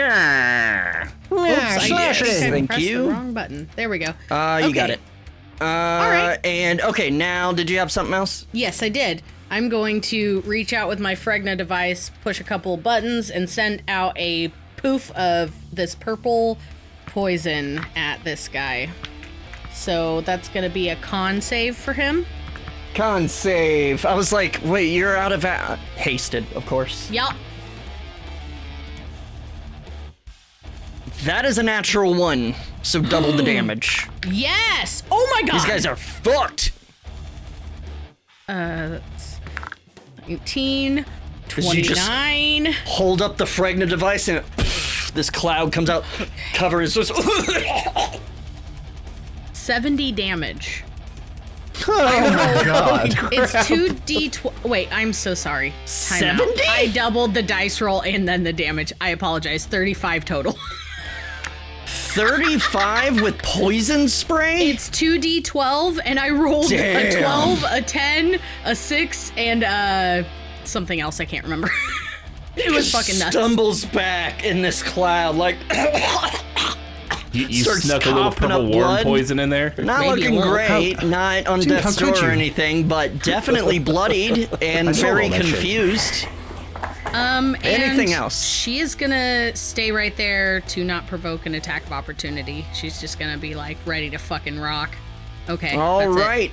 Speaker 2: Oops,
Speaker 7: Slashing.
Speaker 2: I think I
Speaker 7: Thank
Speaker 2: pressed
Speaker 7: you.
Speaker 2: the wrong button. There we go.
Speaker 7: Uh, you got
Speaker 2: Okay.
Speaker 7: it. Uh,
Speaker 2: right.
Speaker 7: And okay, now did you have something else?
Speaker 2: Yes, I did. I'm going to reach out with my Fregna device, push a couple of buttons, and send out a poof of this purple poison at this guy. So that's going to be a con save for him.
Speaker 7: Con save. I was like, wait, you're out of a- hasted, of course.
Speaker 2: Yup.
Speaker 7: That is a natural one, so
Speaker 2: (gasps)
Speaker 7: double the damage.
Speaker 2: Yes. Oh my god.
Speaker 7: These guys are fucked.
Speaker 2: Uh, that's 19,
Speaker 7: Is you just-
Speaker 2: 29.
Speaker 7: hold up the Fragna device and (sighs) it- this cloud comes out, cover his.
Speaker 2: (laughs) 70 damage. Oh my god. It's 2d12. Wait, I'm so sorry. Time out.
Speaker 7: 70?
Speaker 2: I doubled the dice roll and then the damage. I apologize. 35 total. (laughs)
Speaker 7: 35 with poison spray?
Speaker 2: It's 2d12 and I rolled a
Speaker 7: Damn.
Speaker 2: 12, a 10, a 6 and uh something else I can't remember. (laughs) it was fucking nuts.
Speaker 7: Stumbles back in this cloud, like,
Speaker 4: You, you
Speaker 7: Starts
Speaker 4: snuck a little
Speaker 7: coughing
Speaker 4: purple
Speaker 7: up
Speaker 4: worm
Speaker 7: blood.
Speaker 4: poison in there.
Speaker 7: not
Speaker 2: Maybe a
Speaker 7: looking
Speaker 2: little-
Speaker 7: great, not on
Speaker 3: Dude, how
Speaker 7: death's
Speaker 3: could
Speaker 7: door or
Speaker 3: you?
Speaker 7: anything, but definitely bloodied and
Speaker 5: saw all
Speaker 7: very
Speaker 5: that shit.
Speaker 7: confused.
Speaker 2: Um, and
Speaker 7: Anything else?
Speaker 2: She is gonna stay right there to not provoke an attack of opportunity. She's just gonna be like ready to fucking rock. Okay.
Speaker 7: All
Speaker 2: that's it.
Speaker 7: right.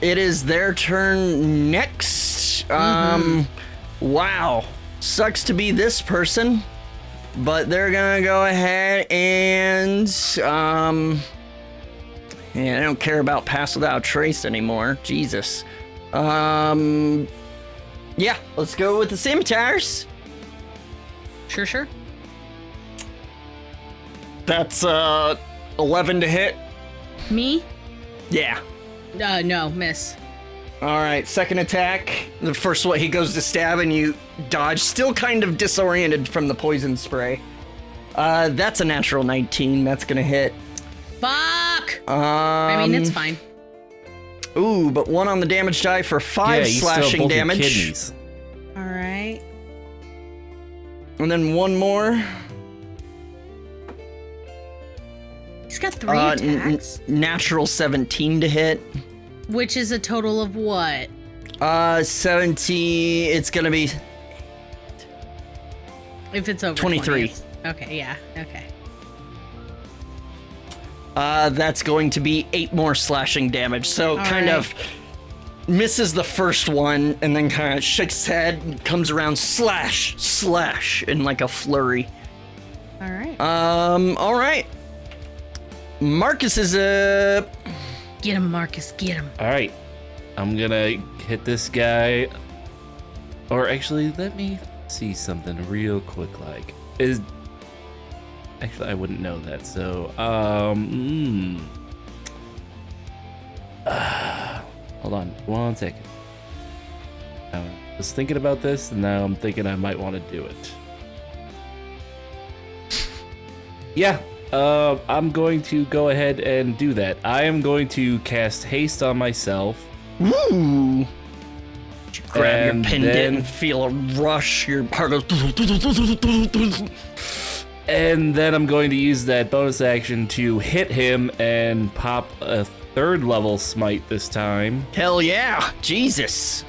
Speaker 7: it is their turn next. Um wow. Sucks to be this person, but they're going to go ahead and um yeah, I don't care about pass without trace anymore. Jesus. Um yeah, let's go with the scimitars.
Speaker 2: Sure, sure.
Speaker 7: That's uh 11 to hit.
Speaker 2: Me?
Speaker 7: Yeah.
Speaker 2: Uh, no, miss.
Speaker 7: All right, second attack. The first one, he goes to stab and you dodge, still kind of disoriented from the poison spray. Uh, that's a natural 19. That's gonna hit.
Speaker 2: Fuck.
Speaker 7: Um,
Speaker 2: I mean, it's fine.
Speaker 7: Ooh, but one on the damage die for
Speaker 4: Yeah,
Speaker 7: five
Speaker 4: you still have
Speaker 7: slashing
Speaker 4: both your
Speaker 7: damage,
Speaker 4: kidneys.
Speaker 2: All right.
Speaker 7: and then one more.
Speaker 2: He's got three
Speaker 7: uh, n- n-
Speaker 2: attacks,
Speaker 7: natural 17 to hit.
Speaker 2: which is a total of what?
Speaker 7: Uh, 17. It's gonna be
Speaker 2: If it's over
Speaker 7: 23.
Speaker 2: 20, it's- okay. Yeah. Okay.
Speaker 7: Uh, that's going to be eight more slashing damage. So kind
Speaker 2: right.
Speaker 7: of misses the first one and then kind of shakes his head, and comes around, slash, slash in like a flurry.
Speaker 2: All right.
Speaker 7: Um, all right. Marcus is up.
Speaker 2: get him, Marcus. Get him.
Speaker 4: All right, I'm gonna hit this guy. Or actually, let me see something real quick. Like, is actually I wouldn't know that. So, um, mm. Ah, (sighs) hold on one second. I was thinking about this, and now I'm thinking I might want to do it. Yeah, uh, I'm going to go ahead and do that. I am going to cast haste on myself.
Speaker 7: Woo! You grab
Speaker 4: And
Speaker 7: your pendant
Speaker 4: then-
Speaker 7: and feel a rush. Your heart goes.
Speaker 4: And then I'm going to use that bonus action to hit him and pop a third level smite this time.
Speaker 7: Hell yeah! Jesus,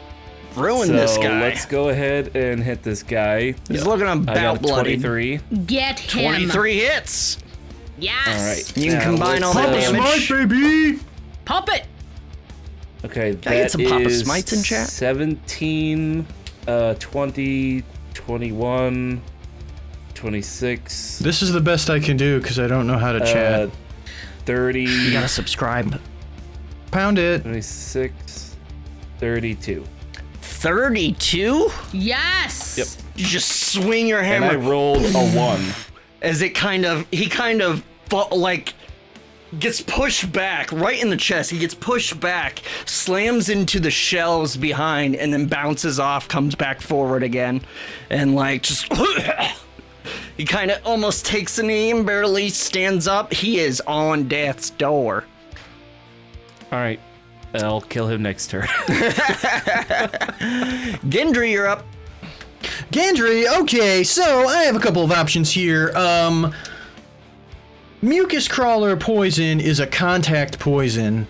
Speaker 7: ruin
Speaker 4: so
Speaker 7: this guy.
Speaker 4: Let's go ahead and hit this guy.
Speaker 7: He's looking
Speaker 4: I got
Speaker 7: about
Speaker 4: a
Speaker 7: bloody.
Speaker 4: 23.
Speaker 2: Get him.
Speaker 7: 23 hits.
Speaker 2: Yes.
Speaker 4: All right.
Speaker 7: You can
Speaker 4: now
Speaker 7: combine
Speaker 4: let's,
Speaker 7: all that
Speaker 4: uh,
Speaker 7: damage.
Speaker 3: baby.
Speaker 2: Pop it.
Speaker 4: Okay,
Speaker 7: I get
Speaker 4: that
Speaker 7: some Papa
Speaker 4: is
Speaker 7: Smites in chat?
Speaker 4: 17, uh, 20, 21, 26,
Speaker 3: This is the best I can do because I don't know how to
Speaker 4: uh,
Speaker 3: chat.
Speaker 4: 30,
Speaker 7: gotta subscribe.
Speaker 3: Pound it.
Speaker 4: 26, 32.
Speaker 7: 32?
Speaker 2: Yes.
Speaker 4: Yep.
Speaker 7: You just swing your
Speaker 4: and
Speaker 7: hammer
Speaker 4: I rolled a one.
Speaker 7: as it kind of he kind of fa- like gets pushed back right in the chest. He gets pushed back, slams into the shelves behind, and then bounces off, comes back forward again, and like just. (coughs) He kind of almost takes a knee and barely stands up. He is on death's door.
Speaker 4: All right, I'll kill him next turn. (laughs)
Speaker 7: Gendry, you're up.
Speaker 3: Gendry, okay, so I have a couple of options here. Um, mucus crawler poison is a contact poison,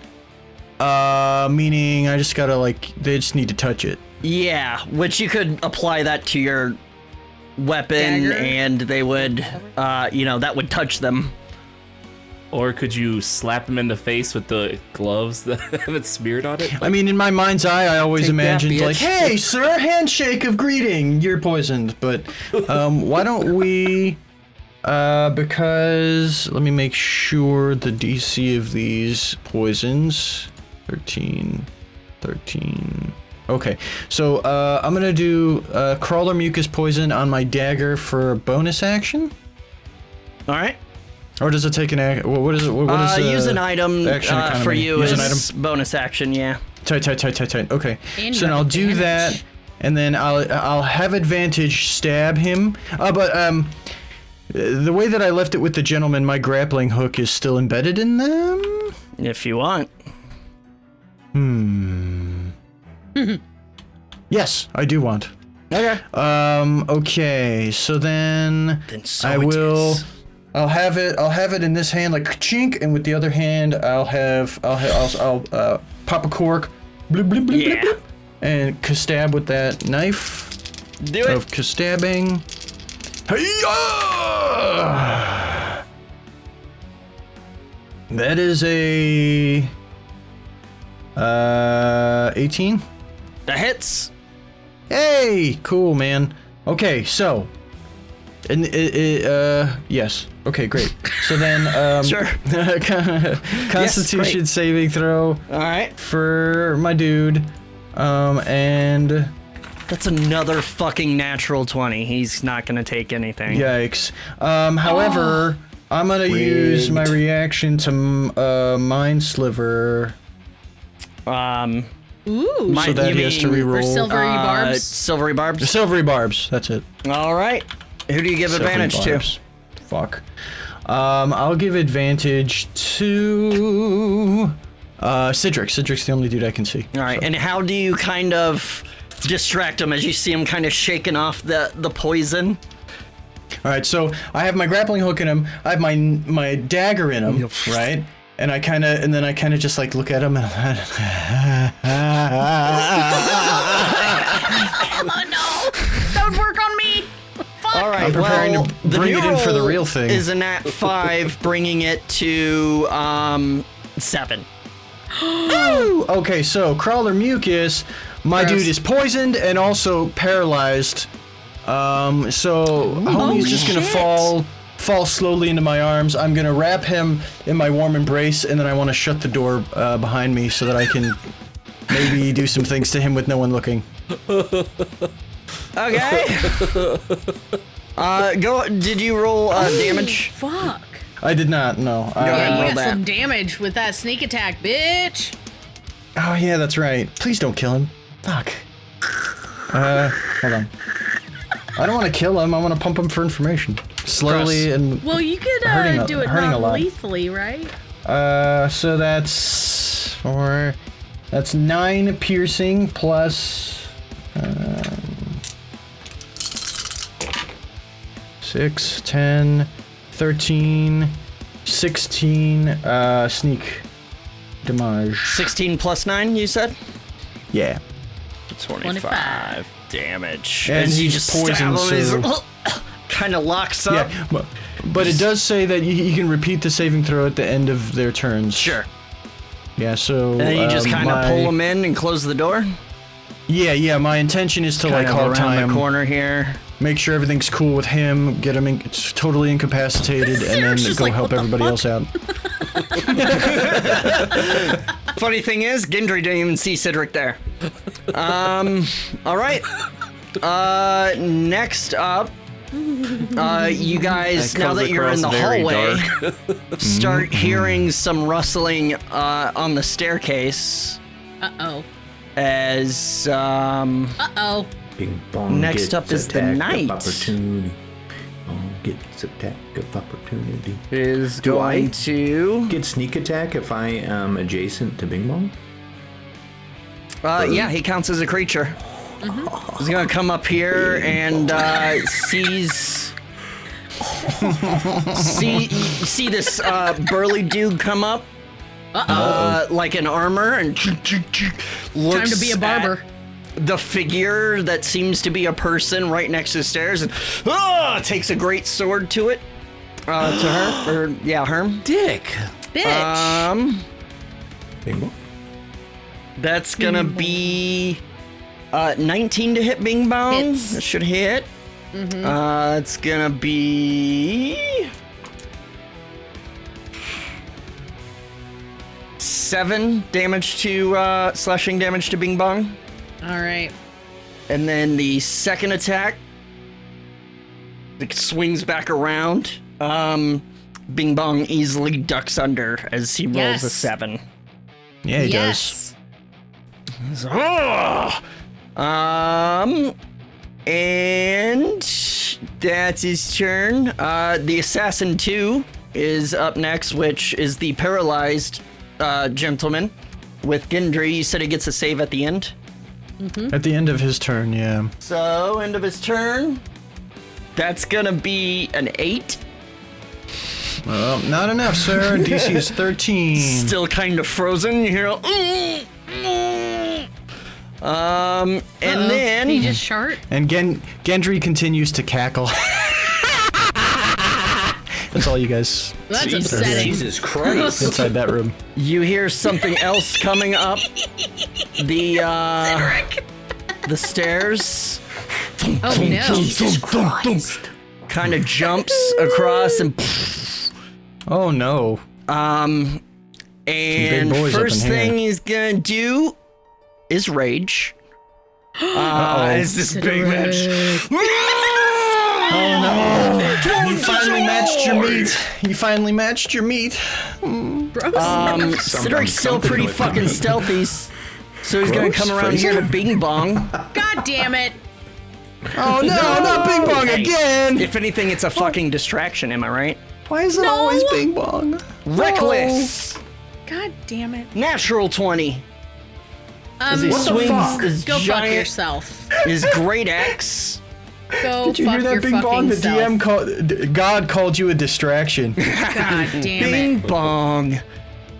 Speaker 3: uh, meaning I just gotta, like, they just need to touch it.
Speaker 7: Yeah, which you could apply that to your weapon,
Speaker 2: Dagger.
Speaker 7: and they would, uh, you know, that would touch them.
Speaker 4: or could you slap him in the face with the gloves (laughs) that have it smeared on it?
Speaker 3: I mean, in my mind's eye, I always
Speaker 7: Take that,
Speaker 3: imagined,
Speaker 7: bitch.
Speaker 3: like, hey, sir, handshake of greeting, you're poisoned, but, um, (laughs) why don't we. Uh, because let me make sure the DC of these poisons 13 13 Okay. So, uh I'm going to do uh crawler mucus poison on my dagger for a bonus action
Speaker 7: All right.
Speaker 3: or does it take an act? What is it? What what is
Speaker 7: uh,
Speaker 3: uh,
Speaker 7: use an item
Speaker 3: action
Speaker 7: uh, for
Speaker 3: economy?
Speaker 7: you
Speaker 3: Use an
Speaker 7: as bonus action. Yeah.
Speaker 3: Tight, tight, tight, tight, tight. Okay.
Speaker 2: And you
Speaker 3: so then
Speaker 2: have
Speaker 3: I'll do that,
Speaker 2: advantage.
Speaker 3: and then I'll I'll have advantage stab him. Uh, but um, the way that I left it with the gentleman, my grappling hook is still embedded in them.
Speaker 7: If you want.
Speaker 3: Yes, I do want.
Speaker 7: Okay.
Speaker 3: Um. Okay. So then,
Speaker 7: Then so
Speaker 3: I
Speaker 7: it
Speaker 3: will.
Speaker 7: is.
Speaker 3: I'll have it. I'll have it in this hand, like chink, and with the other hand, I'll have. I'll. Ha- I'll, I'll uh, pop a cork. Bloop, bloop, bloop, bloop,
Speaker 7: Yeah.
Speaker 3: bloop, and stab with that knife.
Speaker 7: Do it.
Speaker 3: of stabbing. That is a uh 18. Oh.
Speaker 7: That hits.
Speaker 3: Hey, cool man. Okay, so and it, it, uh yes. Okay, great. So then um (laughs)
Speaker 7: Sure.
Speaker 3: Constitution saving throw
Speaker 7: All right.
Speaker 3: for my dude. Um and
Speaker 7: That's another fucking natural twenty. He's not gonna take anything.
Speaker 3: Yikes. Um, however, I'm gonna use my reaction to m- uh, Mind Sliver.
Speaker 7: Um.
Speaker 2: Ooh.
Speaker 7: My,
Speaker 3: So that
Speaker 7: you
Speaker 3: he has to
Speaker 7: mean,
Speaker 2: for
Speaker 3: reroll.
Speaker 2: silvery
Speaker 7: uh,
Speaker 2: barbs.
Speaker 7: silvery barbs.
Speaker 3: Silvery Barbs, that's it.
Speaker 7: All right. Who do you give advantage to?
Speaker 3: to. Fuck. Um, I'll give advantage to. Uh, Cedric. Cedric's the only dude I can see.
Speaker 7: All right, and how do you kind of distract him as you see him kind of shaking off the the poison?
Speaker 3: All right, so I have my grappling hook in him. I have my my dagger in him, right? And I kind of, and then I kind of just like look at him and. (laughs)
Speaker 2: oh no! Don't work on me. Fuck.
Speaker 7: All right,
Speaker 3: I'm preparing
Speaker 7: well,
Speaker 3: to
Speaker 7: the
Speaker 3: bring it
Speaker 7: new
Speaker 3: in for the
Speaker 7: roll
Speaker 3: real thing.
Speaker 7: Is an
Speaker 3: (laughs)
Speaker 7: at five, bringing it to um seven.
Speaker 3: Okay, so crawler mucus. My
Speaker 2: Gross.
Speaker 3: dude is poisoned and also paralyzed. Um, so homie's just gonna
Speaker 2: shit.
Speaker 3: fall fall slowly into my arms. I'm gonna wrap him in my warm embrace, and then I want to shut the door uh, behind me so that
Speaker 2: (laughs)
Speaker 3: I can maybe do some things to him with no one looking.
Speaker 7: Okay. (laughs) uh, go. Did you roll uh, damage?
Speaker 2: Fuck.
Speaker 3: I did not. No.
Speaker 7: ahead.
Speaker 3: Uh,
Speaker 2: Yeah,
Speaker 7: roll
Speaker 2: you got
Speaker 7: that.
Speaker 2: some damage with that sneak attack, bitch.
Speaker 3: oh yeah, that's right. Please don't kill him. Fuck. Uh, hold on. I don't want to kill him. I want to pump him for information. Slowly and
Speaker 2: Well, you could
Speaker 3: Hurting
Speaker 2: uh,
Speaker 3: a-
Speaker 2: do it
Speaker 3: hurting a lot.
Speaker 2: non-lethally, right?
Speaker 3: Uh, so that's four. That's nine piercing plus um, six, ten, thirteen, sixteen. Uh, sneak damage.
Speaker 7: Sixteen plus nine, you said.
Speaker 3: Yeah.
Speaker 7: 25,
Speaker 2: 25.
Speaker 7: damage.
Speaker 3: And
Speaker 7: As you
Speaker 3: he's
Speaker 7: just
Speaker 3: poisoned,
Speaker 7: (laughs) kind of locks up.
Speaker 3: Yeah. But, Uh, but it does say that you, you can repeat the saving throw at the end of their turns.
Speaker 7: Sure.
Speaker 3: Yeah. So.
Speaker 7: And then you just
Speaker 3: um,
Speaker 7: kind of
Speaker 3: my-
Speaker 7: pull him in and close the door.
Speaker 3: Yeah. Yeah. My intention is to like
Speaker 7: Kind of
Speaker 3: all
Speaker 7: around
Speaker 3: time.
Speaker 7: the corner here.
Speaker 3: make sure everything's cool with him, get him in, it's
Speaker 2: (laughs)
Speaker 3: totally incapacitated, and then
Speaker 2: Sarah's just
Speaker 3: go
Speaker 2: like,
Speaker 3: help
Speaker 2: "What the
Speaker 3: everybody
Speaker 2: fuck?"
Speaker 3: else out.
Speaker 7: Funny thing is, Gendry didn't even see Cedric there. Um, all right. Uh, next up Uh, you guys, now
Speaker 4: comes
Speaker 7: that you're in the
Speaker 4: across very Mm-hmm.
Speaker 7: hallway, (laughs) start hearing some rustling uh, on the staircase
Speaker 2: Uh oh.
Speaker 7: as um,
Speaker 2: Uh oh.
Speaker 5: Bing bong
Speaker 7: Next
Speaker 5: gets
Speaker 7: up is the
Speaker 5: attack of
Speaker 7: knight.
Speaker 5: Opportunity. Bong gets attack of opportunity.
Speaker 7: is
Speaker 5: Do I-
Speaker 7: going to.
Speaker 5: Get sneak attack if I am adjacent to Bing Bong.
Speaker 7: Uh, yeah, he counts as a creature.
Speaker 2: Mm-hmm.
Speaker 7: He's gonna come up here and uh, sees. see, see this uh, burly dude come up, uh, like in armor, and
Speaker 2: Time
Speaker 7: looks
Speaker 2: to be a
Speaker 7: at
Speaker 2: barber.
Speaker 7: the figure that seems to be a person right next to the stairs, and ah, takes a great sword to it, uh, to her, or yeah, her.
Speaker 4: Dick.
Speaker 2: Bitch.
Speaker 7: Um,
Speaker 5: Bing bong.
Speaker 7: That's gonna be uh, 19 to hit Bing Bong.
Speaker 2: Hits. Mm-hmm.
Speaker 7: That should hit. Uh, it's gonna be seven damage to uh, slashing damage to Bing Bong,
Speaker 2: All right.
Speaker 7: and then the second attack it swings back around. Um, Bing Bong easily ducks under as he rolls a
Speaker 2: Yes.
Speaker 7: seven.
Speaker 3: Yeah, he does.
Speaker 2: yes.
Speaker 7: Ugh. Um, and that's his turn. Uh, the assassin two is up next, which is the paralyzed uh, gentleman with Gendry. You said he gets a save at the end.
Speaker 3: At the end of his turn, yeah.
Speaker 7: So end of his turn. That's gonna be an eight.
Speaker 3: Well, not enough,
Speaker 2: (laughs)
Speaker 3: sir. DC is 13.
Speaker 7: Still kind of frozen. You hear, a, "Mm, mm." um, and
Speaker 2: Uh-oh.
Speaker 7: then
Speaker 2: he just shart.
Speaker 3: And Gen- Gendry continues
Speaker 2: (laughs)
Speaker 3: to cackle. That's all you guys
Speaker 2: That's
Speaker 1: Jesus,
Speaker 2: upsetting.
Speaker 1: Jesus Christ.
Speaker 3: inside that room.
Speaker 7: You hear something else coming up the uh,
Speaker 2: Rick.
Speaker 7: the stairs.
Speaker 2: Oh no.
Speaker 7: Kind of jumps across and
Speaker 3: Oh no.
Speaker 7: um and
Speaker 3: boys up in
Speaker 7: first
Speaker 3: here.
Speaker 7: thing he's gonna do is rage. Uh, is this big match?
Speaker 3: Oh, You finally matched your meat. You finally matched your meat.
Speaker 2: Gross.
Speaker 7: Um, Cedric's still
Speaker 5: something
Speaker 7: pretty
Speaker 5: with
Speaker 7: fucking
Speaker 5: that.
Speaker 7: stealthy, s- so he's gonna
Speaker 5: Gross
Speaker 7: come around here to Bing Bong.
Speaker 2: God damn it.
Speaker 3: Oh (laughs) no, not Bing Bong
Speaker 7: Hey,
Speaker 3: again!
Speaker 7: If anything, it's a fucking distraction. Am I right?
Speaker 3: Why is it always Bing Bong?
Speaker 7: Reckless.
Speaker 2: God damn it.
Speaker 7: Natural 20.
Speaker 2: Um,
Speaker 7: He swings his
Speaker 2: go fuck
Speaker 7: giant, (laughs)
Speaker 2: yourself.
Speaker 7: his great axe.
Speaker 2: Go
Speaker 3: Did you
Speaker 2: fuck
Speaker 3: hear that
Speaker 2: your
Speaker 3: Bing Bong?
Speaker 2: fucking
Speaker 3: The
Speaker 2: self.
Speaker 3: DM called d- God called you a distraction.
Speaker 2: God damn it.
Speaker 7: Bing bong.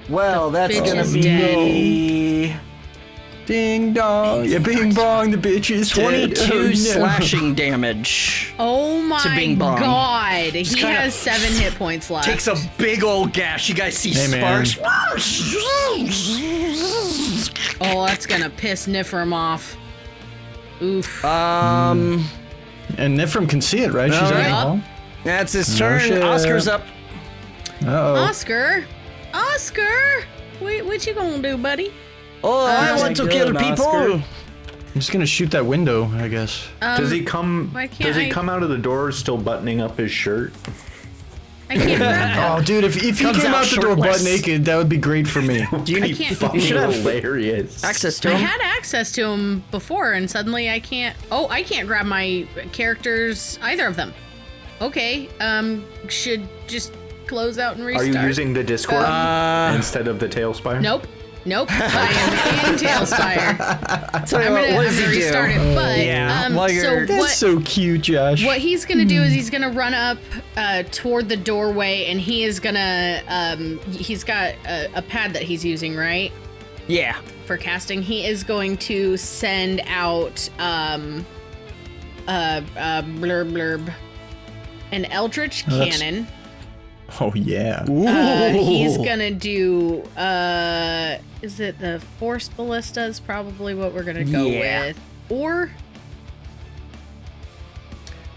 Speaker 7: Well, that's
Speaker 2: bitch
Speaker 7: gonna
Speaker 2: is
Speaker 7: be
Speaker 3: Ding dong. Yeah, Bing Bong, the bitch is dead.
Speaker 7: 22
Speaker 3: Oh, no.
Speaker 7: slashing damage.
Speaker 2: Oh my
Speaker 7: Bing Bong.
Speaker 2: god. he
Speaker 7: kinda-
Speaker 2: has seven hit points left.
Speaker 7: Takes a big old gash. You guys see
Speaker 3: Hey, man.
Speaker 7: sparks.
Speaker 2: oh, that's gonna piss Nifrim off. Oof.
Speaker 7: Um,
Speaker 3: And Nifrim can see it, right? She's
Speaker 7: Alright.
Speaker 3: on
Speaker 7: that's his turn.
Speaker 3: shit.
Speaker 7: Oscar's up.
Speaker 3: the wall. Uh
Speaker 2: Oscar? Oscar? Wait, what you gonna do, buddy?
Speaker 7: Oh, I
Speaker 2: Uh,
Speaker 7: want to
Speaker 4: like
Speaker 7: kill
Speaker 4: good,
Speaker 7: people.
Speaker 4: Oscar.
Speaker 3: oh. I'm just gonna shoot that window, I guess.
Speaker 5: does he come?
Speaker 2: Um, why can't
Speaker 5: Does he
Speaker 2: I-
Speaker 5: come out of the door still buttoning up his shirt?
Speaker 2: I
Speaker 7: (laughs)
Speaker 2: can't grab
Speaker 3: Oh, dude, if, if he
Speaker 7: Comes
Speaker 3: came
Speaker 7: out
Speaker 3: out, the door butt
Speaker 7: shirtless.
Speaker 3: naked, that would be great for me.
Speaker 7: Do you
Speaker 2: I
Speaker 7: need
Speaker 2: can't-
Speaker 5: Fucking
Speaker 7: should have-
Speaker 5: hilarious.
Speaker 7: access to
Speaker 2: I
Speaker 7: him?
Speaker 2: had access to him before and suddenly I can't Oh, I can't grab my characters either of them. Okay. Um should just close out and
Speaker 5: Are
Speaker 2: restart.
Speaker 5: you using the Discord
Speaker 7: Uh,
Speaker 5: instead of the Tailspire?
Speaker 2: Nope.
Speaker 7: (laughs)
Speaker 2: Nope. I am in Tailspire.
Speaker 7: tell you
Speaker 2: I'm
Speaker 7: what,
Speaker 2: gonna,
Speaker 7: what
Speaker 2: I'm
Speaker 7: does
Speaker 2: gonna
Speaker 7: he do?
Speaker 2: restart it. But
Speaker 7: Yeah,
Speaker 2: um
Speaker 7: while
Speaker 2: so
Speaker 7: you're- Hmm.
Speaker 2: what
Speaker 3: That's so cute, Josh.
Speaker 2: What he's gonna do is he's gonna run up uh, toward the doorway, and he is gonna um, he's got a, a pad that he's using right
Speaker 7: Yeah.
Speaker 2: for casting. He is going to send out um, uh, uh, blurb blurb an eldritch
Speaker 3: that's-
Speaker 2: cannon.
Speaker 3: Oh yeah.
Speaker 2: Uh, he's gonna do uh, is it the force ballista is probably what we're gonna go
Speaker 7: Yeah.
Speaker 2: with, or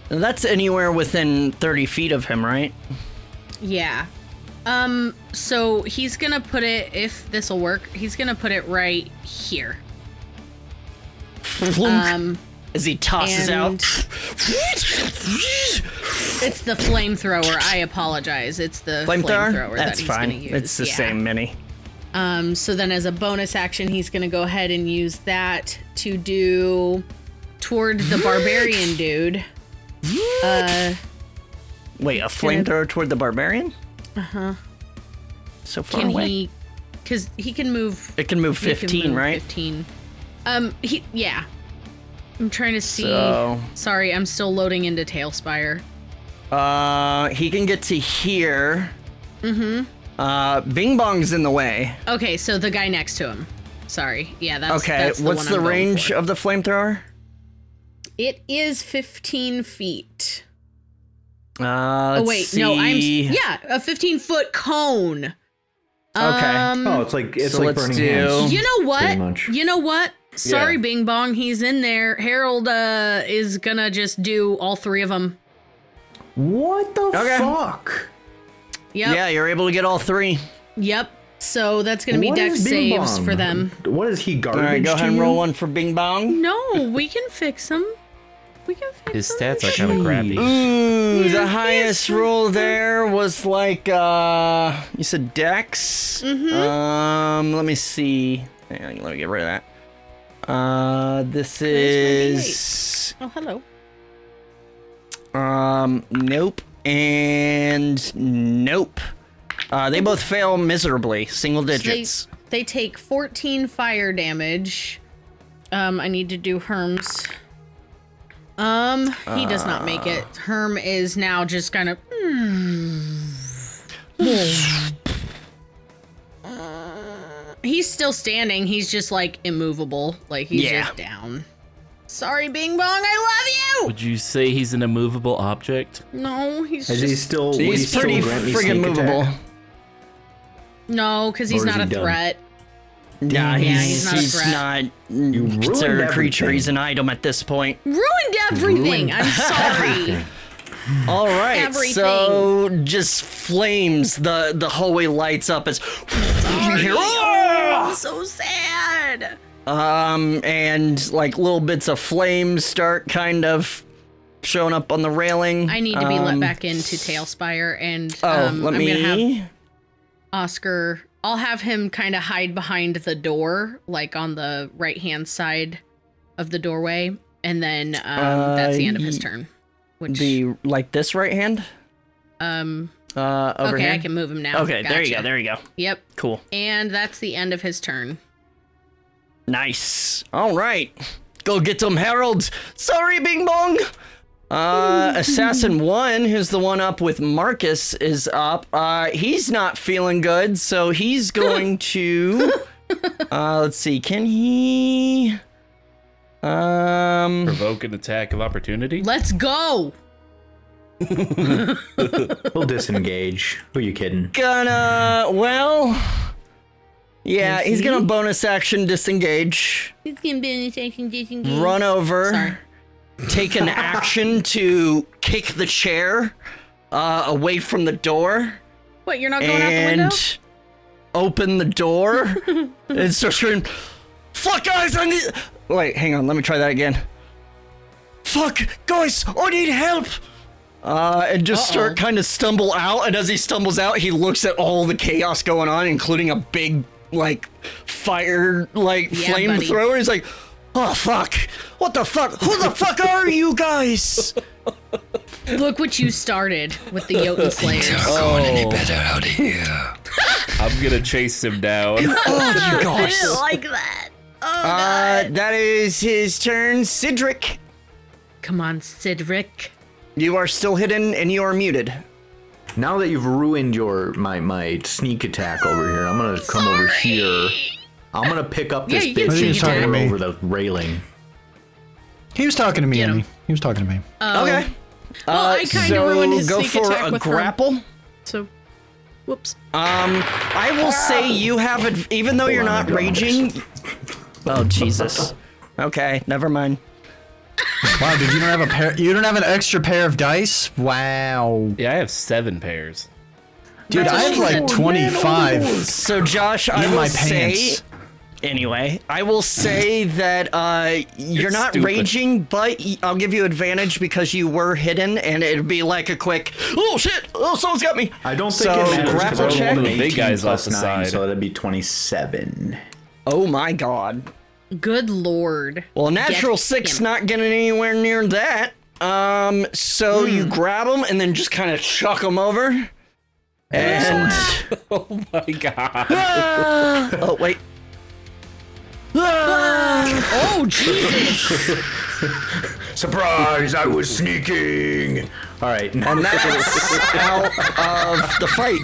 Speaker 7: That's anywhere within 30 feet of him, right?
Speaker 2: Yeah. Um so he's going to put it if this will work. He's going to put it right here.
Speaker 7: Flunk.
Speaker 2: Um
Speaker 1: as he tosses
Speaker 2: And-
Speaker 1: out.
Speaker 2: It's the flamethrower. I apologize. It's the flamethrower.
Speaker 1: Flamethrower?
Speaker 2: that
Speaker 1: That's
Speaker 2: he's
Speaker 1: fine.
Speaker 2: Gonna use.
Speaker 1: It's the
Speaker 2: Yeah.
Speaker 1: same mini.
Speaker 2: Um, so then, as a bonus action, he's going to go ahead and use that to do toward the
Speaker 1: (gasps)
Speaker 2: barbarian dude. Uh,
Speaker 1: Wait, a flamethrower toward the barbarian? Uh huh. So far
Speaker 2: can
Speaker 1: away.
Speaker 2: he? Because he can move.
Speaker 1: It can move
Speaker 2: he can
Speaker 1: 15,
Speaker 2: move
Speaker 1: right?
Speaker 2: Fifteen. Um. He. Yeah. I'm trying to see.
Speaker 1: So-
Speaker 2: Sorry, I'm still loading into Tailspire.
Speaker 1: Uh, he can get to here. Mm-hmm. Uh, Bing Bong's in the way.
Speaker 2: Okay, so the guy next to him. Sorry. Yeah, that's
Speaker 1: Okay,
Speaker 2: That's the
Speaker 1: what's
Speaker 2: one
Speaker 1: the
Speaker 2: I'm going
Speaker 1: range
Speaker 2: for.
Speaker 1: of the flamethrower?
Speaker 2: It is 15 feet.
Speaker 1: Uh,
Speaker 2: Oh
Speaker 1: let's
Speaker 2: wait, no, I'm
Speaker 1: see.
Speaker 2: yeah, a 15 foot cone.
Speaker 1: Okay.
Speaker 2: Um,
Speaker 5: Oh, it's like it's
Speaker 1: So
Speaker 5: like
Speaker 1: let's
Speaker 5: burning
Speaker 1: do-
Speaker 5: hands.
Speaker 2: you know
Speaker 5: Oh, pretty
Speaker 2: what?
Speaker 5: much.
Speaker 2: You know what? Sorry,
Speaker 4: Yeah.
Speaker 2: Bing Bong, he's in there. Harold uh, is gonna just do all three of them.
Speaker 5: What the
Speaker 1: Okay.
Speaker 5: fuck?
Speaker 2: Yep.
Speaker 1: Yeah, you're able to get all three.
Speaker 2: Yep. So that's gonna be
Speaker 5: What
Speaker 2: deck
Speaker 5: is Bing
Speaker 2: saves
Speaker 5: Bong?
Speaker 2: for them.
Speaker 5: What is he garbage?
Speaker 1: All right, go
Speaker 5: to
Speaker 1: ahead and
Speaker 5: you?
Speaker 1: roll one for Bing Bong.
Speaker 2: No, we can fix them. We can fix
Speaker 4: His
Speaker 2: 'em.
Speaker 4: stats are kind of crappy.
Speaker 1: Ooh,
Speaker 2: Yeah,
Speaker 1: the highest roll there was like uh, you said Dex.
Speaker 2: Mm-hmm.
Speaker 1: Um, let me see. Hang on, let me get rid of that. Uh, this is
Speaker 2: Oh, hello.
Speaker 1: um, nope and nope. Uh, they both fail miserably, single
Speaker 2: They,
Speaker 1: digits.
Speaker 2: they take 14 fire damage. Um, I need to do Herm's. Um, he does not make it. Herm is now just kind of. (sighs) He's still standing. He's just like immovable. Like he's
Speaker 1: Yeah.
Speaker 2: just down. Sorry, Bing Bong. I love
Speaker 4: Would you say he's an immovable object?
Speaker 2: you. No, he's
Speaker 5: Is
Speaker 2: just
Speaker 5: he still? would he
Speaker 1: He's
Speaker 5: still
Speaker 1: pretty
Speaker 5: grant me
Speaker 1: friggin'
Speaker 5: sneak attack?
Speaker 1: movable.
Speaker 2: no, because he's
Speaker 5: Or
Speaker 2: not
Speaker 5: is he
Speaker 2: a
Speaker 5: done?
Speaker 2: threat.
Speaker 1: Nah, he's,
Speaker 2: he's not a
Speaker 1: he's
Speaker 2: threat.
Speaker 1: not
Speaker 5: ruined
Speaker 1: considered a creature.
Speaker 5: everything.
Speaker 1: He's an item at this
Speaker 2: (laughs)
Speaker 1: point.
Speaker 2: Ruined everything. I'm sorry.
Speaker 1: All right,
Speaker 2: Everything.
Speaker 1: so just flames. The the hallway lights up as you hear, "Ah!"
Speaker 2: so sad.
Speaker 1: um, and like little bits of flames start kind of showing up on the railing.
Speaker 2: I need to be
Speaker 1: Um,
Speaker 2: let back into Tailspire, and
Speaker 1: Oh,
Speaker 2: um,
Speaker 1: let
Speaker 2: I'm
Speaker 1: me.
Speaker 2: gonna have Oscar. I'll have him kind of hide behind the door, like on the right hand side of the doorway, and then um,
Speaker 1: Uh,
Speaker 2: that's the end of his
Speaker 1: ye-
Speaker 2: turn. Which
Speaker 1: The like this right hand
Speaker 2: um
Speaker 1: uh, over
Speaker 2: okay,
Speaker 1: here.
Speaker 2: I can move him now.
Speaker 1: okay, there you go.
Speaker 2: Gotcha.
Speaker 1: There you go.
Speaker 2: Yep,
Speaker 1: Cool.
Speaker 2: and that's the end of his turn.
Speaker 1: Nice. All right. Go get them, Harold. Sorry, Bing Bong. Uh,
Speaker 2: (laughs)
Speaker 1: Assassin 1, who's the one up with Marcus, is up. Uh, he's not feeling good, so he's
Speaker 2: (laughs)
Speaker 1: going to. Uh, let's see. Can he. Um.
Speaker 4: Provoke an attack of opportunity?
Speaker 2: Let's go.
Speaker 5: He'll disengage. Who are you kidding?
Speaker 1: Gonna. Well. Yeah, he's gonna bonus action disengage.
Speaker 2: It's gonna be an action, disengage.
Speaker 1: run over,
Speaker 2: Sorry.
Speaker 1: take an action to kick the chair uh, away from the door,
Speaker 2: What? You're not going out the window?
Speaker 1: and open the
Speaker 2: (laughs)
Speaker 1: door and start screaming, "Fuck guys, I need." Wait, hang on, let me try that again. Fuck guys, I need help. Uh, and just start kind of stumble out, and as he stumbles out, he looks at all the chaos going on, including a big like fire like
Speaker 2: Yeah, buddy.
Speaker 1: flamethrower. He's like, "Oh fuck, what the fuck? Who the fuck are you guys?"
Speaker 2: Look what you started with the Jotun Slayers.
Speaker 8: going any better out here.
Speaker 4: I'm gonna chase him
Speaker 7: (laughs)
Speaker 4: down.
Speaker 1: oh, you
Speaker 2: (laughs)
Speaker 1: guys.
Speaker 2: like that.
Speaker 1: Uh, that is his turn, Sidric.
Speaker 2: Come on, Sidric.
Speaker 1: You are still hidden and you are muted.
Speaker 5: Now that you've ruined your my my sneak attack over here, I'm gonna come over here. I'm gonna pick up
Speaker 2: Yeah,
Speaker 5: this
Speaker 2: you
Speaker 5: bitch
Speaker 2: can
Speaker 3: sneak
Speaker 5: and throw
Speaker 3: attack.
Speaker 5: her over the railing.
Speaker 3: He was talking to me,
Speaker 2: Get him.
Speaker 3: Amy. He was talking to me.
Speaker 7: Oh.
Speaker 1: okay.
Speaker 2: Well, I kinda ruined his
Speaker 1: go
Speaker 2: sneak
Speaker 1: for
Speaker 2: attack
Speaker 1: a
Speaker 2: with her.
Speaker 1: grapple.
Speaker 2: So, whoops.
Speaker 1: Um, I will say you have, ad- even though you're not
Speaker 5: Hold on, I got
Speaker 1: raging. Oh Jesus. Okay, never mind.
Speaker 3: Wow, dude, you don't have a pair. You don't have an extra pair of dice. Wow,
Speaker 4: yeah, I have seven pairs.
Speaker 3: dude, I have like 25
Speaker 1: So Josh, I
Speaker 3: in
Speaker 1: will
Speaker 3: my
Speaker 1: say,
Speaker 3: pants.
Speaker 7: Anyway, I will say that uh, you're
Speaker 4: It's
Speaker 7: not
Speaker 4: stupid.
Speaker 7: raging, but y- I'll give you advantage because you were hidden, and it'd be like a quick, oh shit, oh someone's got me.
Speaker 5: I don't think
Speaker 7: so.
Speaker 5: it matters. 'cause I
Speaker 7: grapple
Speaker 5: rolled
Speaker 7: check.
Speaker 5: an
Speaker 4: The big
Speaker 5: 18
Speaker 4: guy's
Speaker 5: plus
Speaker 4: off the
Speaker 5: nine,
Speaker 4: side.
Speaker 5: so that'd be 27.
Speaker 7: Oh my god.
Speaker 2: Good lord.
Speaker 7: Well, a natural
Speaker 2: Get
Speaker 7: six,
Speaker 2: him.
Speaker 7: not getting anywhere near that. Um, so
Speaker 5: Hmm.
Speaker 7: you grab him and then just kind of chuck him over, and
Speaker 2: (laughs)
Speaker 4: Oh my god.
Speaker 7: oh wait. Ah!
Speaker 2: Oh Jesus!
Speaker 1: Surprise! I was sneaking.
Speaker 5: All right.
Speaker 7: And that's out of the fight.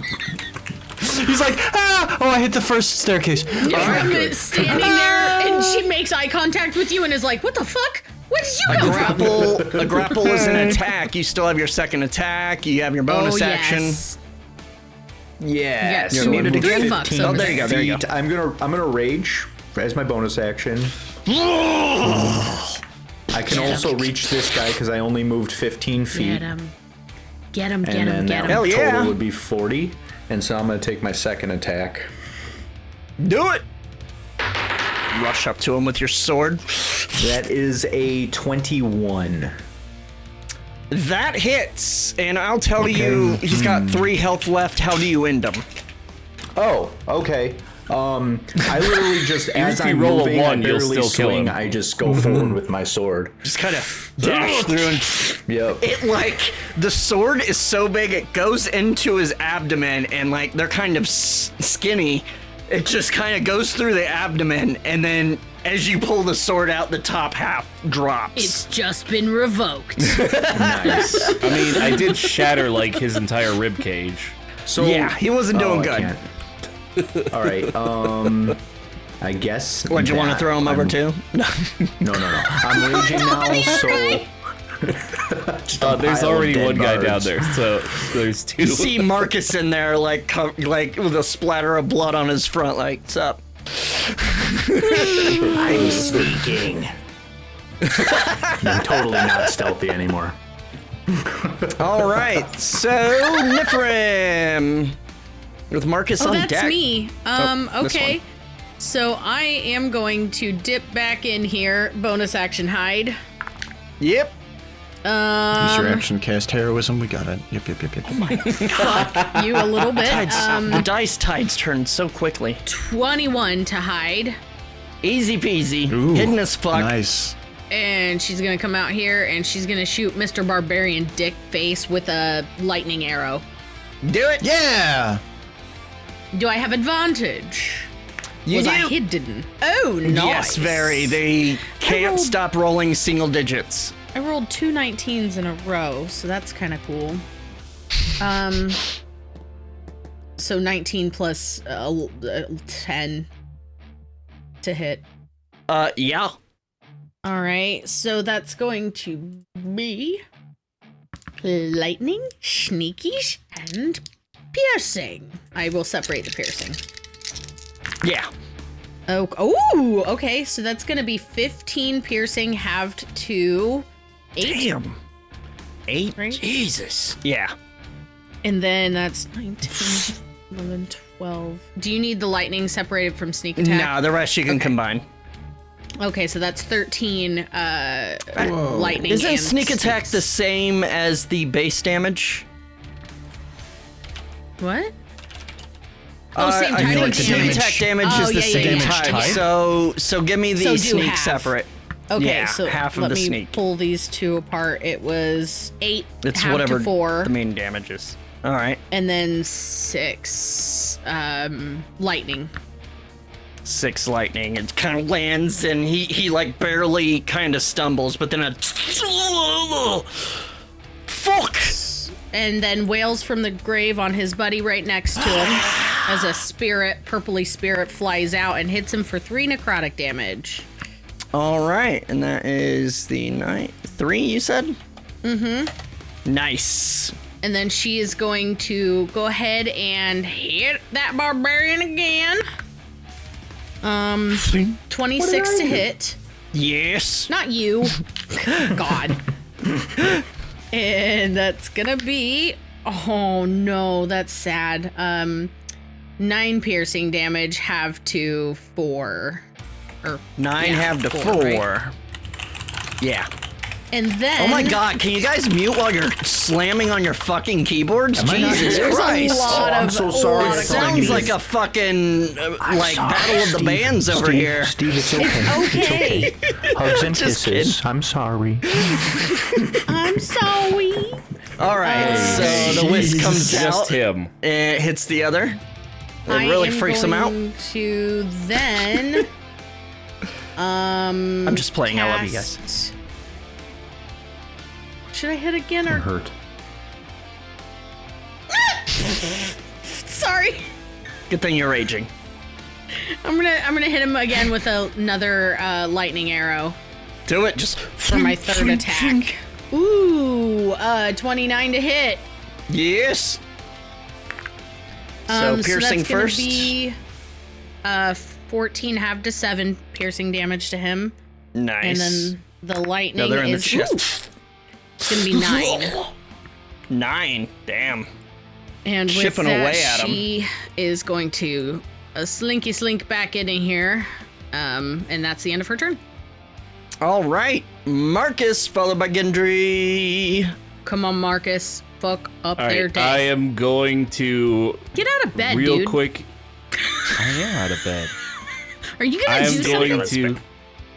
Speaker 3: He's like, ah! Oh, I hit the first staircase.
Speaker 2: I'm standing there, and she makes eye contact with you, and is like, "What the fuck? Where did you come from?"
Speaker 7: grapple a grapple is an attack. You still have your second attack. You have your bonus
Speaker 2: oh,
Speaker 7: action.
Speaker 2: Yes.
Speaker 5: Yes.
Speaker 2: Yeah, so
Speaker 7: muted
Speaker 5: I'm
Speaker 7: again?
Speaker 5: moving
Speaker 2: Fuck, so Oh,
Speaker 5: 15
Speaker 2: there
Speaker 7: you go, there you
Speaker 5: feet.
Speaker 7: go.
Speaker 5: I'm gonna I'm gonna rage as my bonus action. I can also reach this guy because I only moved 15 feet,
Speaker 2: Get him! Get him! Get
Speaker 5: and
Speaker 2: him!
Speaker 5: then
Speaker 2: Get
Speaker 5: that
Speaker 7: Hell
Speaker 2: him!
Speaker 7: yeah.
Speaker 5: total would be 40. And so I'm gonna take my second attack.
Speaker 7: Do it. Rush up to him with your sword.
Speaker 5: That is a 21.
Speaker 7: That hits, and I'll tell you, he's
Speaker 2: Hmm.
Speaker 7: got three health left. How do you end him?
Speaker 5: Oh, okay. Um, I literally just as
Speaker 4: if you
Speaker 5: I'm
Speaker 4: roll a
Speaker 5: moving,
Speaker 4: one,
Speaker 5: I
Speaker 4: you'll
Speaker 5: barely
Speaker 4: still kill
Speaker 5: swing.
Speaker 4: him.
Speaker 5: I just go forward with my sword.
Speaker 7: Just kind of dash through, and
Speaker 5: Yep.
Speaker 7: it like the sword is so big it goes into his abdomen, and like they're kind of s- skinny. It just kind of goes through the abdomen, and then as you pull the sword out, the top half drops.
Speaker 2: It's just been revoked.
Speaker 5: nice.
Speaker 4: I mean, I did shatter like his entire rib cage.
Speaker 5: So
Speaker 7: Yeah, he wasn't
Speaker 4: Oh,
Speaker 7: doing
Speaker 5: Oh, I
Speaker 7: good.
Speaker 4: (laughs)
Speaker 5: can't. All right. Um, I guess.
Speaker 7: Would you want to
Speaker 5: that-
Speaker 7: throw him over
Speaker 5: I'm- (laughs)
Speaker 7: too?
Speaker 5: No, no, no. I'm raging now, so (laughs)
Speaker 4: Uh, there's
Speaker 5: pile of
Speaker 4: already
Speaker 5: dead
Speaker 4: one guy down
Speaker 5: guards.
Speaker 4: there, so there's two.
Speaker 7: (laughs) You see Marcus in there, like co- like with a splatter of blood on his front. Like, what's up?
Speaker 5: I'm sneaking. (laughs) I'm totally not stealthy anymore.
Speaker 7: All right,
Speaker 5: (laughs)
Speaker 7: so Nifrim with Marcus
Speaker 2: Oh,
Speaker 7: on
Speaker 2: that's
Speaker 7: deck.
Speaker 2: me. Um,
Speaker 7: Oh, this
Speaker 2: okay.
Speaker 7: one.
Speaker 2: So I am going to dip back in here. Bonus action hide.
Speaker 7: Yep.
Speaker 2: Um,
Speaker 3: Use your action cast heroism. We got it. Yep, yep, yep, yep.
Speaker 2: you a little bit.
Speaker 7: Tides,
Speaker 2: Um,
Speaker 7: the dice tides turn so quickly.
Speaker 2: 21 to hide.
Speaker 7: Easy peasy.
Speaker 3: Ooh,
Speaker 7: Hidden as fuck.
Speaker 3: Nice.
Speaker 2: And she's gonna come out here and she's gonna shoot Mr. Barbarian Dick Face with a lightning arrow.
Speaker 7: Do it.
Speaker 3: Yeah.
Speaker 2: Do I have advantage?
Speaker 7: You
Speaker 2: Was
Speaker 7: do.
Speaker 2: I hidden? Oh, nice.
Speaker 7: Yes, very. They can't
Speaker 2: rolled-
Speaker 7: stop rolling single digits.
Speaker 2: I rolled two 19s in a row, so that's kind of cool. Um, so 19 plus uh, l- uh, 10 to hit.
Speaker 7: Uh, yeah.
Speaker 2: All right, so that's going to be lightning, sneakish, and piercing. I will separate the piercing.
Speaker 7: Yeah.
Speaker 2: Oh, oh, okay. So that's going to be 15 piercing halved to 8
Speaker 7: Damn. Eight.
Speaker 2: Right?
Speaker 7: Jesus. Yeah.
Speaker 2: And then that's 19, 11, 12. Do you need the lightning separated from sneak
Speaker 7: No,
Speaker 2: attack?
Speaker 7: the rest you can combine.
Speaker 2: Okay, so that's 13 uh, lightning.
Speaker 7: Isn't
Speaker 2: and
Speaker 7: sneak attack the
Speaker 2: sneaks.
Speaker 7: same as the base damage?
Speaker 2: What? Oh,
Speaker 7: Uh,
Speaker 2: same
Speaker 7: I
Speaker 2: type
Speaker 7: feel
Speaker 2: of
Speaker 7: like sneak
Speaker 2: damage.
Speaker 7: attack damage
Speaker 2: Oh,
Speaker 7: is the
Speaker 2: yeah, yeah,
Speaker 7: same
Speaker 2: yeah.
Speaker 7: type.
Speaker 3: Damage type?
Speaker 7: So, so give me
Speaker 2: So
Speaker 7: the
Speaker 2: do
Speaker 7: sneak
Speaker 2: half.
Speaker 7: separate.
Speaker 2: Okay,
Speaker 7: yeah,
Speaker 2: so
Speaker 7: half of
Speaker 2: let
Speaker 7: the
Speaker 2: me
Speaker 7: sneak.
Speaker 2: pull these two apart. It was 8
Speaker 7: It's
Speaker 2: half
Speaker 7: whatever
Speaker 2: to 4
Speaker 7: the main damage is. All right,
Speaker 2: and then 6 um, lightning.
Speaker 7: six lightning. It kind of lands, and he he like barely kind of stumbles, but then a fuck.
Speaker 2: and then wails from the grave on his buddy right next to
Speaker 7: (gasps)
Speaker 2: him as a spirit, purpley spirit, flies out and hits him for three necrotic damage.
Speaker 7: All right, and that is the night three. You said. Mm-hmm.
Speaker 2: Mm-hmm.
Speaker 7: Nice.
Speaker 2: And then she is going to go ahead and hit that barbarian again. Um, 26 to hit.
Speaker 7: Yes.
Speaker 2: Not you. God. and that's gonna be. Oh no, that's sad. Um, nine piercing damage, have to four. Or
Speaker 7: Nine
Speaker 2: yeah,
Speaker 7: have to four.
Speaker 2: right?
Speaker 7: Yeah.
Speaker 2: And then
Speaker 7: Oh my god, can you guys mute while you're slamming on your fucking keyboards? Jesus
Speaker 2: There's
Speaker 7: Christ. Oh,
Speaker 2: a lot
Speaker 5: I'm
Speaker 2: of
Speaker 5: so
Speaker 2: a
Speaker 5: sorry
Speaker 2: lot
Speaker 5: for
Speaker 2: of
Speaker 7: Sounds
Speaker 5: Jeez.
Speaker 7: like a fucking uh, like battle of the bands over
Speaker 9: Steve,
Speaker 7: here.
Speaker 9: Steve, it's okay.
Speaker 2: Okay,
Speaker 7: (laughs)
Speaker 9: Hugs and
Speaker 7: Just
Speaker 9: kisses. I'm sorry.
Speaker 2: I'm sorry.
Speaker 7: All right, so the whisk comes
Speaker 4: (laughs)
Speaker 7: out,
Speaker 4: Just him.
Speaker 7: it hits the other. It
Speaker 2: I
Speaker 7: really
Speaker 2: am
Speaker 7: freaks him out.
Speaker 2: going To then,
Speaker 7: (laughs)
Speaker 2: um,
Speaker 7: I'm just playing. I love you guys.
Speaker 2: cast- Should I hit again or
Speaker 5: Hurt.
Speaker 2: sorry?
Speaker 7: Good thing you're raging.
Speaker 2: I'm gonna I'm gonna hit him again with a- another uh, lightning arrow
Speaker 7: Do it. Just
Speaker 2: for my third attack. Ooh, uh, 29 to hit.
Speaker 7: yes. So
Speaker 2: Um,
Speaker 7: piercing
Speaker 2: that's gonna
Speaker 7: first.
Speaker 2: Be, uh, 14 half to seven piercing damage to him, and
Speaker 7: Nice.
Speaker 2: then the lightning
Speaker 7: Another in the
Speaker 2: is
Speaker 7: chest.
Speaker 2: it's gonna be nine.
Speaker 7: (laughs) Nine. Damn.
Speaker 2: And with
Speaker 7: Chipping
Speaker 2: that,
Speaker 7: away at 'em.
Speaker 2: she is going to uh, slinky slink back in here, um, and that's the end of her turn.
Speaker 7: All right, Marcus followed by Gendry.
Speaker 2: Come on, Marcus, fuck up
Speaker 4: All
Speaker 2: their
Speaker 4: right,
Speaker 2: day.
Speaker 4: I am going to
Speaker 2: Get out of bed,
Speaker 4: real
Speaker 2: dude.
Speaker 4: quick.
Speaker 10: I am out of
Speaker 2: (laughs)
Speaker 10: bed.
Speaker 2: Are you
Speaker 4: I
Speaker 2: gonna do
Speaker 4: am
Speaker 2: something?
Speaker 4: going to.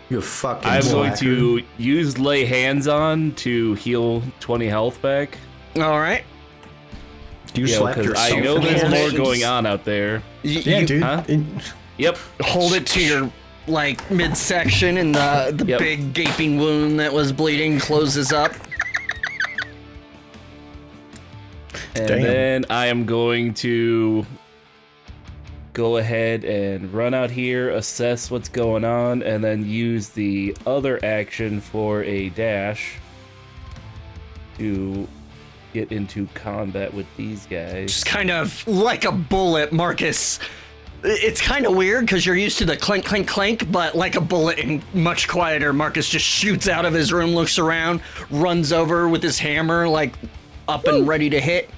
Speaker 5: You fucking.
Speaker 4: I'm going
Speaker 5: slacker.
Speaker 4: to use lay hands on to heal 20 health back.
Speaker 7: All right.
Speaker 5: Do you
Speaker 4: Yeah,
Speaker 5: slap
Speaker 4: 'cause
Speaker 5: yourself?
Speaker 4: I know
Speaker 5: in the
Speaker 4: there's
Speaker 5: hand?
Speaker 4: more going on out there.
Speaker 7: Y-
Speaker 3: Yeah,
Speaker 7: you
Speaker 3: dude.
Speaker 4: huh?
Speaker 3: It-
Speaker 4: Yep.
Speaker 2: Oh,
Speaker 7: hold it to your like midsection, and the the
Speaker 4: Yep.
Speaker 7: big gaping wound that was bleeding closes up.
Speaker 4: And
Speaker 3: Damn.
Speaker 4: then I am going to go ahead and run out here, assess what's going on, and then use the other action for a dash to get into combat with these guys.
Speaker 7: Just kind of like a bullet, Marcus. I- It's kind of weird because you're used to the clink, clink, clink, but like a bullet and much quieter. Marcus just shoots out of his room, looks around, runs over with his hammer, like up and ready to hit.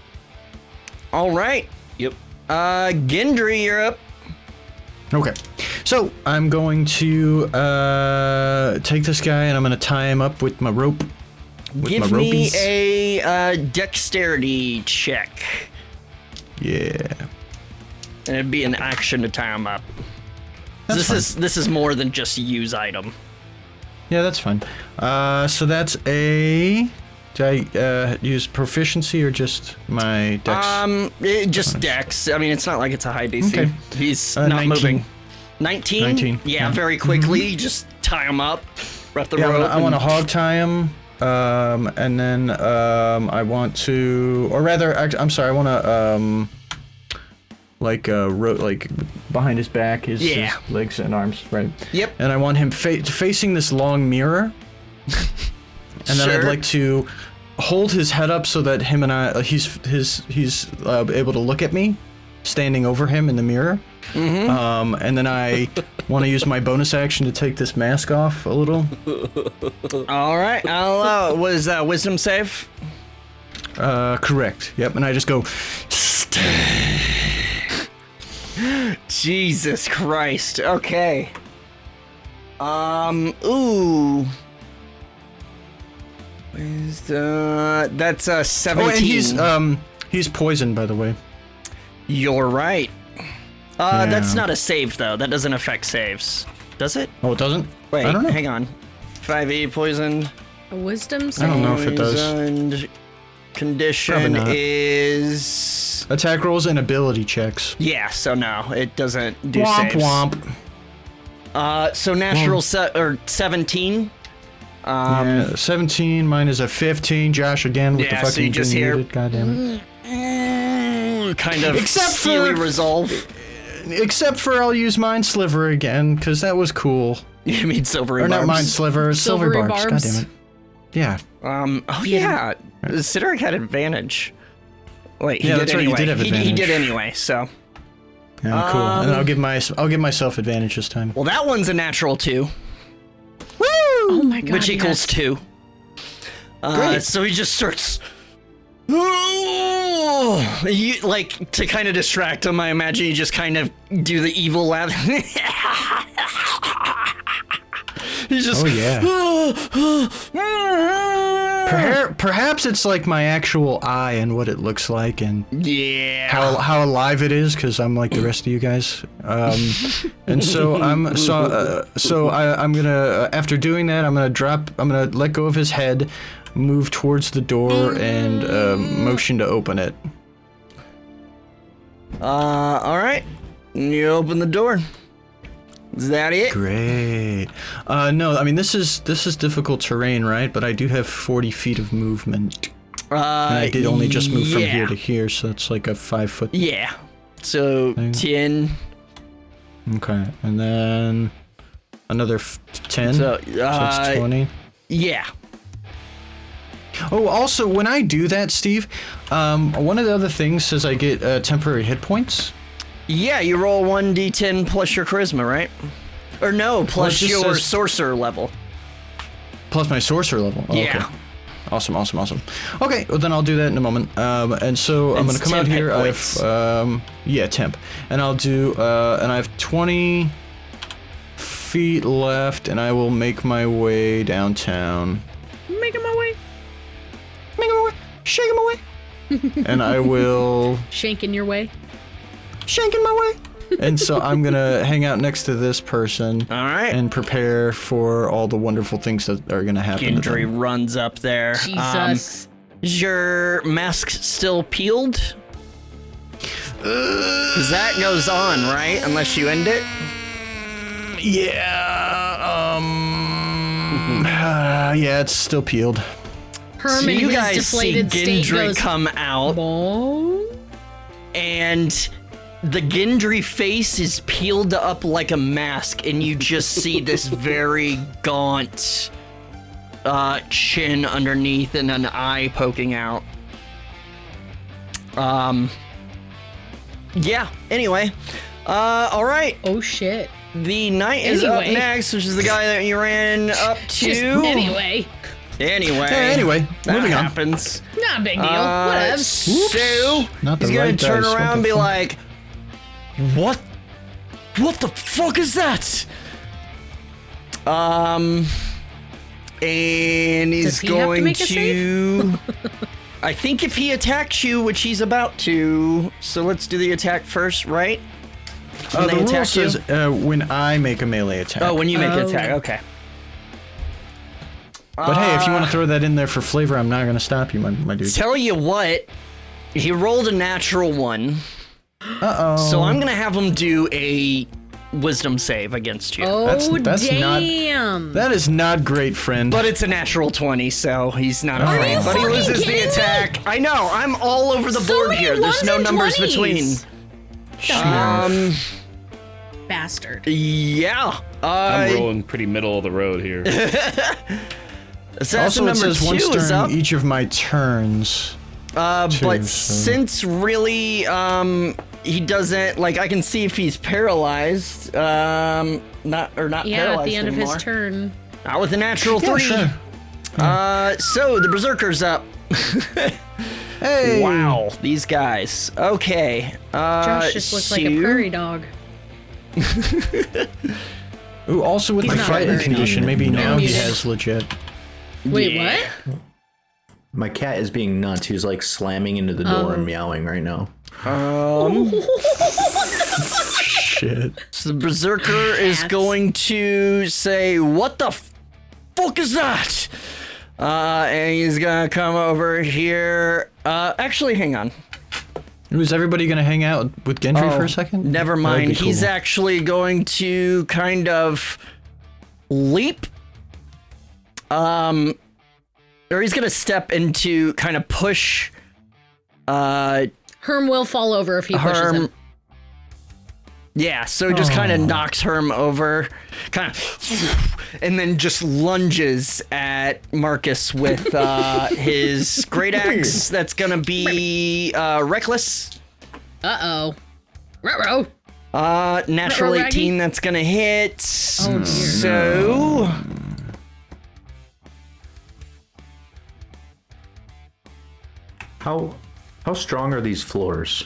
Speaker 7: All right,
Speaker 4: Yep.
Speaker 7: uh, Gendry, you're up.
Speaker 3: Okay. So I'm going to uh, take this guy and I'm going to tie him up with my rope. With
Speaker 7: Give
Speaker 3: my
Speaker 7: me
Speaker 3: ropies.
Speaker 7: a uh, dexterity check,
Speaker 3: Yeah.
Speaker 7: and it'd be an action to tie him up. this is this is more than just use item.
Speaker 3: Yeah, that's fine. Uh, so that's a. Did I uh, use proficiency or just my dex?
Speaker 7: Um, it, just Dex. I mean, it's not like it's a high DC.
Speaker 3: Okay.
Speaker 7: He's
Speaker 3: Uh,
Speaker 7: not
Speaker 3: 19.
Speaker 7: moving. 19?
Speaker 3: 19,
Speaker 7: Yeah,
Speaker 3: yeah. Mm-hmm.
Speaker 7: very quickly. Just tie him up, wrap the
Speaker 3: yeah,
Speaker 7: rope.
Speaker 3: I want to
Speaker 7: and-
Speaker 3: hog tie him. Um, and then um, I want to, or rather, act- I'm sorry, I want to um, like uh, ro- like behind his back, his, his
Speaker 7: Yeah.
Speaker 3: legs and arms, right?
Speaker 7: Yep.
Speaker 3: And I want him fa- facing this long
Speaker 7: (laughs)
Speaker 3: mirror. and then I'd
Speaker 7: Sure.
Speaker 3: like to hold his head up so that him and I, uh, he's his he's uh, able to look at me, standing over him in the mirror.
Speaker 7: Mm-hmm.
Speaker 3: Um, and then
Speaker 7: (laughs)
Speaker 3: I want to use my bonus action to take this mask off a little.
Speaker 7: All right. I'll allow it. What is that? Wisdom save?
Speaker 3: Uh, correct. Yep. And I just go, "Stay."
Speaker 7: Jesus Christ. Okay. Um, ooh. Where's the. That's uh, a 17.
Speaker 3: Oh, and he's um he's poisoned, by the way.
Speaker 7: You're right. Uh, That's
Speaker 3: Yeah.
Speaker 7: not a save, though. That doesn't affect saves. Does it?
Speaker 3: Oh, it doesn't.
Speaker 7: Wait,
Speaker 3: I don't know.
Speaker 7: hang on. 5e poison.
Speaker 2: A wisdom
Speaker 3: I don't
Speaker 2: save.
Speaker 3: know if it does.
Speaker 7: Poisoned
Speaker 3: Probably
Speaker 7: condition
Speaker 3: not.
Speaker 7: is.
Speaker 3: Attack rolls and ability checks.
Speaker 7: Yeah, so no, it doesn't do
Speaker 3: womp
Speaker 7: saves.
Speaker 3: womp.
Speaker 7: Uh, so natural se- or 17. Um,
Speaker 3: Yeah, 17, mine is a 15. Josh again with the
Speaker 7: Yeah, so
Speaker 3: fucking
Speaker 7: you just
Speaker 3: thing
Speaker 7: hear-
Speaker 3: muted, goddamn.
Speaker 7: mm, kind of
Speaker 3: Except
Speaker 7: steely
Speaker 3: for-
Speaker 7: resolve. (laughs)
Speaker 3: Except for I'll use mine sliver again because that was cool.
Speaker 7: You mean silvery
Speaker 3: Or not mine
Speaker 7: barbs?
Speaker 3: sliver, silver
Speaker 2: Silvery
Speaker 3: barbs.
Speaker 2: barbs.
Speaker 3: Goddamn it. Yeah.
Speaker 7: Um, oh yeah, Sidoric had advantage. Wait, he
Speaker 3: Yeah,
Speaker 7: did
Speaker 3: that's right, you
Speaker 7: anyway.
Speaker 3: did have
Speaker 7: he, he did
Speaker 3: advantage.
Speaker 7: anyway. So,
Speaker 3: Yeah, cool. and
Speaker 7: Um,
Speaker 3: I'll give my I'll give myself advantage this time.
Speaker 7: well, that one's a natural two.
Speaker 2: Oh my god.
Speaker 7: which
Speaker 2: yes.
Speaker 7: equals two. Uh, so he just starts. "Ooh," Oh, you like to kind of distract him. I imagine you just kind of do the evil laugh. (laughs) He's just.
Speaker 3: Oh, Perha- Perhaps it's like my actual eye and what it looks like and
Speaker 7: (gasps) yeah.
Speaker 3: how how alive it is because I'm like the rest of you guys. Um, and so I'm so uh, so I, I'm gonna uh, after doing that I'm gonna drop I'm gonna let go of his head, move towards the door and uh, motion to open it.
Speaker 7: Uh, all right. You open the door. Is that it?
Speaker 3: Great. Uh, no, I mean this is this is difficult terrain, right? But I do have 40 feet of movement.
Speaker 7: Uh,
Speaker 3: And I did only just move from
Speaker 7: yeah.
Speaker 3: here to here, so that's like a five foot.
Speaker 7: Uh, Yeah. So ten.
Speaker 3: Okay, and then another f- ten.
Speaker 7: So,
Speaker 3: so
Speaker 7: uh,
Speaker 3: it's twenty.
Speaker 7: Yeah.
Speaker 3: Oh, also, when I do that, Steve, um, one of the other things says I get uh, temporary hit points.
Speaker 7: Yeah. You roll one d10 plus your charisma, right? Or no, plus
Speaker 3: just
Speaker 7: your
Speaker 3: says-
Speaker 7: sorcerer level.
Speaker 3: Plus my sorcerer level. Oh,
Speaker 7: Yeah.
Speaker 3: Okay. Awesome, awesome, awesome. Okay, well then I'll do that in a moment. Um, and so I'm
Speaker 7: It's
Speaker 3: gonna come out
Speaker 7: 10 hit
Speaker 3: here. I
Speaker 7: points.
Speaker 3: have um, yeah, temp, and I'll do uh, and I have 20 feet left, and I will make my way downtown.
Speaker 2: Making my way.
Speaker 3: Make him away, shake him away,
Speaker 2: (laughs)
Speaker 3: and I will
Speaker 2: Shanking your way.
Speaker 3: shanking my way. And so I'm gonna hang out next to this person.
Speaker 7: All right.
Speaker 3: and prepare for all the wonderful things that are going to happen. to
Speaker 7: Gendry
Speaker 3: them.
Speaker 7: runs up there. Um,
Speaker 2: Jesus.
Speaker 7: Is your mask still peeled?
Speaker 3: Uh,
Speaker 7: Because that goes on, right? Unless you end it.
Speaker 3: Yeah. Um. (sighs) uh, yeah, it's still peeled.
Speaker 2: Herman,
Speaker 7: So you
Speaker 2: his
Speaker 7: guys see
Speaker 2: deflated state
Speaker 7: Gendry
Speaker 2: goes. "Oh,
Speaker 7: come out,
Speaker 2: "Bong."
Speaker 7: and the Gendry face is peeled up like a mask, and you just see this very gaunt uh, chin underneath and an eye poking out. Um. Yeah. Anyway. Uh, all right.
Speaker 2: Oh shit.
Speaker 7: The knight is up
Speaker 2: Anyway.
Speaker 7: next, which is the guy that you ran up to.
Speaker 2: Just anyway,
Speaker 7: Anyway.
Speaker 3: Yeah, Uh, anyway,
Speaker 7: Eh, that
Speaker 3: moving on.
Speaker 7: happens.
Speaker 2: not a big deal.
Speaker 7: Uh,
Speaker 2: Whatevs.
Speaker 7: so
Speaker 3: Not the
Speaker 7: he's gonna
Speaker 3: right
Speaker 7: turn
Speaker 3: dice, what
Speaker 7: around and
Speaker 3: the
Speaker 7: be
Speaker 3: fuck?
Speaker 7: like, "What? What the fuck is that?" Um, and he's
Speaker 2: Does he have to
Speaker 7: going
Speaker 2: make a
Speaker 7: to.
Speaker 2: (laughs)
Speaker 7: I think if he attacks you, which he's about to, so let's do the attack first, right?
Speaker 3: Uh,
Speaker 7: When
Speaker 3: the
Speaker 7: they
Speaker 3: rule
Speaker 7: attack you?
Speaker 3: says uh, when I make a melee attack.
Speaker 7: Oh, when you make an
Speaker 2: Oh.
Speaker 7: attack, okay.
Speaker 3: but hey, if you
Speaker 7: Ah.
Speaker 3: want to throw that in there for flavor, I'm not going to stop you, my, my dude.
Speaker 7: Tell you what, he rolled a natural one. Uh oh. So I'm gonna have him do a wisdom save against you.
Speaker 2: Oh
Speaker 3: That's- that's not-
Speaker 2: damn!
Speaker 3: That is not great, friend.
Speaker 7: But it's a natural 20, so he's not
Speaker 3: Are
Speaker 7: afraid.
Speaker 3: you
Speaker 7: But he
Speaker 2: fucking
Speaker 7: loses the
Speaker 2: kidding me?
Speaker 7: attack. I know, I'm all over the
Speaker 2: So
Speaker 7: board
Speaker 2: many
Speaker 7: here. There's
Speaker 2: ones
Speaker 7: no
Speaker 2: and
Speaker 7: numbers
Speaker 2: 20s.
Speaker 7: between. Um,
Speaker 2: Bastard.
Speaker 7: yeah.
Speaker 4: I'm
Speaker 7: Uh,
Speaker 4: rolling pretty middle of the road here.
Speaker 7: (laughs) assassin
Speaker 3: also, it
Speaker 7: number
Speaker 3: says once
Speaker 7: two is
Speaker 3: during
Speaker 7: up.
Speaker 3: each of my turns.
Speaker 7: Uh, but
Speaker 3: so-
Speaker 7: since really, um, he doesn't like. I can see if he's paralyzed. Um, not or not
Speaker 2: Yeah, at
Speaker 7: paralyzed
Speaker 2: the end
Speaker 7: anymore.
Speaker 2: of his turn.
Speaker 7: Not with a natural
Speaker 3: Oh,
Speaker 7: three. Uh, so the berserker's up.
Speaker 3: (laughs) Hey.
Speaker 7: Wow, these guys. Okay. Uh,
Speaker 2: Josh just looks like a
Speaker 7: so-
Speaker 2: prairie dog.
Speaker 3: Ooh, also with
Speaker 2: He's
Speaker 3: my
Speaker 2: not
Speaker 3: fighting
Speaker 2: very
Speaker 3: condition, maybe now he
Speaker 2: He's-
Speaker 3: has legit.
Speaker 2: Wait,
Speaker 7: Yeah.
Speaker 2: what?
Speaker 5: My cat is being nuts. He's like slamming into the door and meowing right now.
Speaker 3: Shit.
Speaker 7: So the berserker is
Speaker 2: Cats.
Speaker 7: going to say, "What the f- fuck is that?" Uh, and he's gonna come over here. Uh, actually, hang on.
Speaker 3: Was everybody going to hang out with Gendry for
Speaker 7: Oh,
Speaker 3: a second?
Speaker 7: Never
Speaker 3: That'd be
Speaker 7: mind. He's
Speaker 3: cool.
Speaker 7: actually going to kind of leap. Um or he's going to step into kind of push uh
Speaker 2: Herm will fall over if he pushes
Speaker 7: Herm
Speaker 2: him.
Speaker 7: yeah, so he just kind of knocks Herm over, kind of, and then just lunges at Marcus
Speaker 2: (laughs)
Speaker 7: with uh, his great axe. That's gonna be uh, reckless.
Speaker 2: Uh oh. Ruh-roh.
Speaker 7: Uh, natural
Speaker 2: Raggy?
Speaker 7: 18, that's gonna hit.
Speaker 2: Oh dear.
Speaker 7: so.
Speaker 5: How How strong are these floors?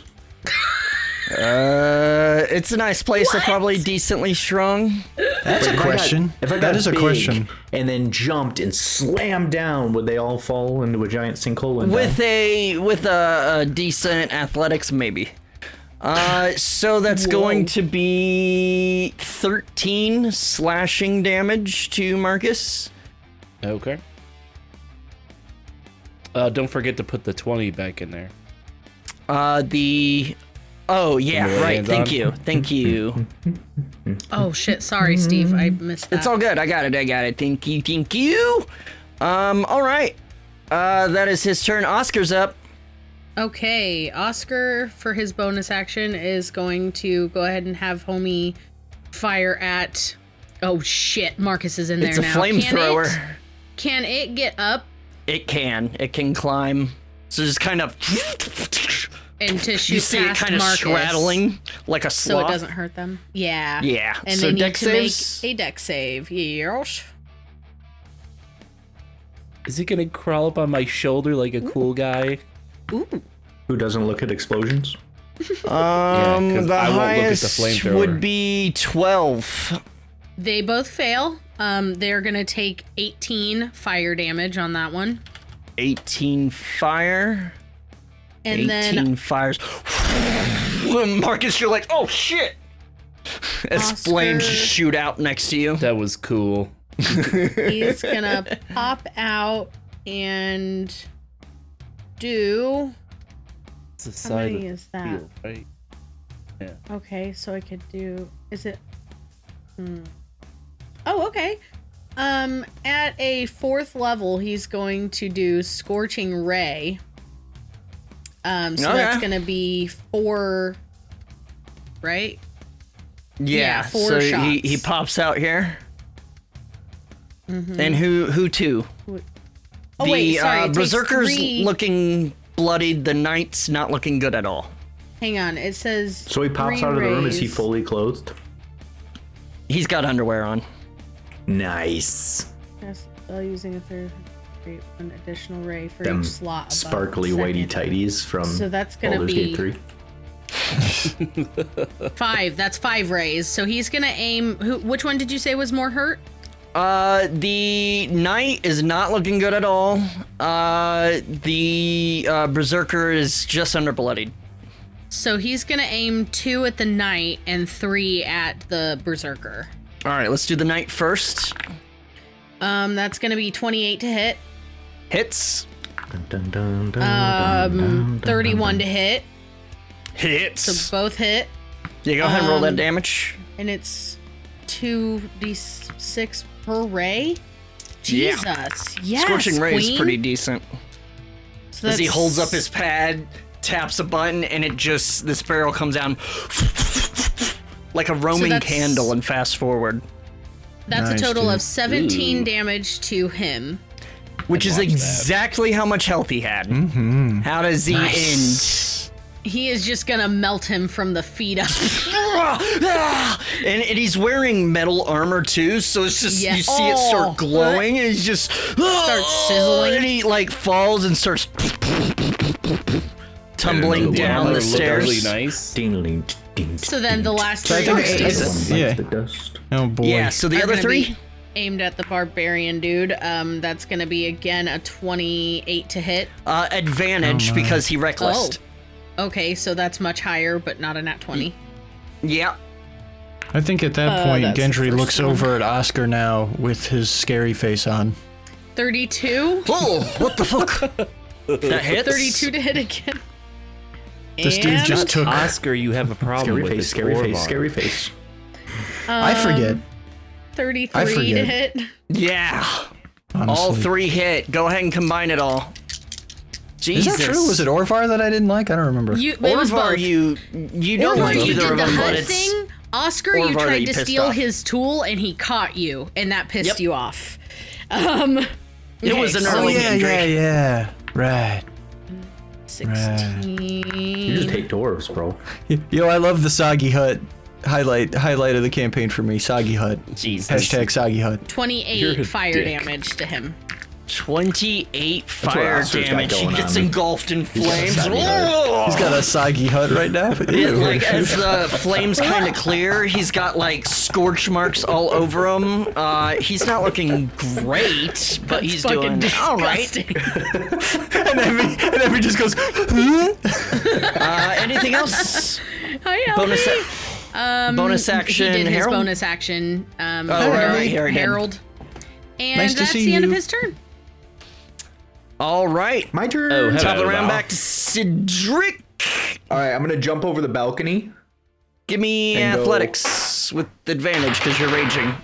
Speaker 7: Uh, it's a nice place. They're probably decently strong.
Speaker 3: That's a question.
Speaker 5: If I got
Speaker 3: that is a
Speaker 5: big
Speaker 3: question.
Speaker 5: And then jumped and slammed down, would they all fall into a giant sinkhole? And die?
Speaker 7: With a with a, a decent athletics, maybe. Uh, so that's going to be thirteen slashing damage to Marcus.
Speaker 4: Okay. Uh, don't forget to put the 20 back in there.
Speaker 7: Uh, the oh yeah,
Speaker 4: Familiar
Speaker 7: right.
Speaker 4: hands
Speaker 7: Thank
Speaker 2: (laughs)
Speaker 4: on.
Speaker 7: you, thank you.
Speaker 2: Oh shit!
Speaker 3: Mm-hmm.
Speaker 2: Sorry, Steve. I missed that.
Speaker 7: It's all good. I got it. I got it. Thank you. Thank you. Um. All right. Uh, that is his turn. Oscar's up.
Speaker 2: Okay, Oscar for his bonus action is going to go ahead and have homie fire at. Oh shit! Marcus is in there
Speaker 7: It's a
Speaker 2: now. Can it-
Speaker 7: flamethrower.
Speaker 2: Can, it get up
Speaker 7: It can. It can climb. So just kind of.
Speaker 2: and to shoot
Speaker 7: You see it
Speaker 2: past
Speaker 7: kind of
Speaker 2: Marcus
Speaker 7: straddling like a
Speaker 2: so
Speaker 7: sloth.
Speaker 2: it doesn't hurt them? Yeah.
Speaker 7: Yeah.
Speaker 2: And
Speaker 7: so
Speaker 2: they need
Speaker 7: deck
Speaker 2: to
Speaker 7: saves.
Speaker 2: make a deck save. Yes.
Speaker 4: Is he gonna crawl up on my shoulder like a cool guy?
Speaker 5: Who doesn't look at explosions?
Speaker 7: Um,
Speaker 4: 'cause I won't look at
Speaker 7: the
Speaker 4: the
Speaker 7: highest would
Speaker 4: flamethrower.
Speaker 7: be twelve.
Speaker 2: They both fail. Um, they're gonna take 18 fire damage on that one,
Speaker 7: 18 fire.
Speaker 2: and
Speaker 7: 18
Speaker 2: then
Speaker 7: fires. (sighs) Marcus, you're like, oh shit! (laughs) As flames
Speaker 2: Oscar-
Speaker 7: shoot out next to you.
Speaker 4: That was cool.
Speaker 5: (laughs)
Speaker 2: he's gonna pop out and do.
Speaker 4: It's the
Speaker 2: How
Speaker 4: side
Speaker 2: many
Speaker 4: of
Speaker 2: is that?
Speaker 4: field, right?
Speaker 2: Okay, so I could do. Is it? Hmm. Oh, okay. Um, at a fourth level, he's going to do scorching ray. Um, so
Speaker 7: Okay.
Speaker 2: that's gonna be four. Right.
Speaker 7: Yeah,
Speaker 2: yeah, four
Speaker 7: so he,
Speaker 2: shots. Mm-hmm.
Speaker 7: he pops out here. And who who to?
Speaker 2: Oh
Speaker 7: the
Speaker 2: wait, sorry.
Speaker 7: uh,
Speaker 2: it takes
Speaker 7: berserkers
Speaker 2: three-
Speaker 7: looking bloodied, the knight's not looking good at all.
Speaker 2: Hang on. It says.
Speaker 5: So he pops
Speaker 2: three
Speaker 5: out of the room. Is he
Speaker 2: rays.
Speaker 5: fully clothed?
Speaker 7: He's got underwear on.
Speaker 5: Nice.
Speaker 2: Yes, while using a third, create an additional ray for
Speaker 5: Them
Speaker 2: each slot. above the
Speaker 5: Sparkly
Speaker 2: second.
Speaker 5: whitey tighties from
Speaker 2: So that's gonna
Speaker 5: Baldur's
Speaker 2: be-
Speaker 5: Gate 3.
Speaker 2: Five. That's five rays. So he's gonna aim. Who? Which one did you say was more hurt?
Speaker 7: Uh, the knight is not looking good at all. Uh, the uh, berserker is just under bloodied.
Speaker 2: So he's gonna aim two at the knight and three at the berserker.
Speaker 7: All right, let's do the knight first.
Speaker 2: Um, that's gonna be 28 to hit,
Speaker 7: Hits.
Speaker 5: Dun, dun, dun.
Speaker 2: um, 31 to hit.
Speaker 7: Hits.
Speaker 2: So both hit,
Speaker 7: yeah, go ahead and roll that
Speaker 2: um,
Speaker 7: damage.
Speaker 2: and it's two d6 per ray.
Speaker 7: Yeah.
Speaker 2: Jesus, yes,
Speaker 7: Scorching ray is
Speaker 2: queen.
Speaker 7: pretty decent.
Speaker 2: So
Speaker 7: As he
Speaker 2: that's-
Speaker 7: holds up his pad, taps a button, and it just this barrel comes down (laughs) like a roaming
Speaker 2: that's-
Speaker 7: candle. And fast forward,
Speaker 2: That's
Speaker 3: Nice,
Speaker 2: a total
Speaker 3: dude.
Speaker 2: of 17
Speaker 4: Ooh.
Speaker 2: damage to him.
Speaker 7: which is
Speaker 4: watch that.
Speaker 7: exactly how much health he had. How does he end?
Speaker 2: He is just gonna melt him from the feet up.
Speaker 7: Ah, and, and he's wearing metal armor too, so it's just
Speaker 2: Yeah.
Speaker 7: you see it
Speaker 2: Oh.
Speaker 7: start glowing, and he's just starts
Speaker 2: sizzling.
Speaker 7: and he like falls and starts tumbling down the
Speaker 4: Looked Really
Speaker 7: stairs.
Speaker 4: nice.
Speaker 5: Ding, ding, ding,
Speaker 2: so then the last
Speaker 3: I
Speaker 2: three
Speaker 3: think
Speaker 2: rays
Speaker 3: it's-
Speaker 5: ding.
Speaker 3: Yeah.
Speaker 5: The dust.
Speaker 3: Oh boy.
Speaker 7: Yeah, so (laughs) the
Speaker 2: are
Speaker 7: other
Speaker 2: gonna
Speaker 7: three.
Speaker 2: be aimed at the barbarian dude. Um, that's gonna be again a 28 to hit.
Speaker 7: Uh,
Speaker 3: Oh,
Speaker 7: advantage because he reckless.
Speaker 2: Okay, so that's much higher, but not a nat 20.
Speaker 7: Mm. Yeah.
Speaker 3: I think at that point,
Speaker 2: Oh, that's the
Speaker 3: Gendry
Speaker 2: first
Speaker 3: looks
Speaker 2: one.
Speaker 3: over at Oscar now with his scary face on.
Speaker 2: 32?
Speaker 7: Oh, what
Speaker 2: (laughs)
Speaker 7: the fuck? that hits.
Speaker 2: 32 to hit again.
Speaker 3: This dude
Speaker 2: And,
Speaker 3: just took.
Speaker 4: Oscar, you have a problem
Speaker 5: Scary
Speaker 4: with
Speaker 5: face,
Speaker 4: this
Speaker 5: scary
Speaker 4: ore
Speaker 5: face,
Speaker 4: bar.
Speaker 5: scary face.
Speaker 3: I
Speaker 2: Um,
Speaker 3: forget.
Speaker 2: 33 to
Speaker 3: forget.
Speaker 2: hit.
Speaker 7: Yeah.
Speaker 3: Honestly.
Speaker 7: All three hit. Go ahead and combine it all.
Speaker 3: Is
Speaker 7: Jesus.
Speaker 3: that true? Was it Orvar that I didn't like? I don't remember.
Speaker 2: You, it was
Speaker 7: Orvar,
Speaker 2: both.
Speaker 7: you you don't
Speaker 2: Orvar,
Speaker 7: like
Speaker 2: you
Speaker 7: either
Speaker 2: did
Speaker 7: of
Speaker 2: the
Speaker 7: them, but
Speaker 2: HUD
Speaker 7: it's
Speaker 2: thing. Oscar,
Speaker 7: Orvar
Speaker 2: you
Speaker 7: that
Speaker 2: tried
Speaker 7: you
Speaker 2: to
Speaker 7: pissed
Speaker 2: steal
Speaker 7: off.
Speaker 2: his tool, and he caught you, and that pissed
Speaker 7: Yep.
Speaker 2: you off. Um,
Speaker 7: it was an
Speaker 3: oh
Speaker 7: early
Speaker 3: yeah,
Speaker 7: injury.
Speaker 3: yeah, yeah. Right.
Speaker 2: 16.
Speaker 5: You just hate dwarves, bro.
Speaker 3: Y- (laughs) Yo, I love the Soggy Hut highlight highlight of the campaign for me. Soggy Hut.
Speaker 7: Jesus.
Speaker 3: Hashtag Soggy Hut.
Speaker 2: 28
Speaker 4: You're a
Speaker 2: fire
Speaker 4: dick.
Speaker 2: damage to him.
Speaker 7: 28 fire
Speaker 5: Oscar's got
Speaker 7: damage. He
Speaker 5: going
Speaker 7: gets
Speaker 5: on.
Speaker 7: engulfed in flames.
Speaker 5: stabby heart.
Speaker 3: He's got a soggy hut right
Speaker 7: (laughs)
Speaker 3: now.
Speaker 7: It,
Speaker 3: Ew.
Speaker 7: like as the flames kind of clear, he's got like scorch marks all over him. Uh, he's not looking great, but he's doing all
Speaker 2: (laughs)
Speaker 7: right.
Speaker 3: and Evie, and Evie just goes, (laughs)
Speaker 7: Uh, anything else?
Speaker 2: Hi,
Speaker 7: Bonus.
Speaker 2: Elfie.
Speaker 7: a- bonus action.
Speaker 2: He did his
Speaker 7: Harold?
Speaker 2: bonus action. Um,
Speaker 7: right, right,
Speaker 2: Harold-
Speaker 7: here he did.
Speaker 2: Harold. And
Speaker 3: Nice to
Speaker 2: that's
Speaker 3: see
Speaker 2: the end of
Speaker 3: you.
Speaker 2: his turn.
Speaker 7: All right.
Speaker 5: My turn.
Speaker 4: Oh, hello,
Speaker 7: Top of the round
Speaker 4: Val.
Speaker 7: back to Cedric.
Speaker 5: All right, I'm gonna jump over the balcony.
Speaker 7: Give me
Speaker 5: And go-
Speaker 7: athletics with advantage because you're raging.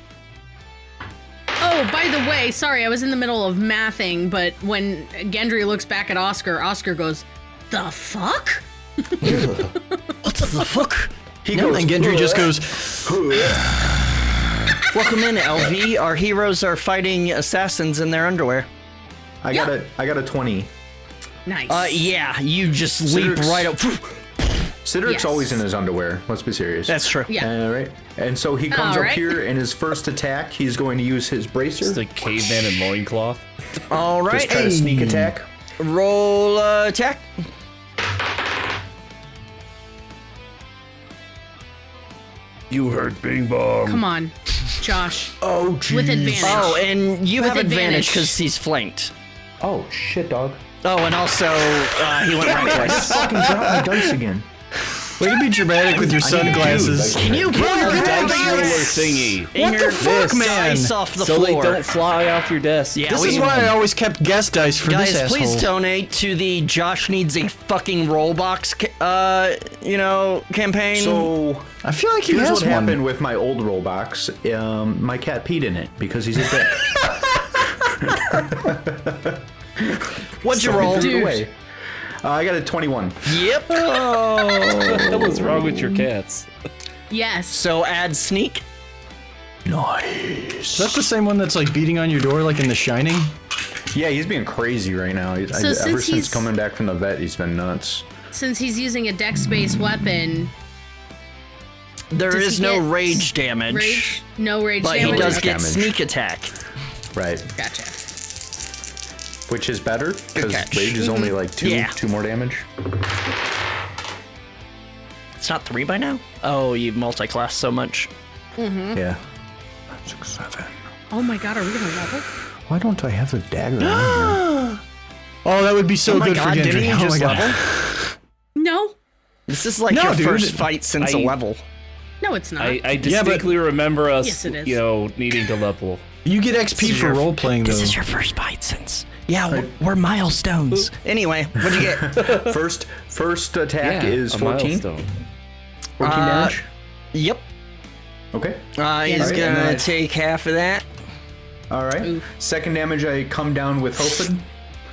Speaker 2: Oh, by the way, sorry, I was in the middle of mathing, but when Gendry looks back at Oscar, Oscar goes, The fuck?
Speaker 7: What the fuck?
Speaker 3: he goes, and Gendry just goes,
Speaker 7: Welcome in, LV. Our heroes are fighting assassins in their underwear.
Speaker 5: I got a I got a twenty.
Speaker 2: Nice.
Speaker 7: Uh, yeah, you just leap
Speaker 5: Cedric's-
Speaker 7: right up.
Speaker 5: Sidoric's
Speaker 2: Yes.
Speaker 5: always in his underwear. Let's be serious.
Speaker 7: That's true.
Speaker 2: Yeah.
Speaker 5: All right. And so he comes
Speaker 2: All
Speaker 5: up
Speaker 2: right.
Speaker 5: here, and his first attack, he's going to use his bracer.
Speaker 4: Just a caveman in loincloth.
Speaker 7: All
Speaker 5: Just
Speaker 7: right,
Speaker 5: try to sneak attack.
Speaker 7: roll uh, attack.
Speaker 4: You heard Bing Bong.
Speaker 2: Come on, Josh.
Speaker 5: Oh,
Speaker 2: with
Speaker 5: jeez.
Speaker 2: advantage.
Speaker 7: Oh, and you have advantage
Speaker 2: advantage.
Speaker 7: because he's flanked.
Speaker 5: Oh, shit, dog.
Speaker 7: Oh, and also uh, he went right twice.
Speaker 5: Fucking drop my dice again.
Speaker 3: way to be dramatic with your sunglasses.
Speaker 7: Can you pull your
Speaker 4: Dice roller
Speaker 7: dice
Speaker 4: thingy.
Speaker 7: and your
Speaker 3: fuck, man?
Speaker 7: dice off the
Speaker 4: so they
Speaker 7: floor?
Speaker 4: don't fly off your desk.
Speaker 7: Yeah,
Speaker 3: This
Speaker 7: we-
Speaker 3: is why I always kept guest dice for
Speaker 7: Guys,
Speaker 3: this asshole.
Speaker 7: please donate to the Josh needs a fucking roll box, ca- uh, you know, campaign.
Speaker 5: So
Speaker 3: I feel like he
Speaker 5: here's what
Speaker 3: has one.
Speaker 5: happened with my old roll box. Um, my cat peed in it because he's a dick.
Speaker 7: What'd you roll?
Speaker 5: Threw it away. Uh, I got a 21.
Speaker 7: Yep.
Speaker 4: What the hell is wrong with your cats?
Speaker 2: Yes.
Speaker 7: So add sneak.
Speaker 3: Is that the same one that's like beating on your door, like in The Shining?
Speaker 5: Yeah, he's being crazy right now. He's,
Speaker 2: So
Speaker 5: I,
Speaker 2: since
Speaker 5: ever since
Speaker 2: he's-
Speaker 5: coming back from the vet, he's been nuts.
Speaker 2: Since he's using a dex based weapon,
Speaker 7: There
Speaker 2: Does
Speaker 7: is
Speaker 2: he
Speaker 7: no
Speaker 2: get
Speaker 7: rage damage,
Speaker 2: rage, no rage
Speaker 7: but
Speaker 2: damage.
Speaker 7: he does
Speaker 5: rage
Speaker 7: get
Speaker 5: damage.
Speaker 7: sneak attack.
Speaker 5: Right.
Speaker 2: Gotcha.
Speaker 5: Which is better because
Speaker 7: catch.
Speaker 5: rage is only like two,
Speaker 7: Yeah.
Speaker 5: two more damage.
Speaker 7: It's not three by now. Oh, you multi-class so much.
Speaker 5: Yeah. Six, seven.
Speaker 2: Oh my god, are we gonna level?
Speaker 5: Why don't I have a dagger? on here?
Speaker 3: Oh, that would be so
Speaker 7: Oh my
Speaker 3: good
Speaker 7: god,
Speaker 3: for Gendry.
Speaker 7: didn't you
Speaker 3: oh my
Speaker 7: just
Speaker 3: god.
Speaker 7: level?
Speaker 2: No.
Speaker 7: This is like
Speaker 3: No,
Speaker 7: your
Speaker 3: dude.
Speaker 7: first fight since a
Speaker 4: I-
Speaker 7: level.
Speaker 2: No, it's not.
Speaker 4: I, I
Speaker 3: Yeah, but-
Speaker 4: distinctly remember us,
Speaker 2: Yes, it is.
Speaker 4: you know, needing to level.
Speaker 3: You get XP for role playing though.
Speaker 7: This is your first fight since. Yeah, we're, we're milestones. Anyway, what'd you
Speaker 3: (laughs)
Speaker 7: get?
Speaker 5: First, first attack
Speaker 4: Yeah,
Speaker 5: is
Speaker 4: a
Speaker 5: 14. 14
Speaker 4: milestone.
Speaker 5: damage.
Speaker 7: yep.
Speaker 5: Okay.
Speaker 7: Uh, he's
Speaker 5: Alright,
Speaker 7: gonna
Speaker 5: alright.
Speaker 7: take half of that,
Speaker 5: All right. Second damage, I come down with Hopin.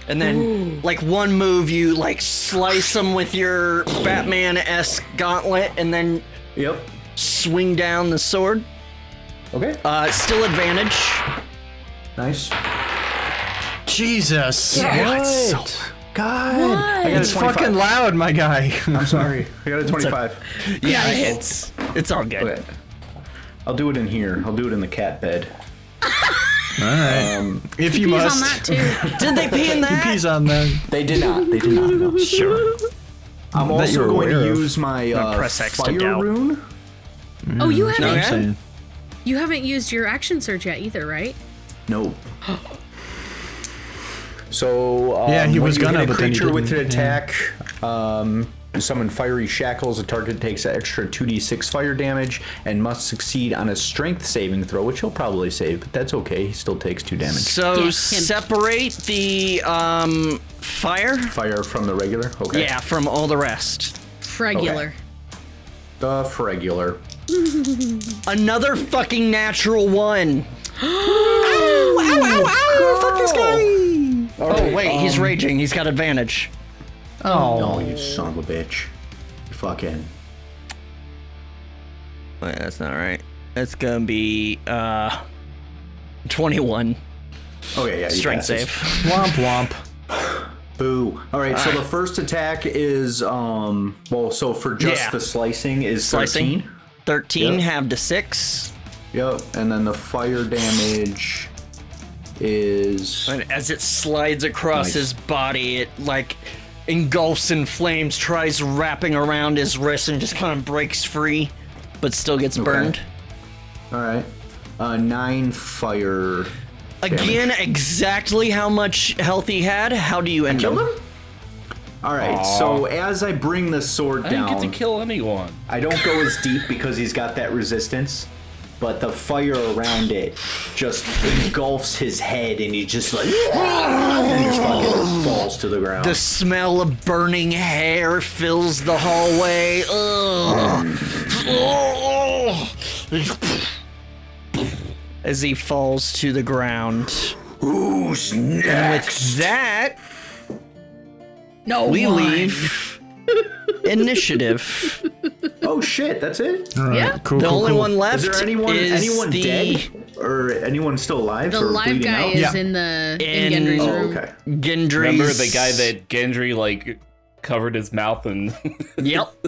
Speaker 7: and then like one move, you like slice him with your Batman-esque gauntlet, and then
Speaker 5: Yep.
Speaker 7: swing down the sword.
Speaker 5: Okay.
Speaker 7: Uh, still advantage.
Speaker 5: nice.
Speaker 3: Jesus.
Speaker 5: God. I got
Speaker 3: It's
Speaker 5: a 25.
Speaker 3: fucking loud, my guy. (laughs)
Speaker 5: I'm sorry. I got a 25.
Speaker 7: Yeah, it hits. It's all good.
Speaker 5: Okay. I'll do it in here. I'll do it in the cat bed.
Speaker 3: if
Speaker 2: He's
Speaker 3: you must.
Speaker 2: on that
Speaker 7: (laughs)
Speaker 2: too.
Speaker 7: Did they pee in that?
Speaker 3: He's on that.
Speaker 5: They did not. They did not. no. (laughs)
Speaker 7: Sure.
Speaker 5: I'm
Speaker 3: you're
Speaker 5: also going to
Speaker 3: aware of.
Speaker 5: use my uh,
Speaker 7: press X to
Speaker 5: fire
Speaker 7: doubt.
Speaker 5: rune.
Speaker 2: oh, you haven't
Speaker 7: Okay.
Speaker 3: So-
Speaker 2: you haven't used your action surge yet either, right?
Speaker 5: Nope. (gasps) So um,
Speaker 3: Yeah, he
Speaker 5: when
Speaker 3: was
Speaker 5: you hit
Speaker 3: gonna,
Speaker 5: a
Speaker 3: but then he
Speaker 5: creature with an
Speaker 3: didn't, yeah.
Speaker 5: attack. Um, summon fiery shackles. The target takes an extra 2d6 fire damage and must succeed on a strength saving throw, which he'll probably save, but that's okay. He still takes two damage.
Speaker 7: So
Speaker 2: Yeah, him.
Speaker 7: separate the um fire.
Speaker 5: Fire from the regular. Okay.
Speaker 7: Yeah, from all the rest.
Speaker 2: Fregular.
Speaker 5: The regular.
Speaker 7: Another fucking natural one. Oh wait, he's raging. He's got advantage.
Speaker 5: Oh, you son of a bitch. Fucking.
Speaker 7: Wait, that's not right. That's gonna be uh, twenty-one
Speaker 5: Okay, yeah. he
Speaker 7: strength
Speaker 5: passes.
Speaker 7: save.
Speaker 3: Womp womp.
Speaker 5: (laughs) Boo. All right, so the first attack is um well, so for just
Speaker 7: Yeah.
Speaker 5: the slicing is
Speaker 7: Slicing.
Speaker 5: 13.
Speaker 7: Thirteen
Speaker 5: Yep.
Speaker 7: halved to six.
Speaker 5: Yep, and then the fire damage is
Speaker 7: And as it slides across his body, it like engulfs in flames, tries wrapping around his wrist, and just kind of breaks free, but still gets burned.
Speaker 5: all right. Uh, nine fire.
Speaker 7: Again, exactly how much health he had. How do you end him?
Speaker 5: All right. So as I bring the sword
Speaker 4: I
Speaker 5: down,
Speaker 4: didn't get to kill anyone.
Speaker 5: I don't go as deep because he's got that resistance, but the fire around it just engulfs his head, and he just like and he just fucking falls to the ground.
Speaker 7: The smell of burning hair fills the hallway. Ugh. Ugh. As he falls to the ground.
Speaker 1: Who's next?
Speaker 7: That
Speaker 2: No,
Speaker 7: we
Speaker 2: one.
Speaker 7: (laughs) leave initiative.
Speaker 5: oh shit! That's it.
Speaker 3: All right,
Speaker 2: Yeah.
Speaker 3: cool,
Speaker 7: The
Speaker 3: cool,
Speaker 7: only
Speaker 3: cool.
Speaker 7: one left
Speaker 5: Is there anyone
Speaker 7: is
Speaker 5: anyone
Speaker 7: the
Speaker 5: dead or anyone still alive
Speaker 2: The
Speaker 5: or
Speaker 2: live
Speaker 5: bleeding
Speaker 2: guy
Speaker 5: out?
Speaker 2: is
Speaker 3: Yeah.
Speaker 2: in the in,
Speaker 7: In-
Speaker 2: Gendry's
Speaker 7: Oh,
Speaker 2: room.
Speaker 5: Okay.
Speaker 7: Gendry's.
Speaker 4: Remember the guy that Gendry like covered his mouth and (laughs)
Speaker 3: (laughs)
Speaker 7: Yep.